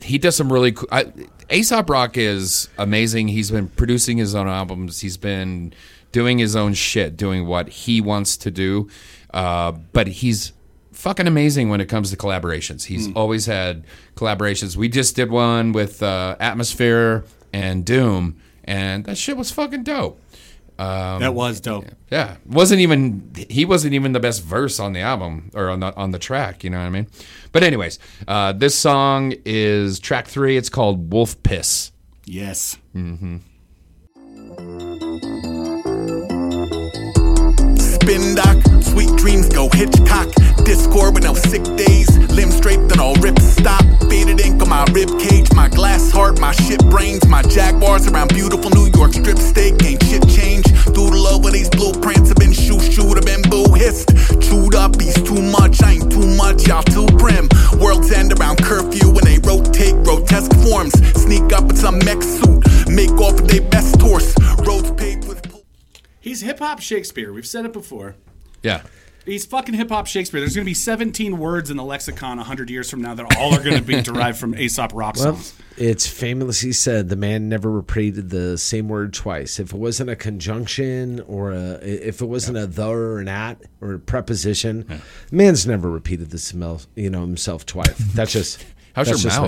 Speaker 8: he does some really cool. I, Aesop Rock is amazing. He's been producing his own albums. He's been doing his own shit, doing what he wants to do. Uh, but he's fucking amazing when it comes to collaborations. He's always had collaborations. We just did one with uh, Atmosphere and Doom, and that shit was fucking dope.
Speaker 10: that was dope.
Speaker 8: Yeah, wasn't even he wasn't even the best verse on the album or on the on the track. You know what I mean? But anyways, uh, this song is track three. It's called Wolf Piss.
Speaker 10: Yes.
Speaker 1: Spin doc, sweet dreams go Hitchcock. Discord with no sick days. Limb straight, then all rip stop. Faded ink on my rib cage, my glass heart, my shit brains, my jaguars around beautiful New York strip steak. Ain't shit change. Through the love of these blueprints, I've been shoo shooed, I've been boo hissed. Chewed up, he's too much, I ain't too much, y'all too prim. World's end around curfew when they rotate grotesque forms. Sneak up in some mech suit, make off with their best horse. Roads paved with. pol-
Speaker 10: He's hip hop Shakespeare. We've said it before.
Speaker 8: Yeah,
Speaker 10: He's fucking hip hop Shakespeare. There's gonna be 17 words in the lexicon 100 years from now that all are gonna be derived from Aesop rock
Speaker 5: Well,
Speaker 10: songs.
Speaker 5: it's famously said the man never repeated the same word twice. If it wasn't a conjunction or a, if it wasn't a the or an at or a preposition, man's never repeated the smell, you know, himself twice. That's just
Speaker 8: how's
Speaker 5: that's
Speaker 8: your
Speaker 5: just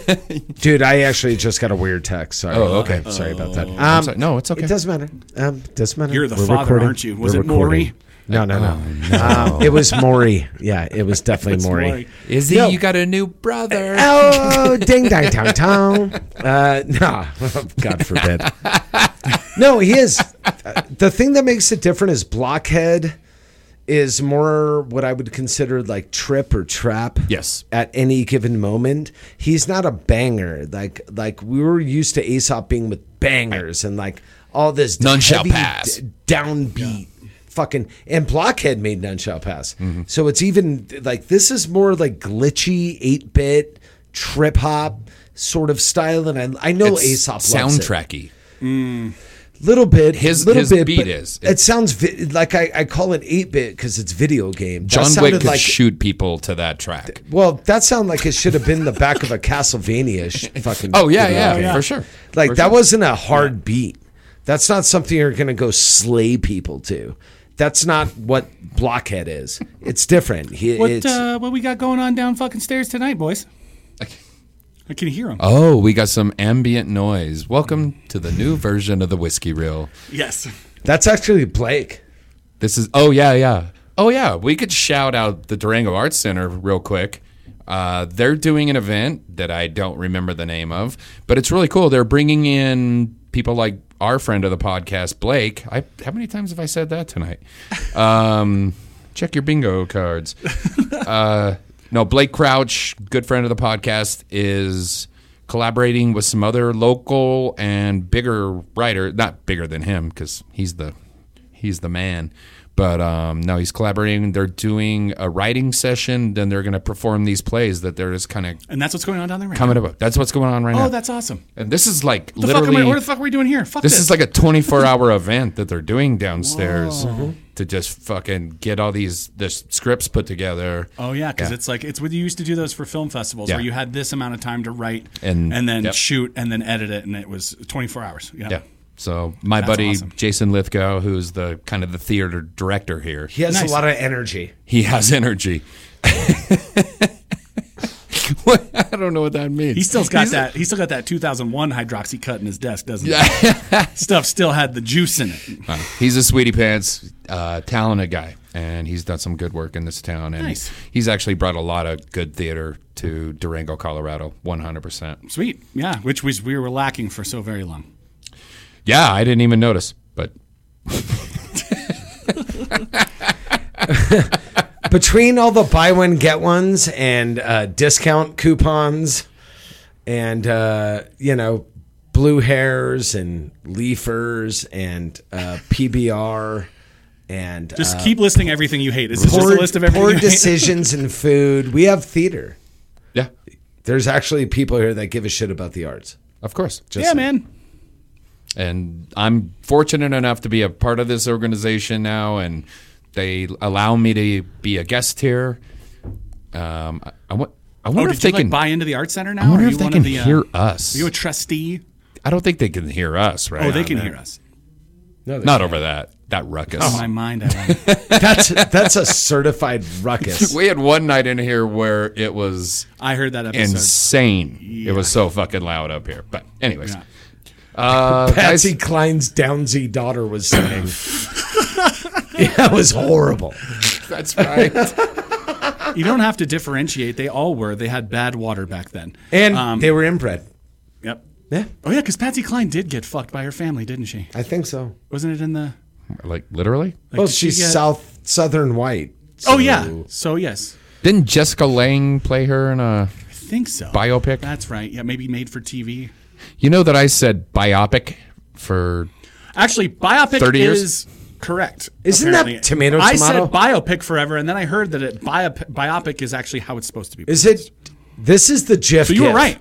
Speaker 8: mouth?
Speaker 5: me. dude? I actually just got a weird text. Sorry.
Speaker 8: Oh, okay.
Speaker 5: I'm sorry about that.
Speaker 8: I'm
Speaker 5: Um,
Speaker 8: sorry. No, it's okay.
Speaker 5: It doesn't matter. Um, doesn't matter.
Speaker 10: You're the father, aren't you? Was it Maury?
Speaker 5: recording. No, no, no.
Speaker 8: Oh,
Speaker 5: Um, it was Maury. Yeah, it was definitely Maury.
Speaker 10: Maury.
Speaker 8: Izzy,
Speaker 5: No.
Speaker 8: you got a new brother.
Speaker 5: Oh, ding dong tong tong. Uh, no, *laughs* God forbid. No, he is. uh, The thing that makes it different is Blockhead is more what I would consider like trip or trap.
Speaker 8: Yes.
Speaker 5: At any given moment, he's not a banger. Like like we were used to Aesop being with bangers and like all this
Speaker 8: None shall
Speaker 5: heavy
Speaker 8: pass.
Speaker 5: d- downbeat. Fucking and Blockhead made None Shall Pass. So it's even like this is more like glitchy 8 bit trip hop sort of style. And I, I
Speaker 9: Oh,
Speaker 5: know
Speaker 8: It's
Speaker 5: Aesop loves it
Speaker 8: soundtracky.
Speaker 5: little bit.
Speaker 8: His-
Speaker 5: little
Speaker 8: his
Speaker 5: bit,
Speaker 8: beat
Speaker 5: but
Speaker 8: is.
Speaker 5: It sounds vi- like I, I call it eight bit because it's video game. That
Speaker 8: John Wick
Speaker 5: sounded
Speaker 8: could
Speaker 5: like,
Speaker 8: shoot people to that track.
Speaker 5: Well, that sounded like it should have been the back of a Castlevania
Speaker 8: *laughs*
Speaker 5: sh- fucking.
Speaker 8: Oh yeah,
Speaker 5: video
Speaker 8: yeah,
Speaker 5: game.
Speaker 8: for sure.
Speaker 5: Like
Speaker 8: For
Speaker 5: that
Speaker 8: sure.
Speaker 5: wasn't a hard beat. That's not something you're gonna go slay people to. That's not what Blockhead is. It's different. He,
Speaker 10: What
Speaker 5: it's,
Speaker 10: uh, what we got going on down fucking stairs tonight, boys? I can hear him.
Speaker 8: Oh, we got some ambient noise. Welcome to the new version of the whiskey reel.
Speaker 10: Yes.
Speaker 5: that's actually Blake.
Speaker 8: This is oh yeah yeah oh yeah. We could shout out the Durango Arts Center real quick. Uh, they're doing an event that I don't remember the name of, but it's really cool. They're bringing in people like our friend of the podcast, Blake. I how many times have I said that tonight? Um, check your bingo cards. Uh, No, Blake Crouch, good friend of the podcast, is collaborating with some other local and bigger writer, not bigger than him because he's the he's the man. But um, no, he's collaborating. They're doing a writing session. Then they're going to perform these plays that they're just kind of
Speaker 10: And that's what's going on down there right
Speaker 8: coming
Speaker 10: now.
Speaker 8: up. That's what's going on right
Speaker 10: oh,
Speaker 8: now.
Speaker 10: that's awesome.
Speaker 8: and this is like
Speaker 10: The fuck am
Speaker 8: literally
Speaker 10: I, what the fuck are we doing here? Fuck this.
Speaker 8: this, is like a
Speaker 10: *laughs*
Speaker 8: 24 hour event that they're doing downstairs
Speaker 10: Mm-hmm.
Speaker 8: to just fucking get all these the scripts put together.
Speaker 10: Oh yeah, because it's like it's what you used to do those for film festivals
Speaker 8: Yeah.
Speaker 10: where you had this amount of time to write
Speaker 8: And-
Speaker 10: and, then
Speaker 8: yep.
Speaker 10: shoot and then edit it, and it was 24 hours. Yeah,
Speaker 8: Yeah. So my
Speaker 10: That's
Speaker 8: buddy
Speaker 10: awesome.
Speaker 8: Jason Lithgow, who's the kind of the theater director here,
Speaker 9: He has
Speaker 10: Nice.
Speaker 9: a lot of energy.
Speaker 8: he has energy. *laughs* What? I don't know what that means.
Speaker 10: he still's got
Speaker 8: He's-
Speaker 10: that. He still got that 2001 hydroxy cut in his desk, doesn't
Speaker 8: *laughs*
Speaker 10: he? Stuff still had the juice in it.
Speaker 8: Uh, he's a sweetie pants, uh, talented guy, and he's done some good work in this town. And
Speaker 10: Nice.
Speaker 8: he's actually brought a lot of good theater to Durango, Colorado, 100%.
Speaker 10: Sweet, yeah, which was we were lacking for so very long.
Speaker 8: Yeah, I didn't even notice, but
Speaker 9: Between all the buy one get ones and uh, discount coupons, and uh, you know, blue hairs and leafers and uh, PBR and
Speaker 10: Just
Speaker 9: uh,
Speaker 10: keep listing everything you hate. Is this just a
Speaker 9: poor,
Speaker 10: list of everything?
Speaker 9: poor
Speaker 10: you hate? *laughs*
Speaker 9: decisions in food. We have theater.
Speaker 8: yeah,
Speaker 9: There's actually people here that give a shit about the arts.
Speaker 8: of course.
Speaker 10: Yeah, man.
Speaker 8: and I'm fortunate enough to be a part of this organization now, and they allow me to be a guest here. Um, I, I, wa- I
Speaker 10: Oh,
Speaker 8: wonder if
Speaker 10: did
Speaker 8: they
Speaker 10: you like
Speaker 8: can.
Speaker 10: buy into the art center now?
Speaker 8: I wonder
Speaker 10: Are
Speaker 8: if
Speaker 10: you
Speaker 8: they
Speaker 10: one
Speaker 8: can
Speaker 10: of the, uh,
Speaker 8: hear us.
Speaker 10: Are you a trustee?
Speaker 8: I don't think they can hear us, right?
Speaker 10: Oh, they
Speaker 8: on
Speaker 10: can
Speaker 8: there.
Speaker 10: hear us.
Speaker 9: No,
Speaker 8: Not over that that ruckus.
Speaker 10: Oh, my mind. I
Speaker 9: *laughs*
Speaker 10: went.
Speaker 9: that's that's a certified ruckus.
Speaker 8: We had one night in here where it was
Speaker 10: *laughs* I heard that episode.
Speaker 8: insane. It was so fucking loud up here. But anyways,
Speaker 10: Yeah. *laughs*
Speaker 8: uh, guys,
Speaker 9: Patsy Klein's Downsy daughter was singing. yeah, it was horrible.
Speaker 8: that's right.
Speaker 10: You don't have to differentiate. They all were. They had bad water back then. Um,
Speaker 9: And they were inbred.
Speaker 10: Yep.
Speaker 9: Yeah,
Speaker 10: Oh yeah, because Patsy Cline did get fucked by her family, didn't she?
Speaker 9: I think so.
Speaker 10: Wasn't it in the?
Speaker 8: *laughs* like literally.
Speaker 10: Like,
Speaker 9: well,
Speaker 10: did she
Speaker 9: she's
Speaker 10: get-
Speaker 9: south southern white.
Speaker 10: Oh yeah.
Speaker 9: so-
Speaker 10: So yes,
Speaker 8: Didn't Jessica Lang play her in a?
Speaker 10: I think so.
Speaker 8: Biopic?
Speaker 10: That's right. Yeah, maybe made for TV.
Speaker 8: You know that I said biopic for
Speaker 10: Actually, biopic
Speaker 8: 30 years?
Speaker 10: is correct.
Speaker 9: Isn't that tomato,
Speaker 10: I
Speaker 9: tomato?
Speaker 10: said biopic forever, and then I heard that it, biop- biopic is actually how it's supposed to be.
Speaker 9: Is it? This is the GIF.
Speaker 10: So you were
Speaker 9: GIF.
Speaker 10: right.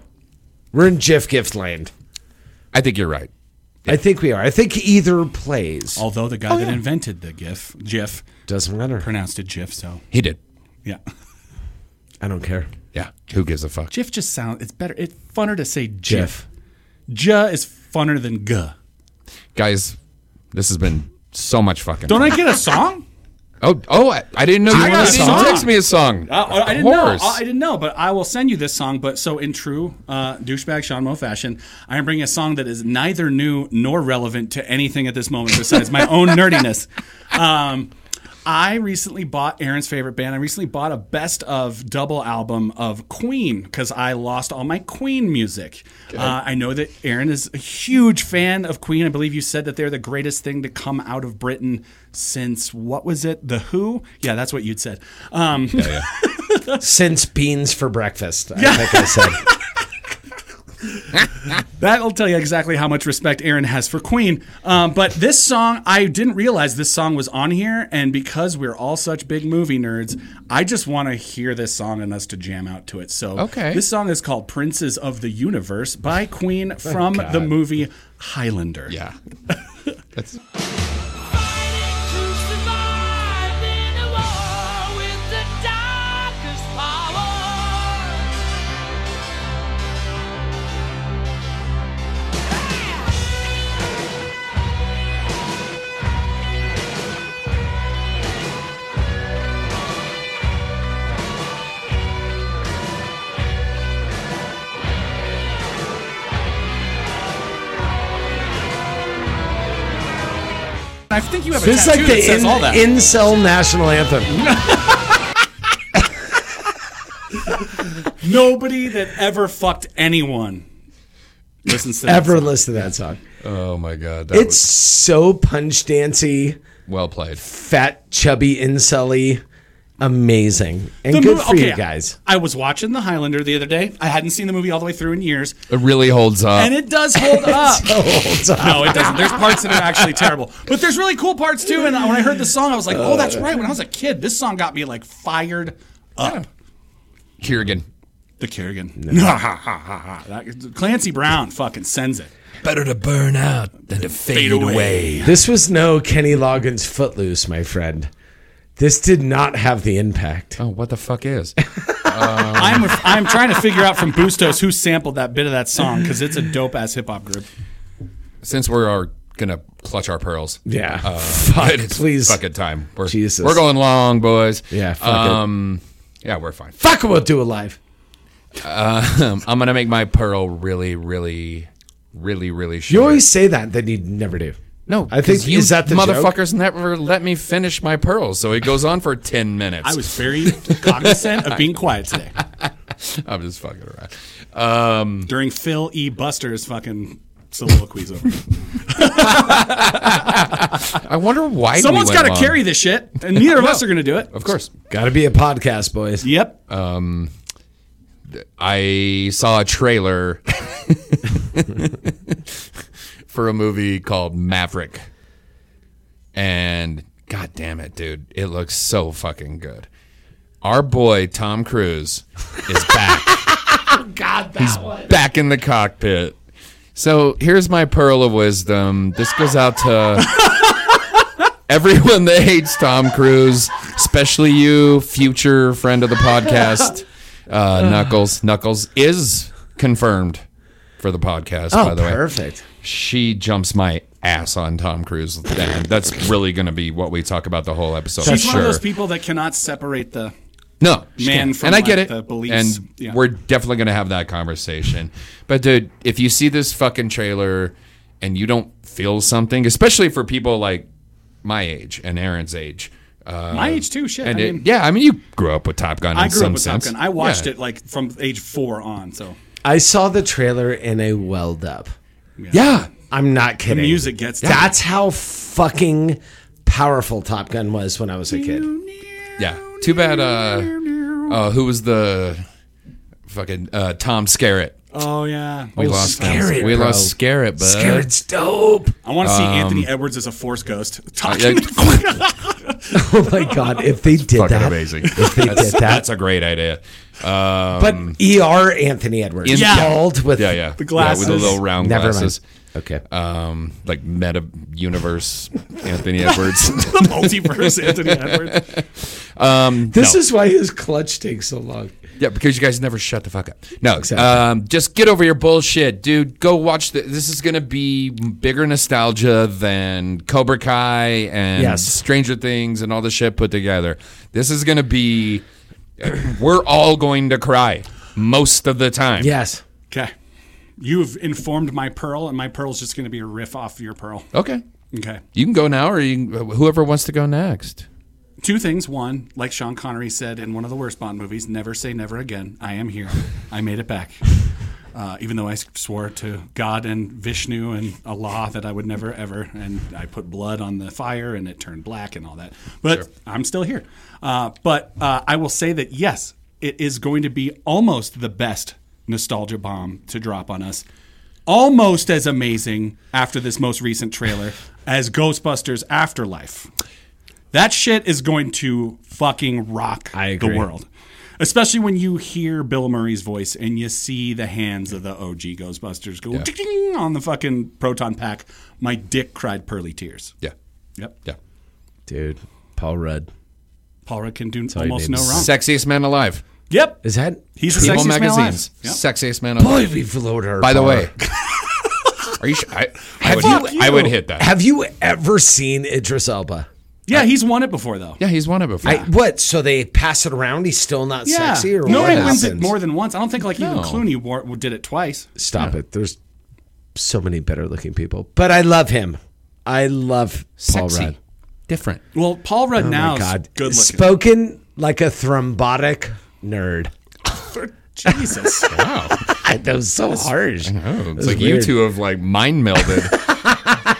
Speaker 9: We're in GIF gift land.
Speaker 8: I think you're right.
Speaker 9: I think we are. I think either plays
Speaker 10: Although the guy that invented the GIF, GIF,
Speaker 9: doesn't matter.
Speaker 10: pronounced it GIF. So
Speaker 8: He did.
Speaker 10: yeah,
Speaker 9: I don't care.
Speaker 8: Yeah. Who gives a fuck?
Speaker 10: GIF just sounds. It's better. It's funner to say GIF. J is funner than G.
Speaker 8: Guys, this has been so much fucking.
Speaker 10: Don't I get a song?
Speaker 8: oh, oh, I, I didn't know you
Speaker 10: got a
Speaker 8: didn't
Speaker 10: song.
Speaker 8: text me a song.
Speaker 10: Uh,
Speaker 8: Of
Speaker 10: I didn't know.
Speaker 8: course.
Speaker 10: I didn't know, but I will send you this song. But so in true uh, douchebag Sean Mo fashion, I am bringing a song that is neither new nor relevant to anything at this moment besides my
Speaker 8: *laughs*
Speaker 10: own nerdiness. Um, I recently bought Aaron's favorite band. I recently bought a best of double album of Queen because I lost all my Queen music. Uh, I know that Aaron is a huge fan of Queen. I believe you said that they're the greatest thing to come out of Britain since what was it? The Who? Yeah, that's what you'd said. Um, *laughs*
Speaker 9: Since beans for breakfast, I think I said.
Speaker 10: That'll tell you exactly how much respect Aaron has for Queen. Um, but this song, I didn't realize this song was on here, and because we're all such big movie nerds, I just want to hear this song and us to jam out to it. So,
Speaker 8: Okay.
Speaker 10: this song is called "Princes of the Universe" by *laughs* Queen from the movie Highlander.
Speaker 8: *laughs* yeah. That's
Speaker 10: I think you have a
Speaker 9: This is
Speaker 10: tattoo
Speaker 9: like
Speaker 10: that
Speaker 9: the
Speaker 10: says
Speaker 9: in,
Speaker 10: all that.
Speaker 9: incel national anthem.
Speaker 10: *laughs* Nobody that ever fucked anyone
Speaker 9: *laughs*
Speaker 10: listens to that
Speaker 9: Ever
Speaker 10: song.
Speaker 9: listen to that song?
Speaker 8: oh my god. That
Speaker 9: It's
Speaker 8: was
Speaker 9: so punch dancey,
Speaker 8: well played.
Speaker 9: fat, chubby, incelly. amazing and
Speaker 10: The
Speaker 9: good
Speaker 10: mov-
Speaker 9: for
Speaker 10: okay,
Speaker 9: you guys.
Speaker 10: I was watching The Highlander the other day. I hadn't seen the movie all the way through in years.
Speaker 8: It really holds up.
Speaker 10: and it does *laughs* hold up.
Speaker 9: holds up.
Speaker 10: No, it doesn't. There's parts that are actually terrible, but there's really cool parts too. And when I heard the song, I was like, "Oh, that's right." When I was a kid, this song got me like fired up.
Speaker 8: Kerrigan.
Speaker 10: The Kerrigan. *laughs* That- Clancy Brown fucking sends it.
Speaker 8: Better to burn out than to fade, away.
Speaker 9: This was no Kenny Loggins Footloose, my friend. This did not have the impact.
Speaker 8: Oh, what the fuck is?
Speaker 9: Oh,
Speaker 10: I'm I'm trying to figure out from Bustos who sampled that bit of that song because it's a dope ass hip hop group.
Speaker 8: Since we are gonna clutch our pearls,
Speaker 9: Yeah.
Speaker 8: uh,
Speaker 9: *laughs* Fuck,
Speaker 8: it's
Speaker 9: please.
Speaker 8: fucking time. We're,
Speaker 9: Jesus.
Speaker 8: we're going long, boys.
Speaker 9: Yeah, fuck it.
Speaker 8: um, yeah, we're fine.
Speaker 9: Fuck, we'll do a live.
Speaker 8: Um, *laughs* I'm gonna make my pearl really, really, really, really short.
Speaker 9: You always say that, then you never do.
Speaker 8: No,
Speaker 9: I think-
Speaker 8: 'cause you
Speaker 9: is that the
Speaker 8: motherfuckers never let me finish my pearls, so it goes on for ten minutes.
Speaker 10: I was very cognizant of being quiet today
Speaker 8: *laughs* I'm just fucking around. Um,
Speaker 10: during Phil E. Buster's fucking soliloquies over. here.
Speaker 8: I wonder why
Speaker 10: Someone's
Speaker 8: got
Speaker 10: got to carry this shit, and
Speaker 9: *laughs*
Speaker 10: neither of us are going to do it.
Speaker 8: Of course,
Speaker 9: Gotta be a podcast, boys.
Speaker 10: Yep.
Speaker 8: Oh. I saw a trailer for a movie called Maverick, and god damn it, dude, it looks so fucking good. Our boy Tom Cruise is back. god, that He's back in the cockpit. So here's my pearl of wisdom. This goes out to everyone that hates Tom Cruise, especially you, future friend of the podcast, uh, Knuckles. Knuckles is confirmed for the podcast. by
Speaker 9: Oh,
Speaker 8: the way,
Speaker 9: perfect.
Speaker 8: She jumps my ass on Tom Cruise. Dan. That's really going to be what we talk about the whole episode.
Speaker 10: She's
Speaker 8: sure.
Speaker 10: one of those people that cannot separate the.
Speaker 8: No,
Speaker 10: man
Speaker 8: man,
Speaker 10: from,
Speaker 8: and I get
Speaker 10: like,
Speaker 8: it.
Speaker 10: the beliefs.
Speaker 8: And
Speaker 10: Yeah.
Speaker 8: we're definitely going to have that conversation. But dude, if you see this fucking trailer and you don't feel something, especially for people like my age and Aaron's age, uh,
Speaker 10: My age too, shit.
Speaker 8: and
Speaker 10: I
Speaker 8: it-
Speaker 10: mean-
Speaker 8: yeah, I mean, you grew up with Top Gun.
Speaker 10: I
Speaker 8: in
Speaker 10: grew
Speaker 8: some
Speaker 10: up with
Speaker 8: sense.
Speaker 10: Top Gun. I watched
Speaker 8: Yeah.
Speaker 10: it like from age four on. So
Speaker 9: I saw the trailer and I welled up.
Speaker 8: Yeah,
Speaker 9: I'm not kidding.
Speaker 10: music gets to
Speaker 9: That's how fucking powerful Top Gun was when I was a kid.
Speaker 8: yeah. Too bad. Uh, uh, who was the fucking uh, Tom Scarrett?
Speaker 10: Oh yeah,
Speaker 8: We lost Tom-
Speaker 9: Skerritt,
Speaker 8: We
Speaker 9: bro.
Speaker 8: lost Scarrett, but
Speaker 9: Scared's dope.
Speaker 10: I want to see Anthony Edwards as a force ghost. Talking.
Speaker 8: um, uh, *laughs* yeah,
Speaker 9: Oh my god, if they did
Speaker 8: fucking
Speaker 9: that.
Speaker 8: amazing.
Speaker 9: If they did that. *laughs*
Speaker 8: That's a great idea.
Speaker 9: But ER Anthony Edwards.
Speaker 8: in-
Speaker 10: Yeah.
Speaker 8: *laughs*
Speaker 9: Bald with
Speaker 8: Yeah, yeah.
Speaker 10: The
Speaker 8: Yeah, with
Speaker 10: glasses.
Speaker 8: the little round
Speaker 9: Never
Speaker 8: glasses.
Speaker 9: mind. Okay.
Speaker 8: Um, like meta
Speaker 10: *laughs*
Speaker 8: universe Anthony Edwards.
Speaker 10: the multiverse Anthony Edwards.
Speaker 8: *laughs* Um,
Speaker 9: this is why his clutch takes so long.
Speaker 8: yeah, because you guys never shut the fuck up. No, um, just get over your bullshit, dude. Go watch the, this. is gonna be bigger nostalgia than Cobra Kai and
Speaker 9: Yes.
Speaker 8: Stranger Things and all the shit put together. This is gonna be. uh, We're all going to cry most of the time.
Speaker 9: Yes.
Speaker 10: Okay. You've informed my pearl, and my pearl's just going to be a riff off your pearl.
Speaker 8: Okay.
Speaker 10: Okay.
Speaker 8: You can go now, or you can, whoever wants to go next.
Speaker 10: Two things. One, like Sean Connery said in one of the worst Bond movies, "Never say never again." I am here. I made it back, uh, even though I swore to God and Vishnu and Allah that I would never ever, and I put blood on the fire and it turned black and all that. But I'm still here. Uh, but uh, I will say that yes, it is going to be almost the best nostalgia bomb to drop on us. Almost as amazing after this most recent trailer as Ghostbusters Afterlife. That shit is going to fucking rock the
Speaker 9: agree.
Speaker 10: world. Especially when you hear Bill Murray's voice and you see the hands of the OG Ghostbusters go
Speaker 8: Yeah.
Speaker 10: ding on the fucking proton pack. My dick cried pearly tears.
Speaker 8: Yeah.
Speaker 10: Yep.
Speaker 8: Yeah.
Speaker 9: Dude, Paul Rudd.
Speaker 10: Paul Rudd can do
Speaker 9: he
Speaker 10: almost no
Speaker 9: needs.
Speaker 10: wrong.
Speaker 8: Sexiest man alive.
Speaker 10: yep.
Speaker 9: Is that
Speaker 10: He's the
Speaker 8: People
Speaker 10: sexiest man alive.
Speaker 8: magazines.
Speaker 10: Yep.
Speaker 8: Sexiest man alive.
Speaker 9: Boy, we've lowered our
Speaker 8: By the
Speaker 9: bar.
Speaker 8: way, are you? Sh- I, I, would,
Speaker 10: you-
Speaker 8: I would hit that.
Speaker 9: have you ever seen Idris Elba? Uh,
Speaker 10: Yeah, he's won it before though.
Speaker 8: Yeah, he's won it before.
Speaker 9: I, what? So they pass it around? He's still not
Speaker 10: Yeah.
Speaker 9: sexy, or
Speaker 10: Nobody
Speaker 9: what
Speaker 10: wins it
Speaker 9: happens?
Speaker 10: more than once. I don't think like
Speaker 8: No.
Speaker 10: even Clooney war- did it twice.
Speaker 9: Stop it. There's so many better looking people, but I love him. I love Paul
Speaker 8: Sexy,
Speaker 9: Rudd.
Speaker 8: different.
Speaker 10: Well, Paul
Speaker 5: Oh
Speaker 10: Rudd now is good looking.
Speaker 9: spoken like a thrombotic nerd.
Speaker 10: Jesus.
Speaker 8: *laughs* Wow,
Speaker 5: *laughs*
Speaker 9: I, that was so harsh.
Speaker 8: oh, it's
Speaker 9: That's
Speaker 8: like you
Speaker 9: weird.
Speaker 8: two have like mind melded.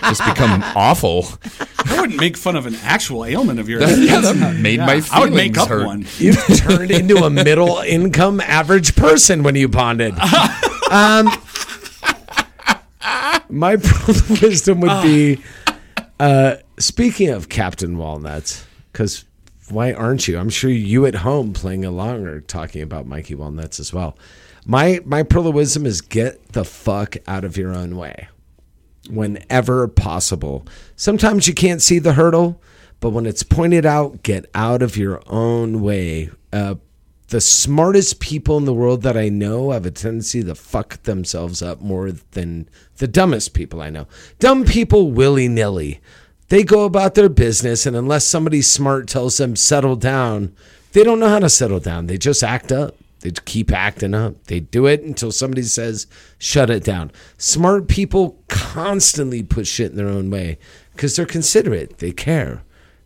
Speaker 8: just become awful.
Speaker 10: I wouldn't make fun of an actual ailment of yours.
Speaker 8: That- yeah, that made my
Speaker 10: I would make
Speaker 8: feelings
Speaker 10: up
Speaker 8: hurt.
Speaker 10: one.
Speaker 5: You turned into a middle income average person when you bonded. Um, my pearl of wisdom would be uh, speaking of Captain Walnuts, because why aren't you? I'm sure you at home playing along are talking about Mikey Walnuts as well. My my pearl of wisdom is get the fuck out of your own way whenever possible. Sometimes you can't see the hurdle, but when it's pointed out, get out of your own way. Uh, the smartest people in the world that I know have a tendency to fuck themselves up more than the dumbest people I know. Dumb people willy nilly. They go about their business, and unless somebody smart tells them settle down, they don't know how to settle down. They just act up. They just keep acting up. They do it until somebody says, shut it down. Smart people constantly put shit in their own way because they're considerate. They care.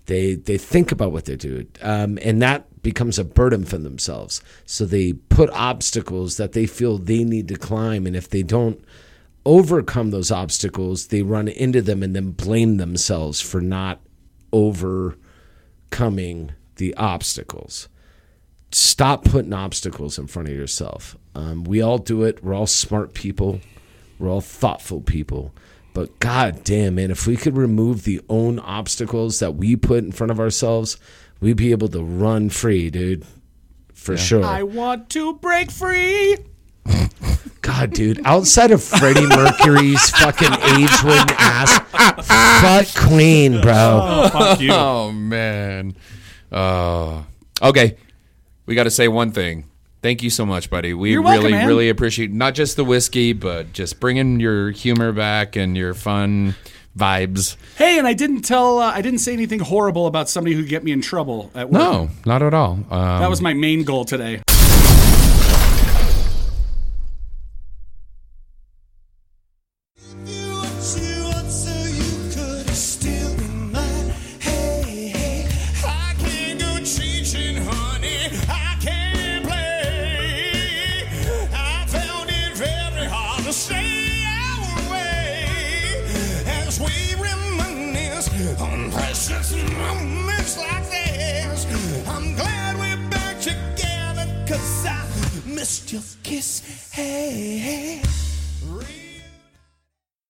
Speaker 5: They, they think about what they do. Um, and that becomes a burden for themselves. So they put obstacles that they feel they need to climb. And if they don't overcome those obstacles, they run into them and then blame themselves for not overcoming the obstacles stop putting obstacles in front of yourself. Um, we all do it. We're all smart people. We're all thoughtful people. But god damn, man, if we could remove the own obstacles that we put in front of ourselves, we'd be able to run free, dude. For sure.
Speaker 10: I want to break free.
Speaker 5: God, dude, outside of Freddie Mercury's fucking age wooden
Speaker 10: *laughs*
Speaker 5: ass, fuck Queen, bro.
Speaker 10: Fuck you.
Speaker 8: Oh man. Uh, okay, we got to say one thing. Thank you so much, buddy. We
Speaker 10: You're welcome,
Speaker 8: really,
Speaker 10: man.
Speaker 8: really appreciate not just the whiskey, but just bringing your humor back and your fun vibes.
Speaker 10: Hey, and I didn't tell. Uh, I didn't say anything horrible about somebody who get me in trouble at work.
Speaker 8: No, not at all. Um,
Speaker 10: That was my main goal today.
Speaker 1: Precious moments like this. I'm glad we're back together, cause I missed your kiss. Hey, hey.